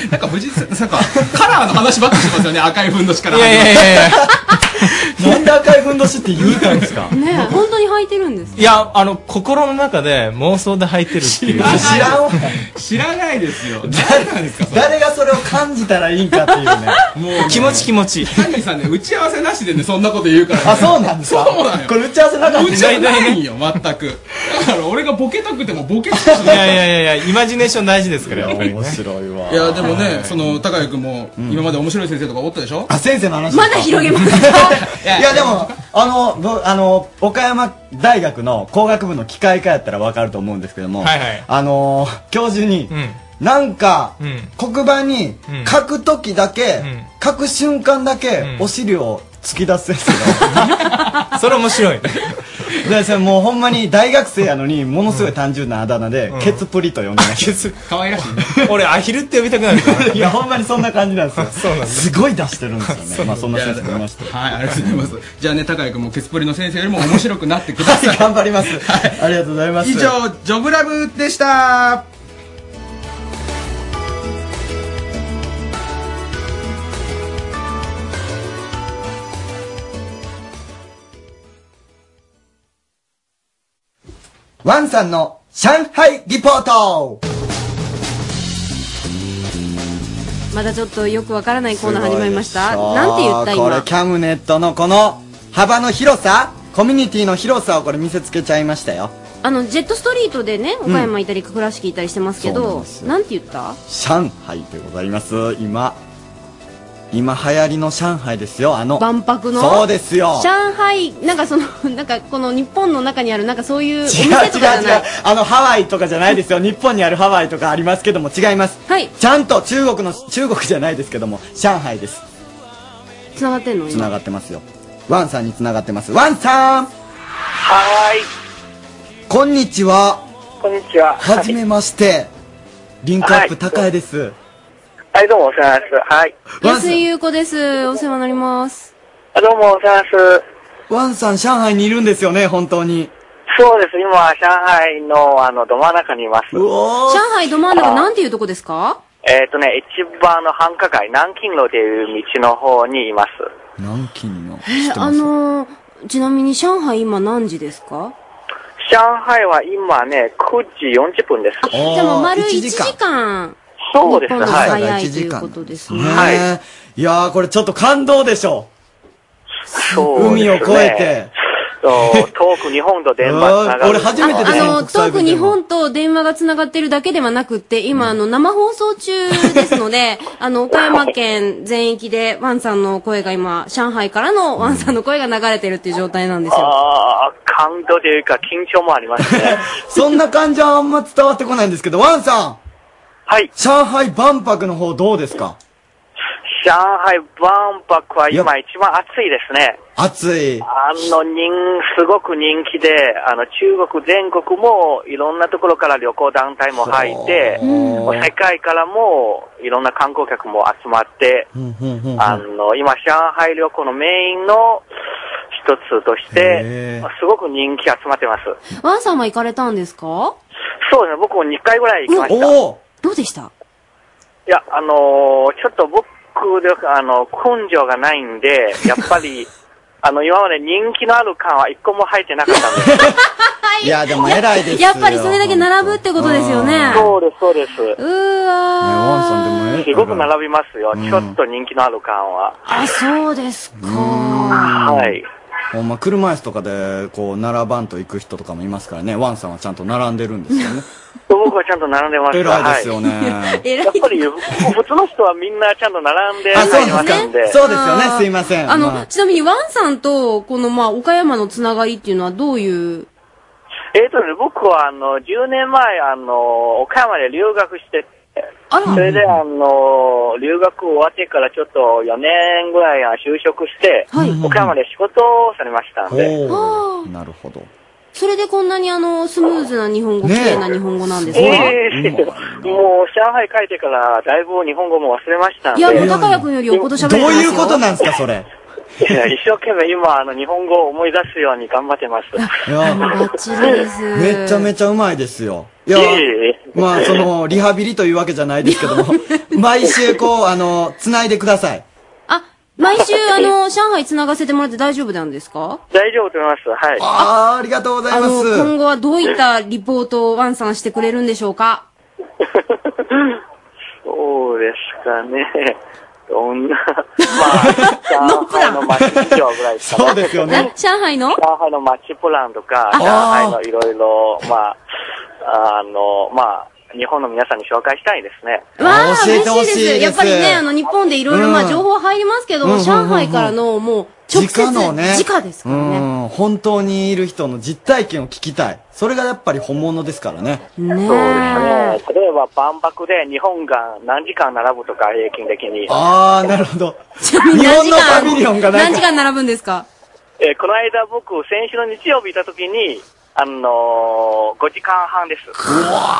Speaker 29: なんか藤井さん、なんか、カラーの話ばっかしますよね、赤いふんどしから。
Speaker 17: いやいやいやいや。
Speaker 29: なんで赤いふんどしって言うたんですか
Speaker 3: ねえ本当に履いてるんです。
Speaker 17: いや、あの、心の中で妄想で履いてるっていう。
Speaker 2: 知らんわ
Speaker 29: 知らないです よ。
Speaker 2: 誰がそれを感じたらいいんかっていうね。
Speaker 17: もう気持ち気持ち。
Speaker 29: サニーさんね、打ち合わせなしでね、そんなこと言うから、ね。
Speaker 2: あそうなんですか
Speaker 29: そうなんよ。
Speaker 2: これ打ち合わせなかったん
Speaker 29: 打
Speaker 2: です
Speaker 29: ち
Speaker 2: か
Speaker 29: 合わせないんよ、全く。だから俺がボケたくてもボケたく
Speaker 17: いやいやいやいや、イマジネーション大事ですから、やっぱりね。面
Speaker 2: 白いわ
Speaker 29: いや、でもね、その、高谷君も、今まで面白い先生とかおったでしょ。
Speaker 2: あ、先生の話まだ広げますいやでもあのぼあの岡山大学の工学部の機械科やったらわかると思うんですけども、
Speaker 17: はいはい
Speaker 2: あのー教授に、なんか、黒板に書く時だけ、書く瞬間だけ、お尻を突き出すんです
Speaker 17: よ それ面白い
Speaker 2: でそれもうほんまに大学生やのにものすごい単純なあだ名で、ケツプリと呼んでます
Speaker 29: 可愛らしい。
Speaker 17: 俺、アヒルって呼びたくなるから。
Speaker 2: いや、ほんまにそんな感じなんですよ。
Speaker 17: そうなん
Speaker 2: すごい出してるん ですよね。まあ、そんな先生もいました。
Speaker 29: はい、ありがとうございます。じゃあね、高谷君もケツポリの先生よりも面白くなってください。
Speaker 2: 頑張ります。ありがとうございます。
Speaker 29: 以上、ジョブラブでした。
Speaker 30: ワンさんの上海リポート
Speaker 3: まだちょっとよくわからないコーナー始まりました。なんて言った
Speaker 2: これ
Speaker 3: 今。
Speaker 2: キャムネットのこの幅の広さコミュニティの広さをこれ見せつけちゃいましたよ
Speaker 3: あの、ジェットストリートでね、
Speaker 2: うん
Speaker 3: 岡山行ったり、倉敷行ったりしてますけ
Speaker 2: そうなん
Speaker 3: ど
Speaker 2: で、
Speaker 3: なんて言った
Speaker 2: 上海でございます今今流行りの上海ですよあの
Speaker 3: 万博の
Speaker 2: そうですよ
Speaker 3: 上海なんかその なんかこの日本の中にあるなんかそういうお
Speaker 2: 違う
Speaker 3: 店
Speaker 2: 違う違う
Speaker 3: とかじゃない
Speaker 2: あのハワイとかじゃないですよ日本にあるハワイとかありますけども違います
Speaker 3: はい
Speaker 2: ちゃんと中国の中国じゃないですけども上海です
Speaker 3: つながってんの
Speaker 2: つながってますよワンさんにつながってますワンさん
Speaker 5: は
Speaker 2: こんにちは
Speaker 5: ーい。こんにちは。
Speaker 2: はじめましてリンクアップ高江です、
Speaker 5: はい、どうもお世話です。はい。
Speaker 3: 安井優子ですお世話になります
Speaker 5: あどうもお世話です
Speaker 2: ワンさん、上海にいるんですよね、本当に。
Speaker 5: そうです。今、上海の、あの、ど真ん中にいます。
Speaker 3: 上海ど真ん中なんていうとこですか
Speaker 5: えっ、とね、一番の繁華街、南京路という道の方にいます。
Speaker 2: 南京の
Speaker 3: えあのーちなみに上海今何時ですか
Speaker 5: 上海は今ね、9時40分です。
Speaker 3: じゃあもう丸1時間
Speaker 5: そうです
Speaker 3: 日本の
Speaker 5: はい
Speaker 3: 早
Speaker 2: 1
Speaker 3: いとい
Speaker 2: 時
Speaker 3: う
Speaker 2: 間
Speaker 3: ことですね
Speaker 2: ねえ。いやー、これちょっと感動でしょ。
Speaker 5: そうですね
Speaker 2: 海を越え
Speaker 5: そう、遠く日本と電 話つなが
Speaker 2: あー
Speaker 5: る。
Speaker 2: 俺初めてです
Speaker 3: あの、
Speaker 2: 国際
Speaker 3: 遠
Speaker 2: 部
Speaker 3: く
Speaker 2: で
Speaker 3: 日本と電話がつながってるだけではなくって、今、あの、生放送中ですので、 あの、岡山県全域でワンさんの声が今、上海からのワンさんの声が流れてるっていう状態なんですよ。
Speaker 5: ああ、感動というか緊張もあります ね。
Speaker 2: そんな感じはあんま伝わってこないんですけど、ワンさん。
Speaker 5: はい。
Speaker 2: 上海万博の方どうですか
Speaker 5: 上海万博は今一番暑いですね。
Speaker 2: 暑い。
Speaker 5: あの人、すごく人気で、あの中国全国もいろんなところから旅行団体も入って、もう世界からもいろんな観光客も集まって、あの、今上海旅行のメインの一つとして、すごく人気集まってます。
Speaker 3: ワンさんは行かれたんですか
Speaker 5: そうですね、僕も2回ぐらい行きました。
Speaker 2: お
Speaker 3: どうでした
Speaker 5: いや、あのーちょっと僕で、あの、根性がないんで、やっぱり、あの、今まで人気のある缶は一個も入ってなかったんです。
Speaker 2: いや、でも偉いですよ。
Speaker 3: やっぱりそれだけ並ぶってことですよね。
Speaker 5: そうです、そうです。
Speaker 3: うーわ
Speaker 2: ワンさんでも
Speaker 5: すごく並びますよ、ちょっと人気のある缶は。
Speaker 3: ー。あ、そうですか。
Speaker 5: はい。
Speaker 2: ほんま、車椅子とかで、こう、並ばんと行く人とかもいますからね、ワンさんはちゃんと並んでるんですよね。
Speaker 5: 僕はちゃんと並んでます
Speaker 2: 偉いですよね
Speaker 5: はいやっぱり、普通の人はみんなちゃんと並んで、
Speaker 2: あそう
Speaker 5: 入りま
Speaker 2: ですか
Speaker 5: すんで。
Speaker 2: そうですよねすいません
Speaker 3: あの、
Speaker 2: まあ
Speaker 3: ちなみにワンさんと、このまあ、岡山のつながりっていうのはどういう、
Speaker 5: えっ、とね、僕はあの、10年前、あの、岡山で留学してて、それであの、留学終わってからちょっと4年ぐらいは就職して、岡山で仕事をされましたんで。
Speaker 3: あ
Speaker 2: なるほど。
Speaker 3: それでこんなにあの、スムーズな日本語、綺麗な日本語なんですか、
Speaker 5: ええもう、上海帰ってから、だいぶ日本語も忘れましたん
Speaker 3: い
Speaker 5: で。
Speaker 3: や、もう高谷君よりよっぽど喋れてますよ。
Speaker 2: なんですか、それ。
Speaker 5: いや一生懸命今、あの、日本語を思い出すように頑張ってます。
Speaker 2: いや、めちゃめちゃうまいですよ。いや、まあ、その、リハビリというわけじゃないですけど も、毎週こう、あの、繋いでください。
Speaker 3: 毎週あの、上海繋がせてもらって大丈夫なんですか
Speaker 5: 大丈夫と思います。はい。
Speaker 2: ああ、ありがとうござ
Speaker 3: あの、今後はどういったリポートをワンさんしてくれるんでしょうか
Speaker 5: そうですかね。 ど んな、まあ、上海の街事情ぐらいですかね。そうですよ
Speaker 3: ね。上海の
Speaker 5: 上海の街プランとか、上海のいろいろ、まあ、あの、まあ、日本の皆さんに紹介したいですね。
Speaker 3: わあ、
Speaker 5: 教え
Speaker 3: 嬉
Speaker 5: てほしい
Speaker 3: し
Speaker 5: で
Speaker 3: いですす。やっぱりね、あの、日本でいろいろ、ま
Speaker 2: うん
Speaker 3: あ、情報入りますけど
Speaker 2: う
Speaker 3: も、
Speaker 2: ん
Speaker 3: 上海からの、もう、直
Speaker 2: 直
Speaker 3: 接、
Speaker 2: のね。
Speaker 3: 直ですからね。
Speaker 2: うん、本当にいる人の実体験を聞きたい。それがやっぱり本物ですからね。
Speaker 3: ね
Speaker 5: そうですね。例えば万博で日本が何時間並ぶとか平均的に。
Speaker 2: ああ、なるほど。日
Speaker 3: 何
Speaker 2: 本
Speaker 3: 時
Speaker 2: のパ
Speaker 3: 間
Speaker 2: ビリオンがなん
Speaker 3: 何
Speaker 2: か
Speaker 3: 時間並ぶんですか
Speaker 5: えーこの間僕、先週の日曜日いた時に、あのー、5時間半です。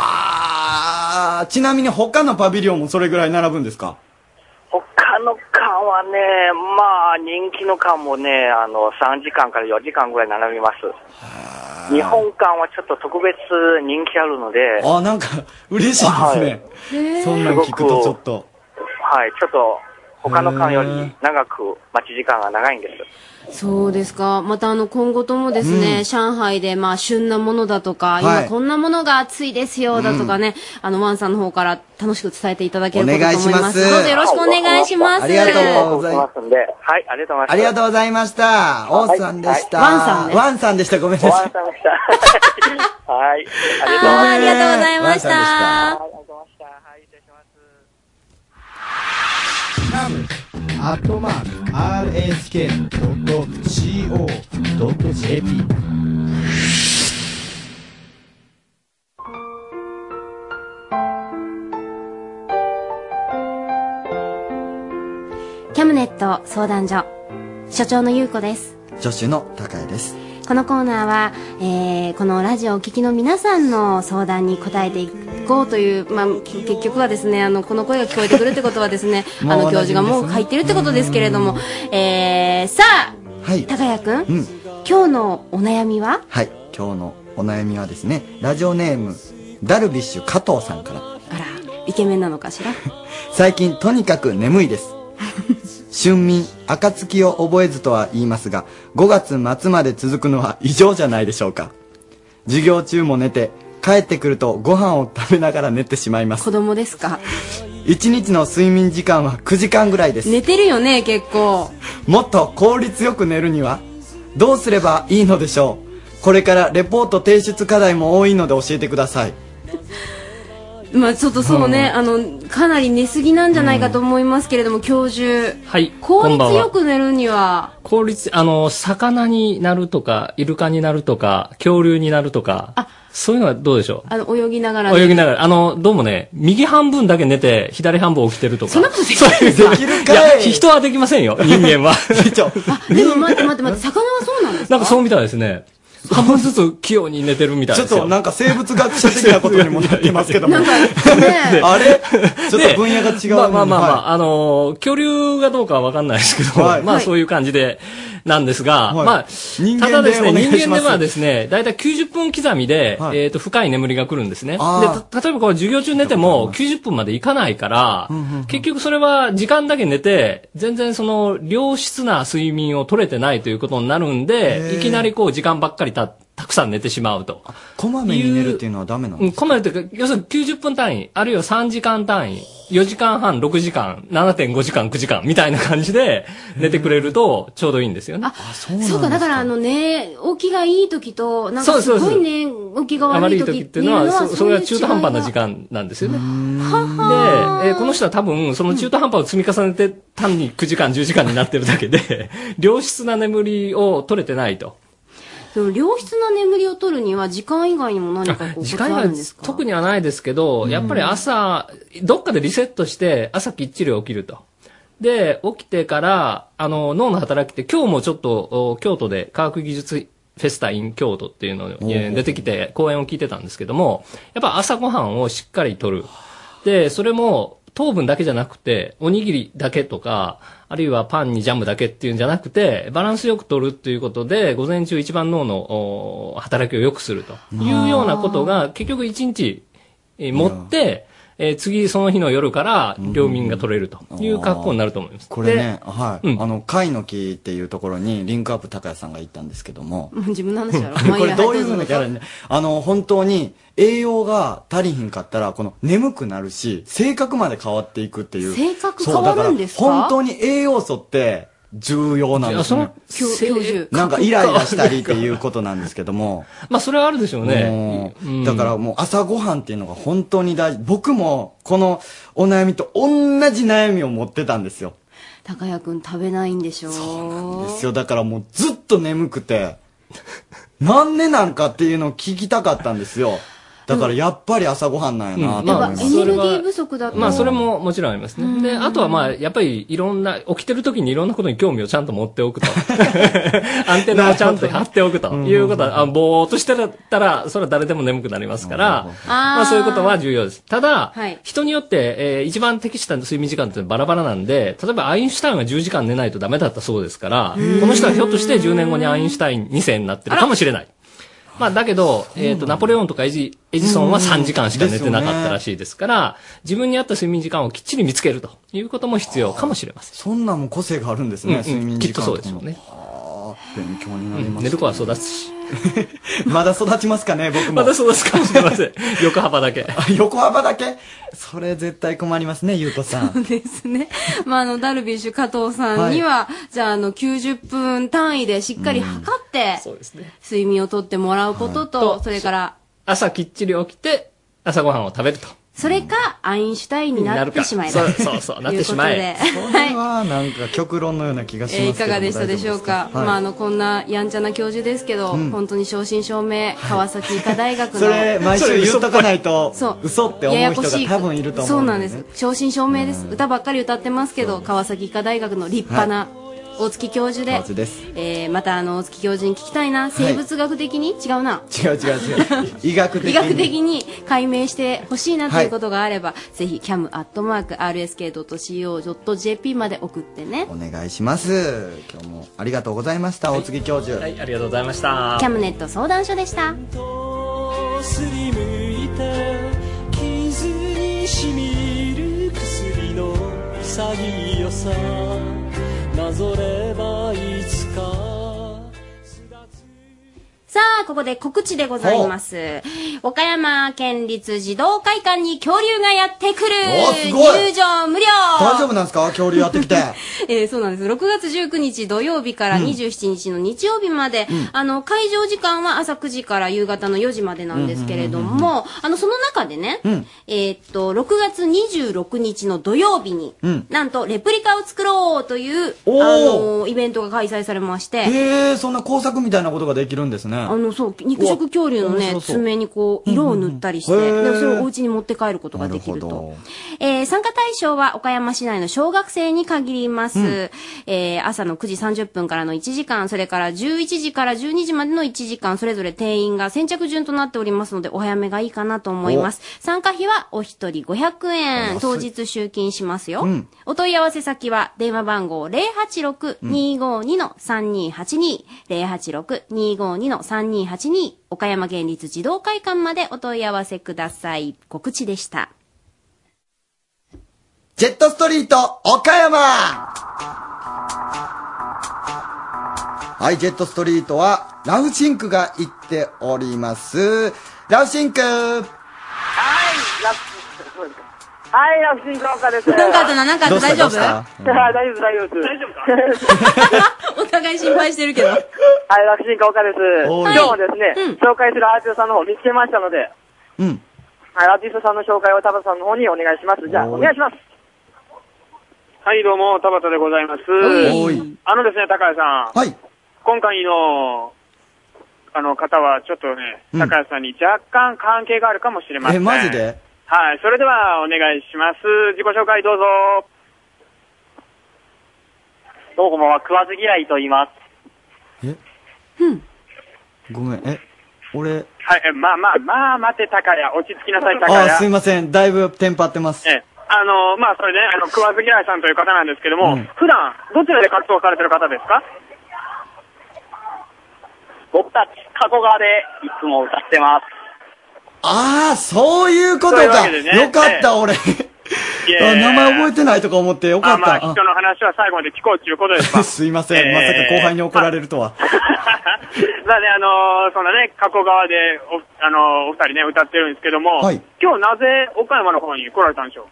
Speaker 2: あーちなみに他のパビリオンもそれぐらい並ぶんですか
Speaker 5: 他の館はね、まあ、人気の館もね、あの、3時間から4時間ぐらい並びます。日本館はちょっと特別人気あるので、
Speaker 2: あーなんか、嬉しいですね。そんなん聞くとちょっと。
Speaker 5: はい、ちょっと、他の館より長く待ち時間が長いんです。。
Speaker 3: そうですか。またあの、今後ともですね、上海でまあ、旬なものだとか、
Speaker 2: はい
Speaker 3: 今こんなものが熱いですよ、だとかね、あの、ワンさんの方から楽しく伝えていただければと思います。
Speaker 2: お願いします
Speaker 3: どうぞよろしくお願いします。
Speaker 2: ありがとうございます
Speaker 5: んで、はい、ありがとうございます。
Speaker 2: ありがとうございました。王さんでした。
Speaker 5: はいワンさんね
Speaker 2: ワンさんでした。ごめんなさい。
Speaker 5: ワンさんで した。はい、ありがとうございます。
Speaker 3: ありがとうございました。
Speaker 11: アットマーク RSK.co.jp
Speaker 3: キャムネット相談所、所長のゆうこです。
Speaker 2: 助手の高井です。
Speaker 3: このコーナーは、えーこのラジオをお聞きの皆さんの相談に答えていこうという、まあ、き結局はですねあのこの声が聞こえてくるってことはで すね
Speaker 18: もう
Speaker 3: あ
Speaker 18: お馴染み
Speaker 3: の教授がも
Speaker 18: で
Speaker 3: う
Speaker 18: すね
Speaker 3: 書いてるってことですけれども、えーさあ、高谷君、
Speaker 2: うん
Speaker 3: 今日のお悩みは
Speaker 2: はい。今日のお悩みはですね、ラジオネーム、ダルビッシュ加藤さんから。
Speaker 3: イケメンなのかしら
Speaker 2: 最近とにかく眠いです 春眠暁を覚えずとは言いますが5月末まで続くのは異常じゃないでしょうか授業中も寝て帰ってくるとご飯を食べながら寝てしまいます
Speaker 3: 子供ですか
Speaker 2: 1日の睡眠時間は9時間ぐらいです
Speaker 3: 寝てるよね結構
Speaker 2: もっと効率よく寝るにはどうすればいいのでしょうこれからレポート提出課題も多いので教えてください
Speaker 3: まあちょっとそうね、
Speaker 2: うん
Speaker 3: あのかなり寝すぎなんじゃないかと思いますけれども、教授
Speaker 31: はい、
Speaker 3: 効
Speaker 31: こん
Speaker 3: 率
Speaker 31: ばん
Speaker 3: よ
Speaker 31: は。
Speaker 3: く寝るには
Speaker 31: 効率、あの、魚になるとか、イルカになるとか、恐竜になるとか、そういうのはどうでしょ
Speaker 3: あの泳ぎながら
Speaker 31: う泳ぎながら、あの、どうもね、右半分だけ寝て、左半分起きてるとか。そんなこと
Speaker 3: で
Speaker 31: きるかいや、人はできませんよ、人間は。
Speaker 3: でも待って待って待って魚はそうなんですか
Speaker 31: なんかそうみたいですね。半分ずつ器用に寝てるみたい
Speaker 2: ちょ
Speaker 31: で
Speaker 2: っ
Speaker 31: すよ。
Speaker 2: となんか生物学者的なことにもなってますけども。あれちょっと分野が違う
Speaker 31: ま
Speaker 2: のに
Speaker 31: あまあまあま
Speaker 2: は
Speaker 31: あ、あのー、恐竜がどうかはわかんないですけど、
Speaker 2: はい
Speaker 31: ま
Speaker 2: は
Speaker 31: あ
Speaker 2: い
Speaker 31: そういう感じで、なんですが、
Speaker 2: はい
Speaker 31: まあ、
Speaker 2: 人間
Speaker 31: ただですね、
Speaker 2: でお願いします
Speaker 31: 人間ではですね、だいたい90分刻みで、えっ、と、深い眠りが来るんですね。で、
Speaker 2: あ
Speaker 31: た例えばこう、授業中寝ても90分までいかないから、結局それは時間だけ寝て、全然その、良質な睡眠を取れてないということになるん
Speaker 2: へ
Speaker 31: で、
Speaker 2: ー
Speaker 31: いきなりこう、時間ばっかりた、たくさん寝てしまうと。
Speaker 2: こまめに寝るっていうのはダメなの
Speaker 31: うん、こまでというか、要するに90分単位、あるいは3時間単位、4時間半、6時間、7.5時間、9時間、みたいな感じで寝てくれるとちょうどいいんですよね。
Speaker 3: あ、そうか、だからあのね、起きがいい時と、なん
Speaker 31: そ
Speaker 3: か
Speaker 31: うです
Speaker 3: すごい
Speaker 31: そう
Speaker 3: ね、起きが
Speaker 31: あま
Speaker 3: 悪
Speaker 31: り
Speaker 3: い
Speaker 31: いい
Speaker 3: 時
Speaker 31: 時
Speaker 3: っ
Speaker 31: ってて
Speaker 3: い
Speaker 31: いうう
Speaker 3: の
Speaker 31: の
Speaker 3: は、
Speaker 31: は、そそれは中途半端
Speaker 3: そう
Speaker 31: な
Speaker 3: いう違
Speaker 31: 時
Speaker 3: いが。
Speaker 31: 間なんですよね。
Speaker 3: は
Speaker 31: で、え
Speaker 3: は
Speaker 31: ーこの人は多分、その中途半端を積み重ねて、単に9時間、10時間になってるだけで、 良質な眠りを取れてないと。
Speaker 3: その良質な眠りを取るには、時間以外にも何かこう、
Speaker 31: 時
Speaker 3: コツ
Speaker 31: 間
Speaker 3: あ
Speaker 31: は
Speaker 3: るん ですか
Speaker 31: 特にはないですけど、やっぱり朝、どっかでリセットして、朝きっちり起きると。で、起きてから、あの、脳の働きって、今日もちょっと、お京都で科学技術フェスタイン京都っていうのにえー出てきて、講演を聞いてたんですけども、やっぱ朝ごはんをしっかりとる。で、それも、糖分だけじゃなくて、おにぎりだけとか、あるいはパンにジャムだけっていうんじゃなくて、バランスよく取るっていうことで、午前中一番脳のお働きを良くするというようなことが、結局一日えー持って、えー次その日の夜から、領民が取れるという格好になると思います。
Speaker 2: これね、
Speaker 31: で
Speaker 2: はい。あの、貝の木っていうところにリンクアップ高谷さんが行ったんですけども。
Speaker 3: もう 自分の話やろ。
Speaker 2: これどういうふう
Speaker 3: の
Speaker 2: なキャラにね、あの、本当に栄養が足りひんかったら、この眠くなるし、性格まで変わっていくっていう。
Speaker 3: 性格
Speaker 2: そう
Speaker 3: 変わるんですか
Speaker 2: だら本当に栄養素って重要なんですね。
Speaker 3: 教教授。
Speaker 2: なんかイライラしたりっていうことなんですけど も。
Speaker 31: まあ それはあるでしょう
Speaker 2: ね。だからもう朝ごはんっていうのが本当に大事。僕もこのお悩みと同じ悩みを持ってたんですよ。
Speaker 3: 高谷くん食べないんでしょそう
Speaker 2: ですよ。だからもうずっと眠くて、なんでなんかっていうのを聞きたかったんですよ。だからやっぱり朝ごはんなんやなと
Speaker 31: ま
Speaker 2: 思い
Speaker 31: あ
Speaker 2: ます。
Speaker 31: それは
Speaker 3: 足だと
Speaker 31: まあそれももちろんあります
Speaker 3: うん
Speaker 31: ね。で、あとはまあやっぱりいろんな、起きてる時にいろんなことに興味をちゃんと持ってお くと。アンテナをちゃんと張っておくということは、あぼーっとしてたら、それは誰でも眠くなりますから、まあそういうことは重要です。ただ、
Speaker 3: はい
Speaker 31: 人によって、えー一番適した睡眠時間ってバラバラなんで、例えばアインシュタインは10時間寝ないとダメだったそうですから、この人はひょっとして10年後にアインシュタイン2世になってるかもしれない。まあだけど、えっと、ナポレオンとかエジエジソンは3時間しか寝てなかったらしいですから、自分に合った睡眠時間をきっちり見つけるということも必要かもしれません。
Speaker 2: そんなんも個性があるんですね、
Speaker 31: うんうん
Speaker 2: 睡眠時間とかも
Speaker 31: きっとそうでしょうね
Speaker 2: はあ勉強になり
Speaker 31: う
Speaker 2: ま
Speaker 31: ん
Speaker 2: す、
Speaker 31: 寝る子は育つし。
Speaker 2: まだ育ちますかね、僕も。
Speaker 31: まだ育つかもしれません。横幅だけ。
Speaker 2: 横幅だけそれ絶対困りますね、ゆうとさ ん。
Speaker 3: ですね。 まあ、あの、ダルビッシュ加藤さんには、じゃあ、あの、90分単位でしっかり測って、睡眠をとってもらうことと、それから、
Speaker 31: 朝きっちり起きて、朝ごはんを食べると。
Speaker 3: それか、アインシュタインになってしまえ
Speaker 31: そ
Speaker 3: ば
Speaker 31: うそうそう、なってしまえ。、
Speaker 3: ということではい。
Speaker 2: ああ、なんか極論のような気がしますけ
Speaker 3: えー
Speaker 2: ど
Speaker 3: いかがでしたでしょうか、まあ、あ
Speaker 2: の
Speaker 3: のこんなやんちゃな教授ですけど、
Speaker 2: うん
Speaker 3: 本当に正真正銘、川崎医科大学の
Speaker 2: それ、毎週言っとかないと、
Speaker 3: そう
Speaker 2: 嘘って思う人が多分いると思う、
Speaker 3: そうなんです。正真正銘です、歌ばっかり歌ってますけど川崎医科大学の立派な大月教授で、
Speaker 2: はずです。
Speaker 3: えーまたあの大月教授に聞きたいな生物学的に、違うな
Speaker 2: 違う違う違う。医学的に。
Speaker 3: 医学的に解明してほしいなということがあれば、ぜひ cam.rsk.co.jp まで送ってね
Speaker 2: お願いします。今日もありがとうございました、大杉教授。はい
Speaker 31: ありがとうございました
Speaker 3: キャムネット相談所でした
Speaker 32: すりむいた傷にしみる薬の潔さなぞればいつか
Speaker 3: さあ、ここで告知でございます。岡山県立児童会館に恐竜がやってくる
Speaker 2: おすごい
Speaker 3: 入場無料
Speaker 2: 大丈夫なんですか恐竜やってきて。
Speaker 3: えーそうなんです。6月19日土曜日から27日の日曜日まで、
Speaker 2: うん
Speaker 3: あの、会場時間は朝9時から夕方の4時までなんですけれども、あの、その中でね、
Speaker 2: うん
Speaker 3: えーっと、6月26日の土曜日に、
Speaker 2: うん
Speaker 3: なんと、レプリカを作ろうという、あ
Speaker 2: おー
Speaker 3: の、イベントが開催されまして、
Speaker 2: へえ、そんな工作みたいなことができるんですね。
Speaker 3: あの、そう、肉食恐竜の
Speaker 25: う
Speaker 3: ね
Speaker 25: わ面白、そう
Speaker 3: 爪にこう、色を塗ったりして、
Speaker 25: うんうんうんへー
Speaker 3: でもそれをお家に持って帰ることができると。えー参加対象は岡山市内の小学生に限ります。
Speaker 25: うん
Speaker 3: えー朝の9時30分からの1時間、それから11時から12時までの1時間、それぞれ定員が先着順となっておりますので、お早めがいいかなと思います。参加費はお一人500円、当日集金しますよ。
Speaker 25: うん
Speaker 3: お問い合わせ先は電話番号086-252-3282、086-252-3282、岡山県立児童会館までお問い合わせください。告知でした。
Speaker 2: ジェットストリート岡山はい、ジェットストリートは、ラフシンクが行っております。ラフシンク
Speaker 1: ラフはい、ラフシンカオカです。
Speaker 2: なんかあったななんかあったどうした大丈夫どうした
Speaker 1: はい大丈夫、大丈夫です。大丈 夫かお互い心配して るけど。はい、ラフシンカオカです。
Speaker 2: おい
Speaker 1: 今日もですね、紹介するアーティストさんの方を見つけましたので、
Speaker 2: うん。
Speaker 1: はい、アーティストさんの紹介を田畑さんの方にお願いします。じゃあ、お願いします。
Speaker 19: はい、どうも、田畑でございます。
Speaker 2: おい
Speaker 19: あのですね、高谷さん。
Speaker 2: はい。
Speaker 19: 今回の、あの方は、ちょっとね、
Speaker 2: うん
Speaker 19: 高谷さんに若干関係があるかもしれません。
Speaker 2: え、マジで
Speaker 19: はい、それではお願いします。自己紹介どうぞ。
Speaker 5: どうもこんばんは、食わず嫌いと言います。
Speaker 2: ごめん、え、俺、
Speaker 19: はい、えまあまあ、まあ待て、高谷。落ち着きなさい、高谷。
Speaker 2: あ、すいません、だいぶテンパってます。
Speaker 19: ええあの、まあ、それね、あの、食わず嫌いさんという方なんですけども、
Speaker 2: うん
Speaker 19: 普段、どちらで活動されてる方ですか
Speaker 5: 僕たち、加古川でいつも歌ってます。
Speaker 2: ああ、そういうこと
Speaker 19: そういうわ
Speaker 2: か。
Speaker 19: けでね
Speaker 2: よかった、
Speaker 19: ええ
Speaker 2: 俺。
Speaker 19: い
Speaker 2: あ
Speaker 19: えいえ
Speaker 2: 名前覚えてないとか思ってよか
Speaker 19: あ
Speaker 2: っ
Speaker 19: まあ、
Speaker 2: た。あ
Speaker 19: 人の話は最後まで聞こうということですわ
Speaker 2: すいません、
Speaker 19: ええ
Speaker 2: まさか後輩に怒られるとは。
Speaker 19: だね、あのーそんなね、加古川でお、あのーお二人ね、歌ってるんですけども、
Speaker 2: はい
Speaker 19: 今日なぜ岡山の方に来られたんでしょう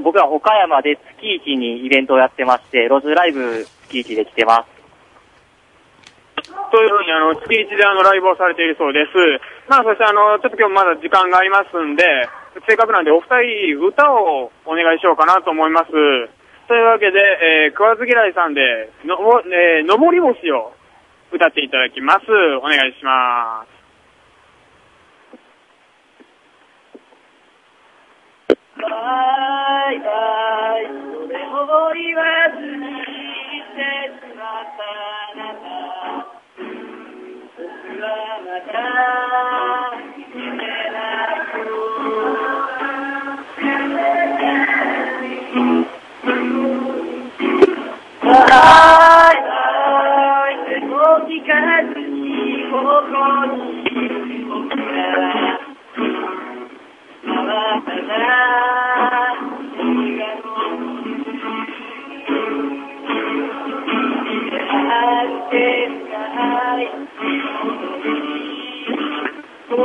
Speaker 5: 僕は岡山で月一にイベントをやってまして、路地ライブ月一で来てます。
Speaker 19: というふうに、あの、月一であの、ライブをされているそうです。まあ、そしてあの、ちょっと今日まだ時間がありますんで、せっかくなんでお二人、歌をお願いしようかなと思います。というわけで、えー、食わず嫌いさんで、のぼ、えー、のぼり星を歌っていただきます。お願いします。
Speaker 10: バイバイ、それを言わずにしてしまったあなた。僕はまた、夢なく。バイバイ、手を聞かずに、ここに、僕らは、回ったな。答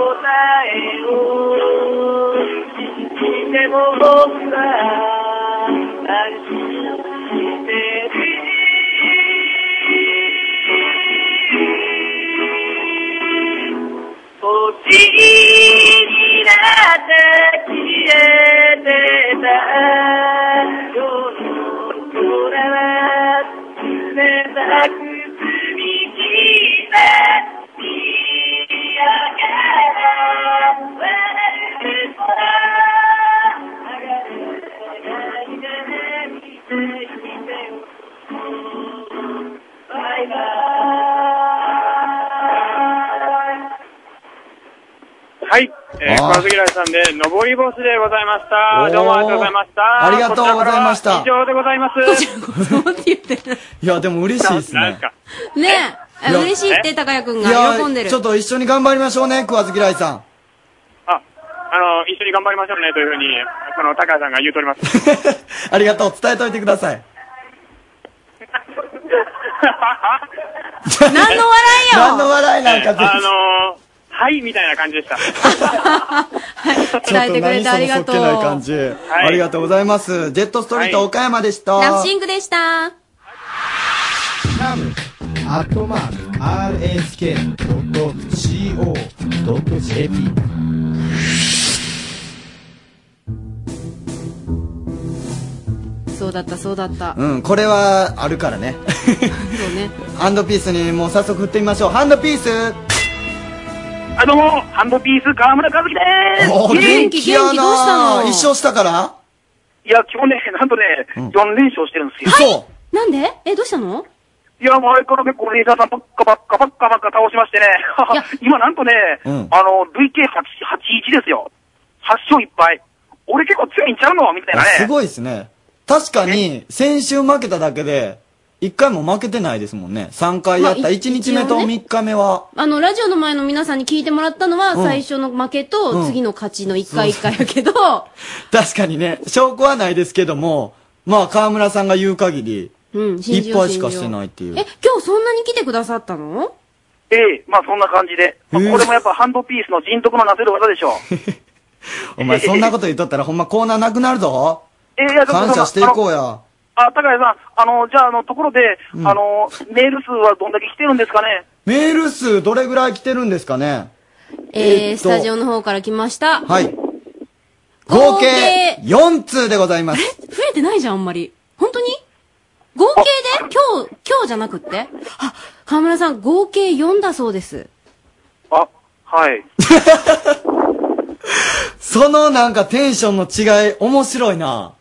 Speaker 10: えを聞いても僕は安心して星になって消えてた夜の空は冷たく澄み切った
Speaker 19: はい。え
Speaker 2: あ
Speaker 19: ー、
Speaker 2: ー
Speaker 19: 食わず嫌いさんで、のぼり星でございまし
Speaker 2: おー
Speaker 19: た。どうもありがとうございました。
Speaker 2: ありがとうございました
Speaker 19: こちらからは以上でございます。
Speaker 2: いや、でも嬉しいですね。
Speaker 3: ねえ、
Speaker 2: いや
Speaker 3: 嬉しいって、高谷くん
Speaker 2: い
Speaker 3: が喜んで
Speaker 2: や、
Speaker 3: る。
Speaker 2: ちょっと一緒に頑張りましょうね、食わず嫌いさん。
Speaker 19: あの、一緒に頑張りましょうね、というふうに、この、高橋さんが言うとおります。
Speaker 2: ありがとう、伝えといてくだ さい。
Speaker 19: 何の
Speaker 2: い
Speaker 19: 笑
Speaker 2: よ何の笑いなんか
Speaker 19: あのー、はい、みたいな感じでした。
Speaker 2: ちょっ
Speaker 3: 伝えてくれてありがとう
Speaker 2: 何そのそっけない 感じ、ありがとうございます。ジェットストリート岡山でした。
Speaker 3: ラフシングでした。
Speaker 11: アットマーク RSK.CO.JP
Speaker 3: そそうだったそうだった、
Speaker 2: うん、これはあるからね。
Speaker 3: そうね
Speaker 2: ハンドピースにもう早速振ってみましょう。ハンドピース
Speaker 1: あ、どうも、ハンドピース川村和樹で
Speaker 2: お
Speaker 1: す。
Speaker 2: 元気やな一生したから
Speaker 1: いや、今日ね、なんとね、4連勝してるんですよ。
Speaker 3: なんでえどうしたの
Speaker 1: いや、もうあれから結構レーザーさんばっかばっかばっかばっか倒しましてね。 今なんとね、あの、累計8、81ですよ。8勝1敗。俺結構強いんちゃうのみたいな
Speaker 2: あ
Speaker 1: ね。
Speaker 2: すごいですね。確かに、先週負けただけで、一回も負けてないですもんね。3回やっ
Speaker 3: ま
Speaker 2: た。
Speaker 3: あい
Speaker 2: 1日目と
Speaker 3: 一応ね
Speaker 2: 3日目は。
Speaker 3: あのラジオの前の皆さんに聞いてもらったのは、
Speaker 2: うん
Speaker 3: 最初の負け
Speaker 2: う
Speaker 3: と
Speaker 2: ん
Speaker 3: 次の勝ちの1回1回やけど、
Speaker 2: 確かにね、証拠はないですけども、まあ、河村さんが言う限り、
Speaker 3: うん信じ
Speaker 2: 一
Speaker 3: よう
Speaker 2: 敗しかしてないってい
Speaker 3: え
Speaker 2: う。
Speaker 3: 今日そんなに来てくださったの
Speaker 1: ええまあそんな感じで。まあこれもやっぱハンドピースの人徳のなせる技でしょう。
Speaker 2: お前、そんなこと言っとったらほんまコーナーなくなるぞ。
Speaker 1: え えいやちょっと
Speaker 2: 感謝していこうや。
Speaker 1: あ、高谷さん、あの、じゃあ、あの、ところで、あの、メール数はどんだけ来てるんですかね
Speaker 2: メール数どれぐらい来てるんですかね
Speaker 3: えー
Speaker 2: えっ
Speaker 3: ス
Speaker 2: と
Speaker 3: タジオの方から来ました増
Speaker 2: はい。
Speaker 3: 合
Speaker 2: 合
Speaker 3: 計
Speaker 2: 計4通でございます。
Speaker 3: えてないじゃんあんまり本当に合計で今日今日じゃなくってあ河村さん合計4だそうです
Speaker 1: はい。
Speaker 2: そのなんかテンションの違い、面白いな。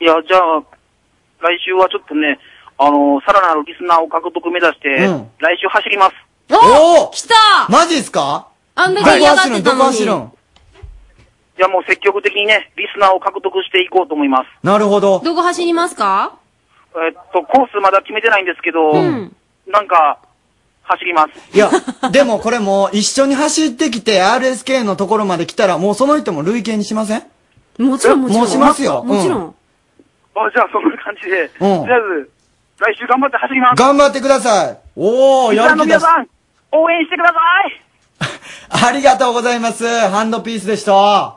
Speaker 1: いや、じゃあ、来週はちょっとね、あの、さらなるリスナーを獲得目指して、
Speaker 2: うん
Speaker 1: 来週走ります。
Speaker 2: おお
Speaker 3: 来た
Speaker 2: マジっすか
Speaker 3: あん
Speaker 2: ど
Speaker 3: だ
Speaker 2: こ
Speaker 3: け嫌がっ
Speaker 2: 走る
Speaker 3: て
Speaker 2: んど
Speaker 3: た
Speaker 2: こ
Speaker 3: の
Speaker 2: 走
Speaker 3: に
Speaker 2: るん
Speaker 1: じゃあもう積極的にね、リスナーを獲得していこうと思います。
Speaker 2: なるほど。
Speaker 3: どこ走りますか
Speaker 1: えっと、コースまだ決めてないんですけど、なんか、走ります。
Speaker 2: い や、でもこれもう一緒に走ってきて RSK のところまで来たらもうその人も累計にしません
Speaker 3: も
Speaker 1: ちろんもちろん
Speaker 2: もうしますよ。
Speaker 1: もちろん
Speaker 2: う
Speaker 1: あ、じゃあそんな感じで、
Speaker 2: うん
Speaker 1: とりあえず、来週頑張って走ります。
Speaker 2: 頑張ってください。おお
Speaker 1: リス
Speaker 2: や
Speaker 1: ナー
Speaker 2: る
Speaker 1: の
Speaker 2: 気出
Speaker 1: 皆
Speaker 2: し
Speaker 1: さん、応援してください
Speaker 2: ありがとうございます。ハンドピースでした。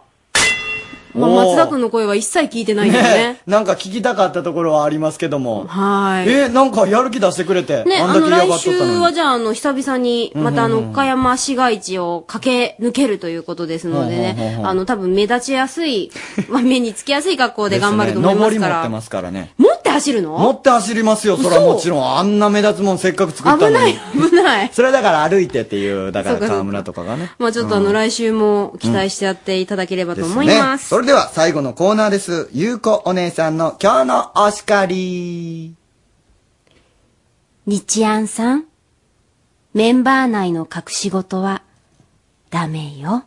Speaker 3: まあ、
Speaker 2: おー
Speaker 3: 松田君の声は一切聞いてないんだよね。
Speaker 2: ねなんか聞きたかったところはありますけども。
Speaker 3: はーい
Speaker 2: えなんかやる気出してくれて。
Speaker 3: ね、あ
Speaker 2: んだ
Speaker 3: の、
Speaker 2: け嫌
Speaker 3: 来
Speaker 2: がっと
Speaker 3: 週
Speaker 2: ったの
Speaker 3: は
Speaker 2: に。
Speaker 3: じゃあ、あの、久々に、またあ
Speaker 2: うんうんう
Speaker 3: の、
Speaker 2: ん
Speaker 3: 岡山市街地を駆け抜けるということですので
Speaker 2: うんうんうん
Speaker 3: ね
Speaker 2: う、ん
Speaker 3: あの、多分目立ちやすい、まあ目につきやすい格好で頑張ると思いま
Speaker 2: 登
Speaker 3: す
Speaker 2: り
Speaker 3: か
Speaker 2: 持って
Speaker 3: ら。
Speaker 2: ますからね。
Speaker 3: 持って走るの
Speaker 2: 持って走りますよ、それはもちろん。あんな目立つもんせっかく作ったの
Speaker 3: 危
Speaker 2: に。
Speaker 3: ない、危ない。
Speaker 2: それはだから歩いてっていう、だか
Speaker 3: そう
Speaker 2: ら
Speaker 3: かそうか
Speaker 2: 河村とかがね。
Speaker 3: まあちょっとあの、
Speaker 2: うん
Speaker 3: 来週も期待してやっていただければと思い
Speaker 2: ですね
Speaker 3: ます。
Speaker 2: それでは最後のコーナーです。ゆうこお姉さんの今日のお叱り。
Speaker 3: 日安さん、メンバー内の隠し事は、ダメよ。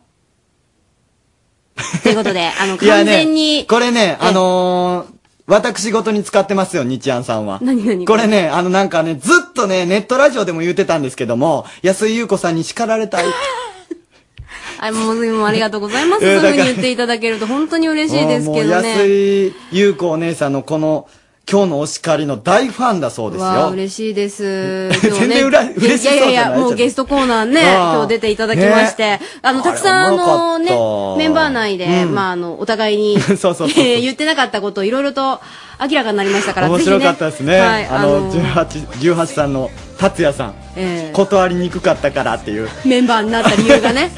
Speaker 3: ということで、あの、
Speaker 2: いや
Speaker 3: 完全に、
Speaker 2: ね、これね、あのー、私事に使ってますよ、日安さんは。
Speaker 3: 何何
Speaker 2: これね、あのなんかね、ずっとね、ネットラジオでも言ってたんですけども、安井優子さんに叱られ たい。
Speaker 3: あ、もう、もうありがとうございます。そう
Speaker 2: えーだか
Speaker 3: いうふうに
Speaker 2: ら
Speaker 3: 言っていただけると本当に嬉しいですけど
Speaker 2: もう安
Speaker 3: ね。
Speaker 2: 井優子お姉さんのこの、今日のお叱りの大ファンだそうです
Speaker 3: わあ、
Speaker 2: よ。
Speaker 3: 嬉し いです。今日ね
Speaker 2: 全然うら嬉しそうじゃない
Speaker 3: いやいやいや、もうゲストコーナーね、
Speaker 2: ああ
Speaker 3: 今日出ていただきまして、あの、たくさん、あ
Speaker 2: あれ
Speaker 3: のね
Speaker 2: おもろかっ、た
Speaker 3: メンバー内で、
Speaker 2: うん
Speaker 3: まあ、あの、お 互いに、
Speaker 2: そうそうそうそう
Speaker 3: えー言ってなかったこと、いろいろと明らかになりましたから、
Speaker 2: 面白かったですね。
Speaker 3: ぜひはい、
Speaker 2: あ
Speaker 3: あ
Speaker 2: の、
Speaker 3: の、
Speaker 2: 18、18さんの達也さん、
Speaker 3: えー
Speaker 2: 断りにくかったからっていう。
Speaker 3: メンバーになった理由 がね、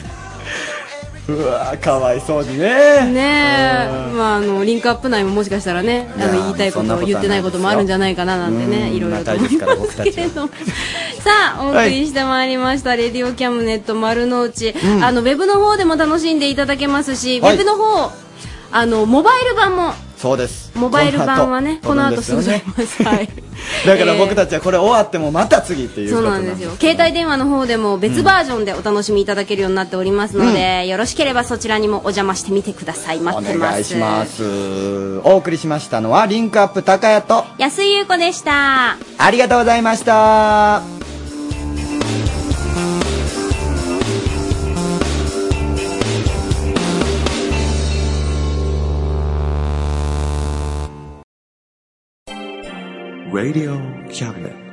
Speaker 2: うわーかわいそうにね。
Speaker 3: ね
Speaker 2: うん
Speaker 3: え、まあ、あの、リンクアップ内ももしかしたらね、
Speaker 2: い
Speaker 3: あ
Speaker 2: や
Speaker 3: の、言いたいこ
Speaker 2: そんな
Speaker 3: と
Speaker 2: ことはないですよ
Speaker 3: 言ってないこともあるんじゃないかな、なんてね、
Speaker 2: うん
Speaker 3: いろいろと
Speaker 2: 仲いい
Speaker 3: 思
Speaker 2: で
Speaker 3: い
Speaker 2: すから
Speaker 3: ますけれども。 さあ、お送りしてまいりました、レディオキャムネット丸の内。
Speaker 6: うん
Speaker 3: あの、ウェブの方でも楽しんでいただけますし、ウ
Speaker 2: はい
Speaker 3: ェブの方、あの、モバイル版も、
Speaker 2: そうです。
Speaker 3: モバイル版はね、この後すぐ
Speaker 2: 撮るんですよね
Speaker 3: ます。はい。
Speaker 2: だから僕たちはこれ終わってもまた次っていう
Speaker 3: そ
Speaker 2: こ
Speaker 3: う
Speaker 2: と
Speaker 3: なんですよ。携帯電話の方でも別バージョンでお楽しみいただけるようになっておりますので、よろしければそちらにもお邪魔してみてください。待
Speaker 2: お
Speaker 3: ってます。
Speaker 2: 願いします。お送りしましたのは、リンクアップ高谷と、
Speaker 3: 安井優子でした。
Speaker 2: ありがとうございました。
Speaker 9: Radio Cabinet.